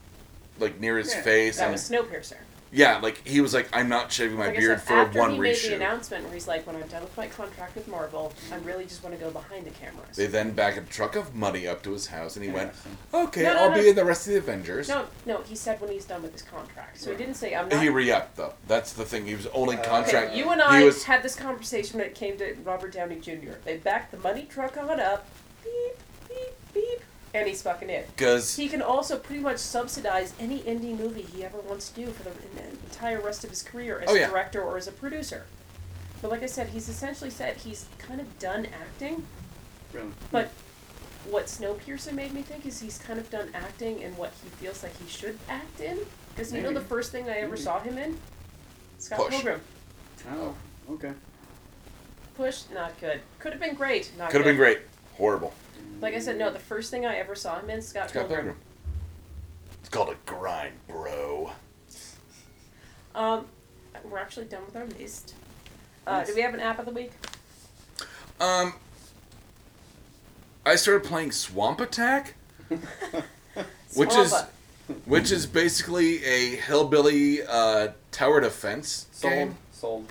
Speaker 1: like near his
Speaker 3: Yeah,
Speaker 1: face,
Speaker 2: That
Speaker 1: and
Speaker 2: was Snowpiercer.
Speaker 1: yeah, like he was like, "I'm not shaving my
Speaker 2: like
Speaker 1: beard
Speaker 2: I said,
Speaker 1: for
Speaker 2: after
Speaker 1: one
Speaker 2: he made the
Speaker 1: reshoot."
Speaker 2: announcement where he's like, "When I'm done with my contract with Marvel, I really just want to go behind the cameras."
Speaker 1: They then backed a truck of money up to his house, and he went,
Speaker 3: Interesting.
Speaker 1: "Okay,
Speaker 2: No, no,
Speaker 1: I'll
Speaker 2: no.
Speaker 1: be in the rest of the Avengers."
Speaker 2: no, no, he said when he's done with his contract. So he
Speaker 3: Right.
Speaker 2: didn't say I'm
Speaker 1: And
Speaker 2: not.
Speaker 1: he re-upped though. That's the thing. He was only
Speaker 3: Uh,
Speaker 1: contract.
Speaker 2: okay, you and
Speaker 1: he
Speaker 2: I
Speaker 1: was-
Speaker 2: had this conversation when it came to Robert Downey Jr. They backed the money truck on up, beep, beep, beep, and he's fucking in.
Speaker 1: because
Speaker 2: He can also pretty much subsidize any indie movie he ever wants to do for the en- entire rest of his career as
Speaker 1: Oh,
Speaker 2: a
Speaker 1: yeah.
Speaker 2: director or as a producer. But like I said, he's essentially said he's kind of done acting.
Speaker 3: Really.
Speaker 2: But what Snowpiercer made me think is he's kind of done acting in what he feels like he should act in. Because you know the
Speaker 3: Maybe.
Speaker 2: first thing I ever
Speaker 3: Maybe.
Speaker 2: saw him in? Scott
Speaker 1: Push.
Speaker 2: Pilgrim.
Speaker 3: Oh, okay.
Speaker 2: Push, not good. Could have been great, not
Speaker 1: could have
Speaker 2: good.
Speaker 1: been great, horrible.
Speaker 2: Like I said, no, the first thing I ever saw him in, Scott,
Speaker 1: Scott
Speaker 2: Pilgrim.
Speaker 1: Pilgrim. It's called a grind, bro.
Speaker 2: Um, we're actually done with our list. Uh,
Speaker 3: Nice.
Speaker 2: Do we have an app of the week?
Speaker 1: Um, I started playing Swamp Attack, which is
Speaker 2: Swampa.
Speaker 1: which is basically a hillbilly uh, tower defense
Speaker 3: Sold.
Speaker 1: game.
Speaker 3: Sold.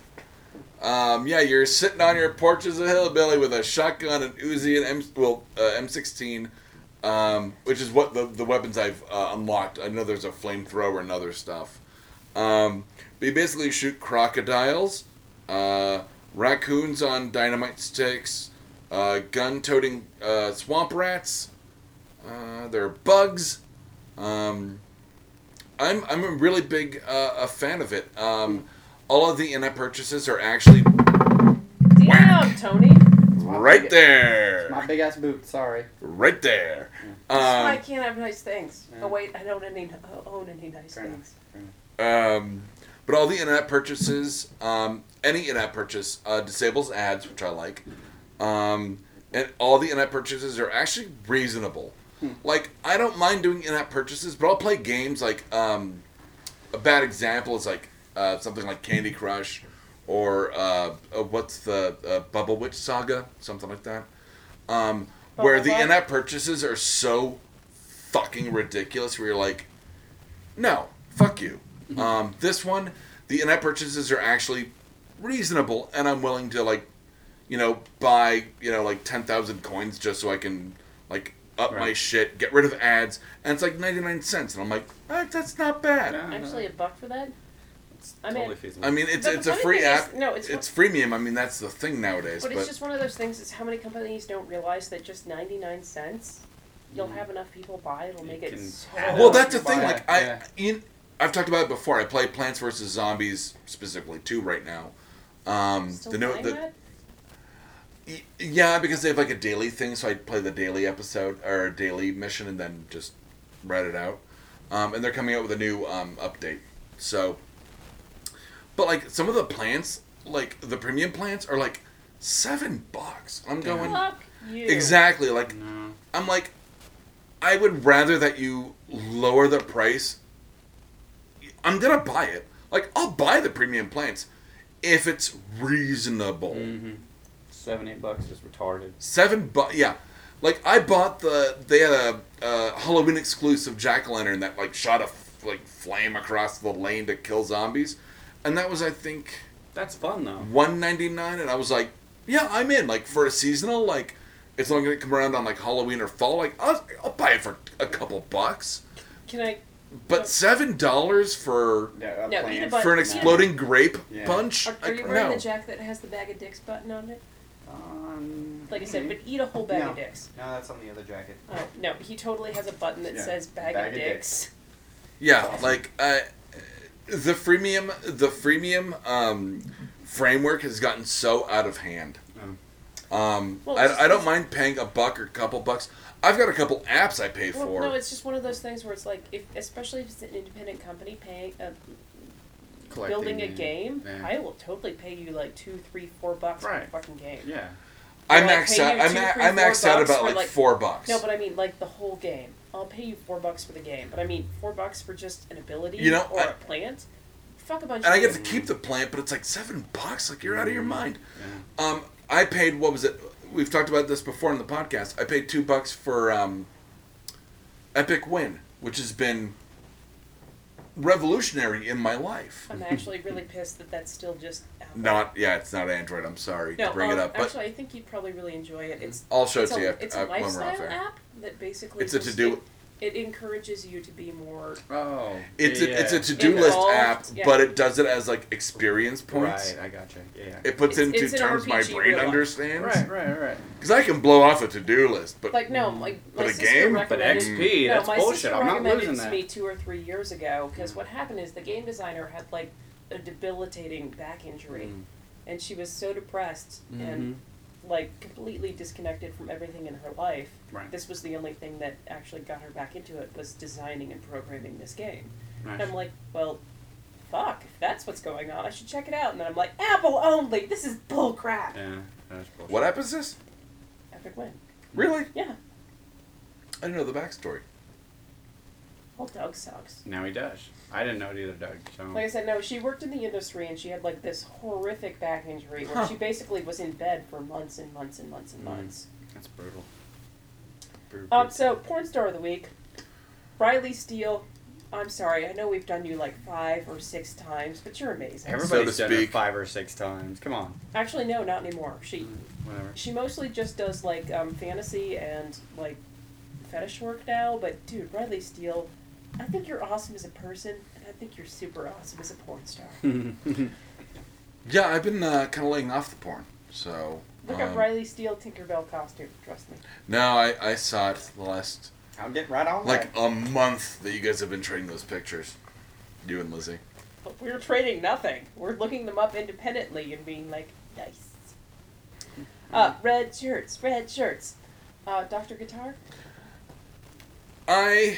Speaker 1: Um, yeah, you're sitting on your porch as a hillbilly with a shotgun, an Uzi, and M well uh, M16, um, which is what the, the weapons I've uh, unlocked. I know there's a flamethrower and other stuff. Um, but you basically shoot crocodiles, uh, raccoons on dynamite sticks, uh, gun-toting uh, swamp rats. Uh, there are bugs. Um, I'm I'm a really big uh, a fan of it. Um, all of the in-app purchases are actually
Speaker 2: Damn, Tony.
Speaker 1: Um, right
Speaker 3: My
Speaker 1: there,
Speaker 3: big ass boot. Sorry.
Speaker 1: right there.
Speaker 2: I
Speaker 1: Um,
Speaker 2: can't have nice things.
Speaker 3: Yeah.
Speaker 2: Oh wait, I don't any, own any nice
Speaker 3: Fair enough.
Speaker 2: things.
Speaker 1: um, but all the in-app purchases, um, any in-app purchase uh, disables ads, which I like. Um, and all the in-app purchases are actually reasonable.
Speaker 2: Hmm.
Speaker 1: Like I don't mind doing in-app purchases, but I'll play games like um, a bad example is like uh, something like Candy Crush or uh, uh, what's the uh, Bubble Witch Saga, something like that, um, where the
Speaker 2: Bubble Witch?
Speaker 1: in-app purchases are so fucking ridiculous. Where you're like, no, fuck you.
Speaker 2: Mm-hmm.
Speaker 1: Um, this one, the in-app purchases are actually reasonable, and I'm willing to like, you know, buy you know like ten thousand coins just so I can like up my
Speaker 3: Right.
Speaker 1: shit, get rid of ads, and it's like ninety nine cents, and I'm like, "Ah, that's not bad.
Speaker 3: Yeah.
Speaker 2: Actually, a buck for that?
Speaker 5: It's
Speaker 2: I mean-
Speaker 5: totally feasible.
Speaker 1: I mean, it's
Speaker 2: But the
Speaker 1: it's a
Speaker 2: funny
Speaker 1: free
Speaker 2: thing is-
Speaker 1: app.
Speaker 2: no, it's-
Speaker 1: it's freemium. I mean, that's the thing nowadays.
Speaker 2: But
Speaker 1: But,
Speaker 2: it's just one of those things. Is how many companies don't realize that just ninety nine cents, you'll have enough people buy. It'll
Speaker 5: You
Speaker 2: make it
Speaker 5: can-
Speaker 2: so.
Speaker 1: well, that's the
Speaker 3: Buy
Speaker 1: thing.
Speaker 3: it,
Speaker 1: Like I,
Speaker 3: yeah.
Speaker 1: in, I've talked about it before. I play Plants vs Zombies specifically too right now. Um,
Speaker 2: Still
Speaker 1: the new
Speaker 2: buying
Speaker 1: the,
Speaker 2: that?
Speaker 1: y- yeah, because they have like a daily thing, so I play the daily episode or daily mission and then just write it out. Um, and they're coming out with a new um, update. So, but like some of the plants, like the premium plants, are like seven bucks. I'm going.
Speaker 2: Fuck you.
Speaker 1: Exactly. Like
Speaker 4: No.
Speaker 1: I'm like, I would rather that you lower the price. I'm gonna buy it. Like I'll buy the premium plants if it's reasonable.
Speaker 2: Mm-hmm.
Speaker 5: Seven, eight bucks is retarded.
Speaker 1: Seven bu yeah. Like I bought the they had a, uh Halloween exclusive jack o' lantern that like shot a f- like flame across the lane to kill zombies, and that was I think
Speaker 5: That's fun though.
Speaker 1: one ninety nine, and I was like, yeah, I'm in. Like for a seasonal, like it's only gonna come around on like Halloween or fall. Like I'll, I'll buy it for a couple bucks,
Speaker 2: Can I?
Speaker 1: but seven dollars for
Speaker 3: Yeah,
Speaker 2: No,
Speaker 3: no,
Speaker 2: eat a
Speaker 3: plans.
Speaker 2: bun.
Speaker 1: for an
Speaker 2: No.
Speaker 1: exploding grape
Speaker 3: Yeah.
Speaker 1: punch?
Speaker 2: Are, are
Speaker 1: Like,
Speaker 2: you wearing
Speaker 1: no.
Speaker 2: the jacket that has the bag of dicks button on it?
Speaker 3: Um,
Speaker 2: Like I said, but eat a whole bag of
Speaker 3: No.
Speaker 2: dicks.
Speaker 4: no, that's on the other jacket.
Speaker 2: Oh no, he totally has a button that
Speaker 3: Yeah.
Speaker 2: says bag,
Speaker 3: Bag
Speaker 2: of,
Speaker 3: of
Speaker 2: dicks.
Speaker 1: Yeah, like uh, the freemium, the freemium um, framework has gotten so out of hand. Um,
Speaker 2: Well, it's-
Speaker 1: I, I don't mind paying a buck or a couple bucks. I've got a couple apps I pay
Speaker 2: Well,
Speaker 1: for.
Speaker 2: no, it's just one of those things where it's like, if, especially if it's an independent company paying, uh,
Speaker 3: Collecting,
Speaker 2: building a
Speaker 3: yeah.
Speaker 2: game,
Speaker 3: Yeah.
Speaker 2: I will totally pay you like two, three, four bucks for
Speaker 3: Right.
Speaker 2: a fucking game.
Speaker 3: Yeah.
Speaker 1: I
Speaker 2: Or, like,
Speaker 1: maxed
Speaker 2: pay
Speaker 1: out.
Speaker 2: you
Speaker 1: I,
Speaker 2: two,
Speaker 1: ma-
Speaker 2: three,
Speaker 1: I
Speaker 2: four
Speaker 1: maxed out
Speaker 2: bucks
Speaker 1: about
Speaker 2: for,
Speaker 1: like,
Speaker 2: like-
Speaker 1: four bucks.
Speaker 2: No, but I mean like the whole game. I'll pay you four bucks for the game, but I mean four bucks for just an ability
Speaker 1: You know,
Speaker 2: or
Speaker 1: I-
Speaker 2: a plant. Fuck a bunch.
Speaker 1: and
Speaker 2: of
Speaker 1: I get to
Speaker 2: people.
Speaker 1: keep the plant, but it's like seven bucks. Like you're out of your mind. Um, I paid what was it? We've talked about this before in the podcast. I paid two bucks for um, Epic Win, which has been revolutionary in my life.
Speaker 2: I'm actually really pissed that that's still just. Apple.
Speaker 1: Not yeah, it's not Android. I'm sorry
Speaker 2: No,
Speaker 1: to bring
Speaker 2: um,
Speaker 1: it up, but
Speaker 2: actually, I think you'd probably really enjoy it. It's
Speaker 1: I'll show it
Speaker 2: it's
Speaker 1: to you.
Speaker 2: a,
Speaker 1: after-
Speaker 2: it's a
Speaker 1: uh, when we're off
Speaker 2: lifestyle
Speaker 1: air.
Speaker 2: app that basically
Speaker 1: It's a
Speaker 2: just-
Speaker 1: to-do-
Speaker 2: It, it encourages you to be more.
Speaker 3: Oh.
Speaker 1: It's a,
Speaker 4: Yeah.
Speaker 1: it's a to do list
Speaker 2: Involved,
Speaker 1: app,
Speaker 2: yeah.
Speaker 1: but it does it as like experience points.
Speaker 4: Right, I gotcha. Yeah.
Speaker 1: It puts
Speaker 2: It's-
Speaker 1: into
Speaker 2: it's an
Speaker 1: terms my
Speaker 2: RPG
Speaker 1: brain
Speaker 2: real life.
Speaker 1: understands.
Speaker 4: Right, right, right.
Speaker 1: Because I can blow off a to do list, but mm,
Speaker 2: Like no, like my
Speaker 1: But a
Speaker 2: sister
Speaker 1: game? But
Speaker 4: But
Speaker 2: recommended
Speaker 4: XP, that's
Speaker 2: no, my
Speaker 4: bullshit.
Speaker 2: sister
Speaker 4: I'm not
Speaker 2: recommended
Speaker 4: losing
Speaker 2: this to
Speaker 4: that.
Speaker 2: me two or three years ago because
Speaker 1: Mm.
Speaker 2: what happened is the game designer had like a debilitating back
Speaker 4: Mm,
Speaker 2: injury,
Speaker 1: Mm.
Speaker 2: and she was so depressed and like completely disconnected from everything in her life.
Speaker 4: Right.
Speaker 2: This was the only thing that actually got her back into it was designing and programming this game.
Speaker 4: Right.
Speaker 2: And I'm like, well, fuck, if that's what's going on, I should check it out. And then I'm like, Apple only. This is bull crap.
Speaker 4: Yeah, that's bullshit.
Speaker 1: what app is this?
Speaker 2: Epic win.
Speaker 1: Really?
Speaker 2: Yeah,
Speaker 1: I didn't know the backstory.
Speaker 2: whole dog sucks.
Speaker 4: Now he does. I didn't know it either, Doug. So
Speaker 2: Like I said, no, she worked in the industry and she had like this horrific back injury where
Speaker 1: Huh.
Speaker 4: Mm.
Speaker 2: she basically was in bed for months and months and months and months.
Speaker 4: that's brutal.
Speaker 5: after.
Speaker 2: Um, so porn star of the week, Riley Steele. I'm sorry, I know we've done you like five or six times, but you're amazing.
Speaker 4: Everybody's done it
Speaker 1: speak.
Speaker 4: five or six times. Come on,
Speaker 2: Actually, no, not anymore. She
Speaker 4: whatever.
Speaker 2: she mostly just does like um, fantasy and like fetish work now. But dude, Riley Steele, I think you're awesome as a person, and I think you're super awesome as a porn star.
Speaker 1: Yeah, I've been uh, kind of laying off the porn. So.
Speaker 2: Look
Speaker 1: um,
Speaker 2: up Riley Steele Tinkerbell costume. Trust me.
Speaker 1: No, I, I saw it the last
Speaker 4: I'll get right on
Speaker 1: like a month that you guys have been trading those pictures, you and Lizzie.
Speaker 2: But we're trading nothing. We're looking them up independently and being like, nice.
Speaker 1: Mm-hmm.
Speaker 2: Uh, red shirts, red shirts. Uh, Dr. Guitar?
Speaker 1: I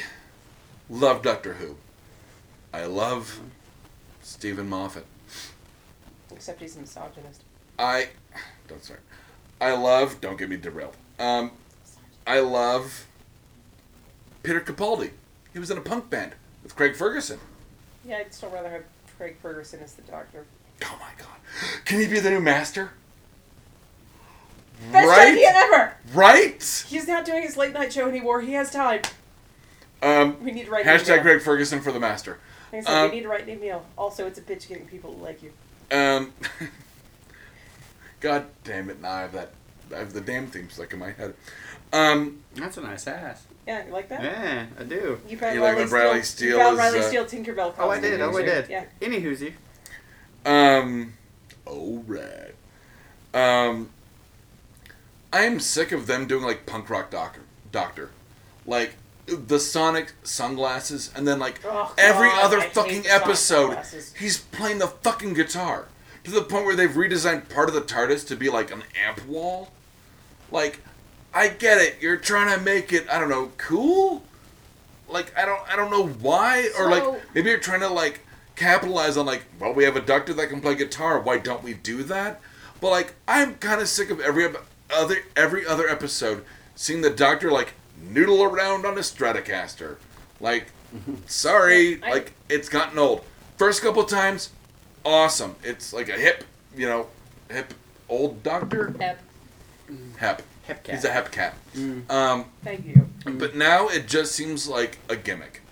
Speaker 1: love Doctor Who. I love Stephen Moffat.
Speaker 2: Except he's a misogynist.
Speaker 1: I don't start. I love. Don't get me derailed. Um, I love Peter Capaldi. He was in a punk band with Craig Ferguson.
Speaker 2: Yeah, I'd still rather have Craig Ferguson as the doctor.
Speaker 1: Oh my God! Can he be the new master?
Speaker 2: Best
Speaker 1: right,
Speaker 2: idea ever!
Speaker 1: right.
Speaker 2: He's not doing his late night show anymore. He has time.
Speaker 1: Um,
Speaker 2: We need to write an
Speaker 1: hashtag
Speaker 2: email.
Speaker 1: Craig Ferguson for the master.
Speaker 2: Like I said,
Speaker 1: um,
Speaker 2: we need to write an email. Also, it's a bitch getting people to like you.
Speaker 1: Um, God damn it! Now I have that. I have the damn theme stuck in my head. Um,
Speaker 4: That's a nice ass.
Speaker 2: Yeah, you like that?
Speaker 4: Yeah, I do.
Speaker 2: You found
Speaker 1: You like
Speaker 2: Riley,
Speaker 1: when Riley
Speaker 2: Steele.
Speaker 1: Steele
Speaker 2: You found
Speaker 1: is,
Speaker 2: Riley
Speaker 1: uh,
Speaker 2: Steele Tinkerbell costume.
Speaker 4: Oh, I did. Oh, I did.
Speaker 2: Yeah.
Speaker 4: Any whoosie.
Speaker 1: um, all right. Um, I am sick of them doing like punk rock doctor, doctor, like the Sonic sunglasses, and then like
Speaker 2: Oh,
Speaker 1: every
Speaker 2: God,
Speaker 1: other
Speaker 2: I hate
Speaker 1: fucking
Speaker 2: the Sonic
Speaker 1: episode,
Speaker 2: sunglasses.
Speaker 1: he's playing the fucking guitar to the point where they've redesigned part of the TARDIS to be like an amp wall. Like, I get it. You're trying to make it, I don't know, cool. Like, I don't, I don't know why, or
Speaker 2: So-
Speaker 1: like maybe you're trying to like capitalize on like, well, we have a doctor that can play guitar. Why don't we do that? But like, I'm kind of sick of every ep- other every other episode seeing the doctor like noodle around on a Stratocaster. Like, sorry,
Speaker 2: I-
Speaker 1: like it's gotten old. First couple times, awesome. It's like a hip, you know, hip old doctor.
Speaker 4: Oh,
Speaker 2: Yep.
Speaker 1: Hep.
Speaker 4: Hep cat.
Speaker 1: He's a hep cat. Um,
Speaker 2: Thank you.
Speaker 1: but now it just seems like a gimmick.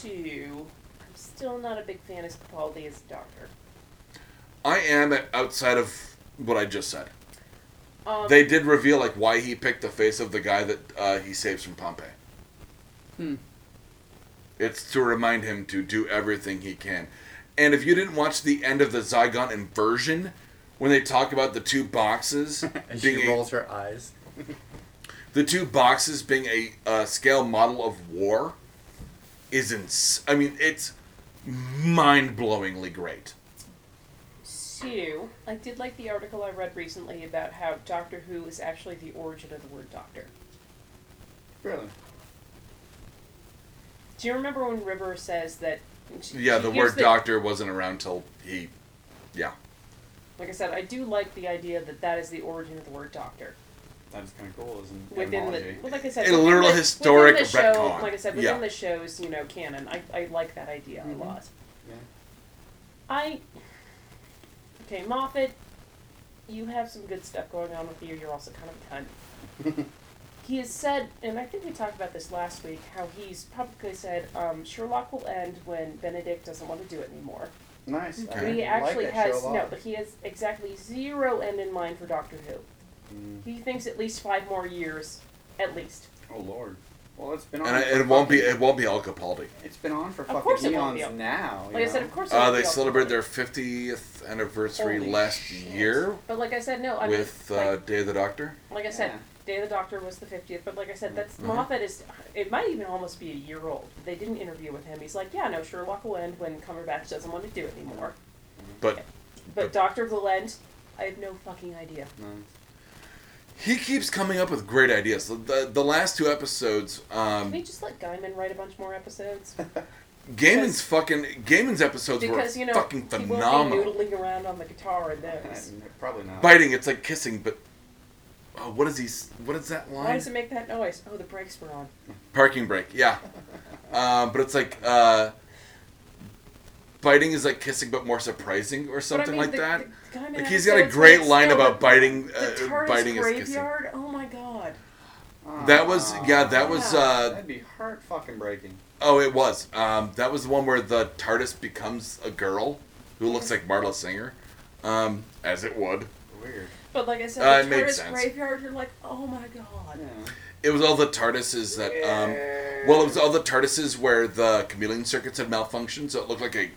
Speaker 2: Two. I'm still not a big fan of Capaldi as a doctor.
Speaker 1: I am outside of what I just said.
Speaker 2: Um,
Speaker 1: They did reveal like why he picked the face of the guy that uh, he saves from Pompeii.
Speaker 4: Hmm.
Speaker 1: It's to remind him to do everything he can. And if you didn't watch the end of the Zygon inversion, when they talk about the two boxes
Speaker 4: And
Speaker 1: being
Speaker 4: she
Speaker 1: a-
Speaker 4: rolls her eyes.
Speaker 1: the two boxes being a uh, scale model of war, is ins- I mean, it's mind-blowingly great.
Speaker 2: Sue, I did like the article I read recently about how Doctor Who is actually the origin of the word doctor.
Speaker 4: Really?
Speaker 2: Do you remember when River says that? she-
Speaker 1: Yeah,
Speaker 2: she
Speaker 1: the
Speaker 2: gives
Speaker 1: word doctor wasn't around till he, yeah.
Speaker 2: Like I said, I do like the idea that that is the origin of the word doctor
Speaker 4: That's kind of cool, isn't
Speaker 2: within the. Well, like I said,
Speaker 1: A
Speaker 2: within
Speaker 1: literal
Speaker 2: the-
Speaker 1: historic
Speaker 2: within the show,
Speaker 1: retcon.
Speaker 2: Like I said, within
Speaker 1: Yeah.
Speaker 2: the show's you know canon, I, I like that idea
Speaker 4: Mhm.
Speaker 2: a lot.
Speaker 4: Yeah.
Speaker 2: I. Okay, Moffat, you have some good stuff going on with you. You're also kind of a cunt. he has said, and I think we talked about this last week, how he's publicly said um, Sherlock will end when Benedict doesn't want to do it anymore.
Speaker 4: Nice.
Speaker 1: Okay.
Speaker 2: But he
Speaker 4: I
Speaker 2: actually
Speaker 4: like that
Speaker 2: has
Speaker 4: show a
Speaker 2: no,
Speaker 4: lot.
Speaker 2: but he has exactly zero end in mind for Doctor Who.
Speaker 4: Mm.
Speaker 2: He thinks at least five more years, at least.
Speaker 4: Oh lord. Well, it's been on.
Speaker 1: And I-
Speaker 4: for
Speaker 1: it won't be
Speaker 4: fucking-
Speaker 1: it won't be Al Capaldi.
Speaker 4: It's been on for
Speaker 2: Of course
Speaker 4: fucking
Speaker 2: it won't be
Speaker 4: eons
Speaker 2: on.
Speaker 4: now. you
Speaker 2: Like I said,
Speaker 4: know?
Speaker 2: of course.
Speaker 1: Uh,
Speaker 2: it'll
Speaker 1: they
Speaker 2: be all
Speaker 1: celebrated
Speaker 2: covered.
Speaker 1: their 50th anniversary
Speaker 2: Holy
Speaker 1: last
Speaker 2: shit.
Speaker 1: year
Speaker 2: But like I said, no. I mean,
Speaker 1: with uh,
Speaker 2: like,
Speaker 1: Day of the Doctor.
Speaker 2: Like I said,
Speaker 4: Yeah.
Speaker 2: Day of the Doctor was the 50th, but like I said, that's
Speaker 1: Mhm.
Speaker 2: Moffat is, it might even almost be a year old. They did an interview with him. He's like, yeah, no, Sherlock will end when Cumberbatch doesn't want to do it anymore.
Speaker 1: Mm-hmm. But
Speaker 2: But Doctor will end, I have no fucking idea.
Speaker 4: Nice.
Speaker 1: he keeps coming up with great ideas. The the, the last two episodes,
Speaker 2: Can we
Speaker 1: um,
Speaker 2: just let Guyman write a bunch more episodes?
Speaker 1: Gaiman's fucking Gaiman's episodes
Speaker 2: Because,
Speaker 1: were
Speaker 2: you know,
Speaker 1: fucking
Speaker 2: he
Speaker 1: phenomenal.
Speaker 2: won't be noodling around on the guitar in those.
Speaker 4: Uh, Probably not.
Speaker 1: Biting, it's like kissing, but oh, what is he? s- What is that
Speaker 2: Why
Speaker 1: line?
Speaker 2: does it make that noise? Oh, the brakes were on.
Speaker 1: Parking brake, yeah. Um, but it's like uh, biting is like kissing, but more surprising or
Speaker 2: But I
Speaker 1: something
Speaker 2: mean,
Speaker 1: like
Speaker 2: the-
Speaker 1: that.
Speaker 2: the Guyman
Speaker 1: Like he's got a
Speaker 2: episodes,
Speaker 1: great
Speaker 2: like,
Speaker 1: line
Speaker 2: still
Speaker 1: about biting,
Speaker 2: The
Speaker 1: uh,
Speaker 2: TARDIS
Speaker 1: biting is kissing.
Speaker 2: graveyard? Oh my god.
Speaker 1: That was yeah. That
Speaker 4: oh,
Speaker 1: was
Speaker 2: Yeah.
Speaker 1: uh,
Speaker 3: That'd be heart fucking breaking.
Speaker 1: oh, it was. Um, that was the one where the TARDIS becomes a girl who looks
Speaker 2: Mm-hmm.
Speaker 1: like Marla Singer, um, as it would.
Speaker 3: Weird.
Speaker 2: But like I said,
Speaker 1: Uh, it
Speaker 2: the
Speaker 1: made
Speaker 2: TARDIS
Speaker 1: sense.
Speaker 2: graveyard, you're like, oh my god.
Speaker 3: Yeah.
Speaker 1: It was all the TARDISes that. Um, well, it was all the TARDISes where the chameleon circuits had malfunctioned, so it looked like a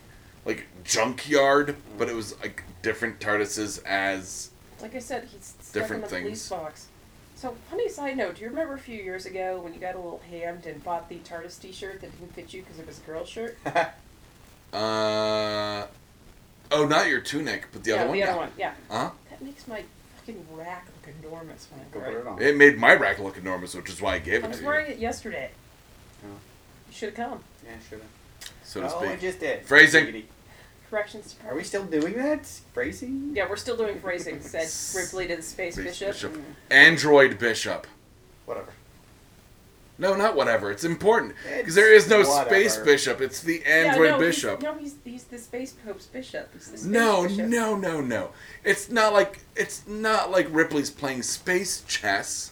Speaker 1: like junkyard, but it was like different TARDISes as
Speaker 2: Like I said, he's stuck
Speaker 1: Different
Speaker 2: in the police
Speaker 1: things.
Speaker 2: box. So, funny side note, do you remember a few years ago when you got a little hammed and bought the TARDIS t-shirt that didn't fit you because it was a girl shirt?
Speaker 1: uh, oh, not your tunic, but the
Speaker 2: yeah,
Speaker 1: other one.
Speaker 2: the
Speaker 1: yeah.
Speaker 2: other one, yeah.
Speaker 1: Huh?
Speaker 2: That makes my fucking rack look enormous when I
Speaker 3: Go
Speaker 2: wear
Speaker 3: put
Speaker 2: it.
Speaker 3: it on.
Speaker 1: It made my rack look enormous, which is why I gave
Speaker 2: I
Speaker 1: it
Speaker 2: was
Speaker 1: to you.
Speaker 2: wearing it yesterday.
Speaker 3: Oh.
Speaker 2: You should have come.
Speaker 3: yeah, should
Speaker 1: So to
Speaker 3: oh, I
Speaker 1: speak.
Speaker 3: just did.
Speaker 1: Phrasing.
Speaker 3: Giggity.
Speaker 2: Corrections
Speaker 3: Are
Speaker 2: department.
Speaker 3: we still doing that? Phrasing?
Speaker 2: Yeah, we're still doing phrasing, said Ripley to the Space
Speaker 1: Space
Speaker 2: Bishop.
Speaker 1: Bishop. Android Bishop.
Speaker 3: Whatever.
Speaker 1: No, not whatever. It's important because
Speaker 3: It's
Speaker 1: there is no space
Speaker 3: whatever.
Speaker 1: bishop. It's the Android
Speaker 2: yeah, no,
Speaker 1: Bishop.
Speaker 2: He's, no, he's, he's the Space Pope's Bishop. He's the space
Speaker 1: No,
Speaker 2: bishop.
Speaker 1: no, no, no. It's not like it's not like Ripley's playing space chess.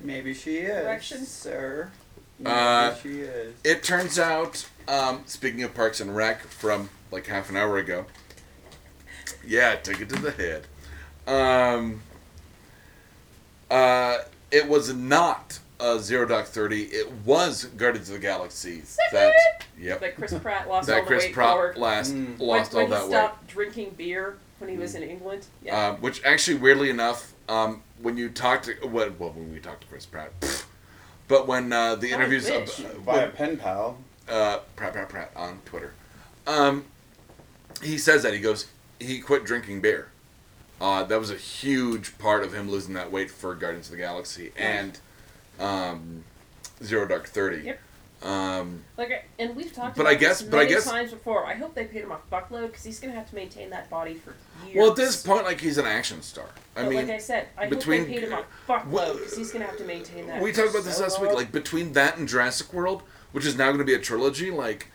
Speaker 3: Maybe she is.
Speaker 2: Correction.
Speaker 3: sir. Maybe
Speaker 1: Uh,
Speaker 3: she is.
Speaker 1: It turns out, um, speaking of Parks and Rec from like half an hour ago, yeah, took it to the head. Um, uh, it was not uh, Zero Dark Thirty. It was Guardians of the Galaxy. That yep.
Speaker 2: That Chris Pratt lost all
Speaker 1: that
Speaker 2: the
Speaker 1: Chris
Speaker 2: weight
Speaker 1: Pratt
Speaker 2: forward.
Speaker 1: last
Speaker 3: Mm.
Speaker 1: lost
Speaker 2: when,
Speaker 1: all
Speaker 2: when
Speaker 1: that
Speaker 2: he
Speaker 1: weight. Mm.
Speaker 2: stopped drinking beer when he was in England. Yeah.
Speaker 1: Um, which actually, weirdly enough, um, when you talk to when, well, when we talked to Chris Pratt, pfft, but when uh, the
Speaker 2: I
Speaker 1: interviews ab-
Speaker 2: wish.
Speaker 1: uh,
Speaker 3: By a
Speaker 1: when,
Speaker 3: pen pal.
Speaker 1: uh, Pratt Pratt Pratt on Twitter, um, he says that he goes he quit drinking beer. Uh, that was a huge part of him losing that weight for Guardians of the Galaxy and um, Zero Dark Thirty.
Speaker 2: Yep.
Speaker 1: Um,
Speaker 2: like, and we've talked
Speaker 1: But
Speaker 2: about
Speaker 1: I guess-
Speaker 2: this
Speaker 1: but I
Speaker 2: many
Speaker 1: guess-
Speaker 2: times before. I hope they paid him a fuckload because he's gonna have to maintain that body for years.
Speaker 1: well, at this point, like he's an action star. I
Speaker 2: But
Speaker 1: mean,
Speaker 2: like I said, I
Speaker 1: between-
Speaker 2: hope they paid him a
Speaker 1: Well,
Speaker 2: fuckload because he's gonna have to maintain that.
Speaker 1: We
Speaker 2: for
Speaker 1: talked about this
Speaker 2: so
Speaker 1: last week.
Speaker 2: long.
Speaker 1: Like between that and Jurassic World, which is now going to be a trilogy, like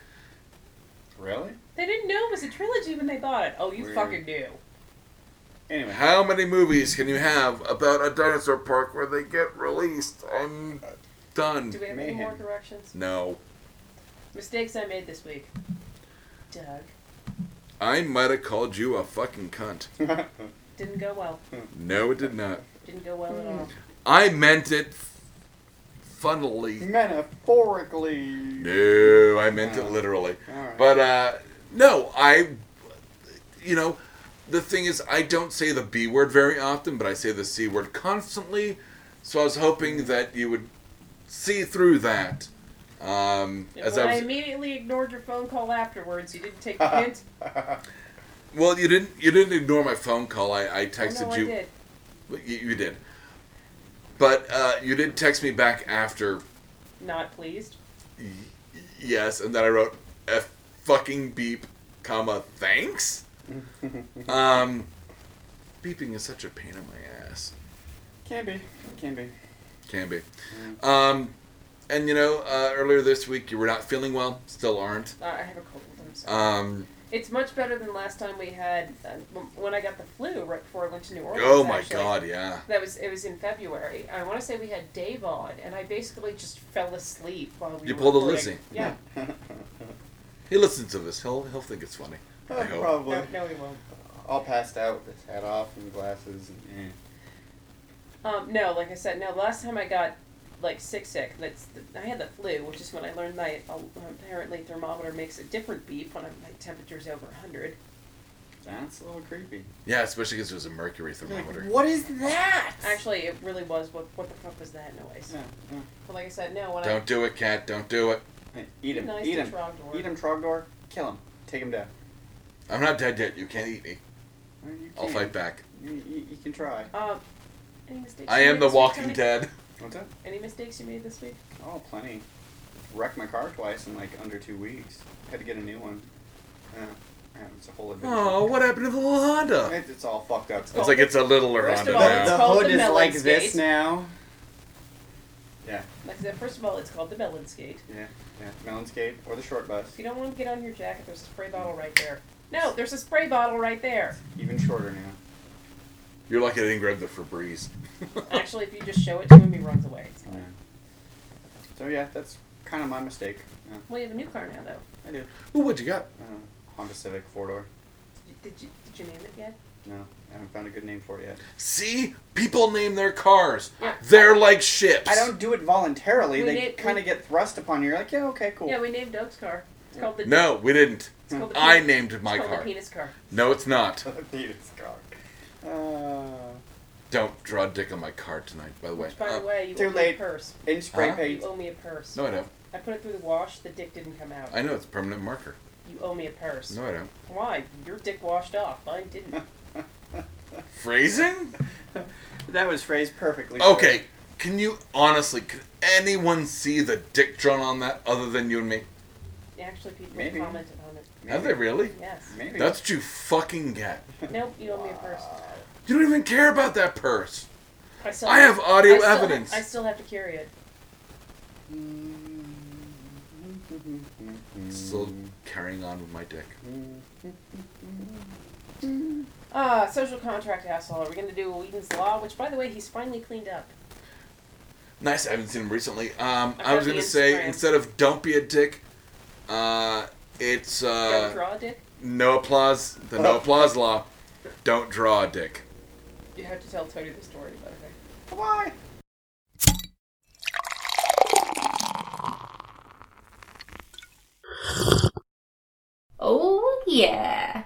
Speaker 3: Really?
Speaker 2: they didn't know it was a trilogy when they bought it. Oh, you
Speaker 3: Weird.
Speaker 2: fucking knew.
Speaker 3: Anyway.
Speaker 1: how many movies can you have about a dinosaur park where they get released? I'm done.
Speaker 2: Do we have any more
Speaker 3: Mayhem.
Speaker 2: corrections?
Speaker 1: No,
Speaker 2: Mistakes I made this week. Doug
Speaker 1: I might have called you a fucking cunt.
Speaker 2: didn't go well.
Speaker 1: No, it did not.
Speaker 2: Didn't go well at all.
Speaker 1: I meant it f- funnily.
Speaker 3: Metaphorically.
Speaker 1: No, I meant it literally.
Speaker 3: Alright.
Speaker 1: But uh, no, I, you know, the thing is, I don't say the B word very often, but I say the C word constantly. So I was hoping that you would see through that. Um,
Speaker 2: And
Speaker 1: as
Speaker 2: when
Speaker 1: I
Speaker 2: I
Speaker 1: was,
Speaker 2: immediately ignored your phone call afterwards, you didn't take the hint. Oh,
Speaker 1: well, you didn't. You didn't ignore my phone call. I, I texted
Speaker 2: oh, no,
Speaker 1: you.
Speaker 2: I did.
Speaker 1: Well, you. You did. But uh, you did text me back after
Speaker 2: Not pleased.
Speaker 1: y- yes, and then I wrote a fucking beep, comma thanks. um, beeping is such a pain in my ass.
Speaker 3: Can be. Can be.
Speaker 1: Can be. Um, and you know, uh, earlier this week you were not feeling well, still aren't.
Speaker 2: Uh, I have a cold. I'm sorry.
Speaker 1: Um,
Speaker 2: it's much better than last time we had uh, w- when I got the flu right before I went to New Orleans.
Speaker 1: oh my
Speaker 2: actually.
Speaker 1: god, yeah.
Speaker 2: That was it was in February. I want to say we had Dave on, and I basically just fell asleep while we
Speaker 1: You
Speaker 2: were
Speaker 1: pulled a Lizzie.
Speaker 2: recording. Yeah.
Speaker 1: He listens to this. He'll he'll think it's funny. I
Speaker 3: Uh,
Speaker 1: hope.
Speaker 3: probably.
Speaker 2: No, no, we won't.
Speaker 3: All passed out with his hat off and glasses. And, eh.
Speaker 2: Um, no, like I said, no. Last time I got like sick, sick. That's I had the flu, which is when I learned that uh, apparently thermometer makes a different beep when my temperature's over 100.
Speaker 3: That's a little creepy.
Speaker 1: Yeah, especially because it was a mercury
Speaker 3: Like,
Speaker 1: thermometer.
Speaker 3: what is that?
Speaker 2: Actually, it really was. What what the fuck was that noise?
Speaker 3: Yeah, yeah.
Speaker 2: But like I said, no. When I
Speaker 1: Don't do it, cat. Don't do it.
Speaker 3: Hey, eat him.
Speaker 2: nice
Speaker 3: eat
Speaker 2: to
Speaker 3: him.
Speaker 2: Trogdor.
Speaker 3: Eat him, Trogdor. Kill him. Take him down.
Speaker 1: I'm not dead yet. You can't eat me.
Speaker 3: Well, you
Speaker 1: I'll
Speaker 3: can.
Speaker 1: fight back.
Speaker 3: You, you, you can try.
Speaker 2: Um, any mistakes?
Speaker 1: I
Speaker 2: you
Speaker 1: am
Speaker 2: made
Speaker 1: the
Speaker 2: this week,
Speaker 1: Walking
Speaker 2: Tony?
Speaker 1: Dead.
Speaker 3: What's up?
Speaker 2: Any mistakes you made this week?
Speaker 3: Oh, plenty. Wrecked my car twice in like under two weeks. Had to get a new one. Yeah. yeah, it's a whole adventure.
Speaker 1: Oh, what happened to the little Honda?
Speaker 3: It, it's all fucked up.
Speaker 1: I was like, it's a littler
Speaker 2: First
Speaker 1: Honda
Speaker 2: of all, it's
Speaker 1: now.
Speaker 3: the
Speaker 2: called
Speaker 3: hood
Speaker 2: the
Speaker 3: is
Speaker 2: Mellon
Speaker 3: like
Speaker 2: Skate.
Speaker 3: this now. Yeah,
Speaker 2: Like I said, first of all, it's called the Melon Skate.
Speaker 3: yeah, yeah. Melon skate or the short bus.
Speaker 2: If you don't want to get on your jacket, there's a spray bottle right there. No, there's a spray bottle right there.
Speaker 3: Even shorter now.
Speaker 1: You're lucky I didn't grab the Febreze.
Speaker 2: Actually, if you just show it to him, he runs away. It's fine.
Speaker 3: So yeah, that's kind of my mistake. Yeah,
Speaker 2: Well, you have a new car now, though.
Speaker 3: I do.
Speaker 1: Ooh, what you got?
Speaker 3: Uh, Honda Civic four door.
Speaker 2: Did you did you name it yet?
Speaker 3: No, I haven't found a good name for it yet.
Speaker 1: See, people name their cars.
Speaker 2: Yeah.
Speaker 1: They're like ships.
Speaker 3: I don't do it voluntarily.
Speaker 2: We
Speaker 3: they
Speaker 2: need-
Speaker 3: kind
Speaker 2: we-
Speaker 3: of get thrust upon you. You're like, yeah, okay, cool.
Speaker 2: Yeah, we named Doug's car. It's called the.
Speaker 1: Oh. No, we didn't.
Speaker 2: It's called the
Speaker 1: I
Speaker 2: penis-
Speaker 1: named my
Speaker 2: it's called
Speaker 1: car.
Speaker 2: the penis car.
Speaker 1: No, it's not.
Speaker 3: Penis cock. Uh,
Speaker 1: Don't draw a dick on my car tonight. By the way.
Speaker 2: Which, by
Speaker 1: Uh,
Speaker 2: the way, you
Speaker 3: too
Speaker 2: owe me a
Speaker 3: late.
Speaker 2: purse.
Speaker 3: in spray
Speaker 1: Huh?
Speaker 3: paint.
Speaker 2: You owe me a purse.
Speaker 1: No, I don't.
Speaker 2: I put it through the wash. The dick didn't come out.
Speaker 1: I know it's a permanent marker.
Speaker 2: You owe me a purse.
Speaker 1: No, I don't.
Speaker 2: Why? Your dick washed off. Mine didn't.
Speaker 1: Phrasing?
Speaker 3: That was phrased perfectly.
Speaker 1: Okay. Can you honestly? Can anyone see the dick drawn on that other than you and me?
Speaker 2: Actually, people
Speaker 3: Maybe.
Speaker 2: commented on it.
Speaker 3: Maybe.
Speaker 1: Have they really?
Speaker 2: Yes.
Speaker 3: Maybe.
Speaker 1: That's what you fucking get.
Speaker 2: Nope. You owe me a purse.
Speaker 1: You don't even care about that purse.
Speaker 2: I, still
Speaker 1: I have audio
Speaker 2: I still-
Speaker 1: evidence.
Speaker 2: I still have to carry it.
Speaker 1: Still carrying on with my dick.
Speaker 2: Ah, social contract asshole. Are we going to do Whedon's Law? Which, by the way, he's finally cleaned up.
Speaker 1: Nice. I haven't seen him recently. Um,
Speaker 2: I
Speaker 1: I was
Speaker 2: found
Speaker 1: gonna
Speaker 2: the
Speaker 1: say
Speaker 2: Instagram.
Speaker 1: instead of "Don't be a dick," uh, it's
Speaker 2: Don't
Speaker 1: uh,
Speaker 2: draw Oh. a dick.
Speaker 1: no applause. The no applause law. Don't draw a dick.
Speaker 2: You have to tell Tony the story, by the way.
Speaker 3: Why?
Speaker 6: Oh, yeah.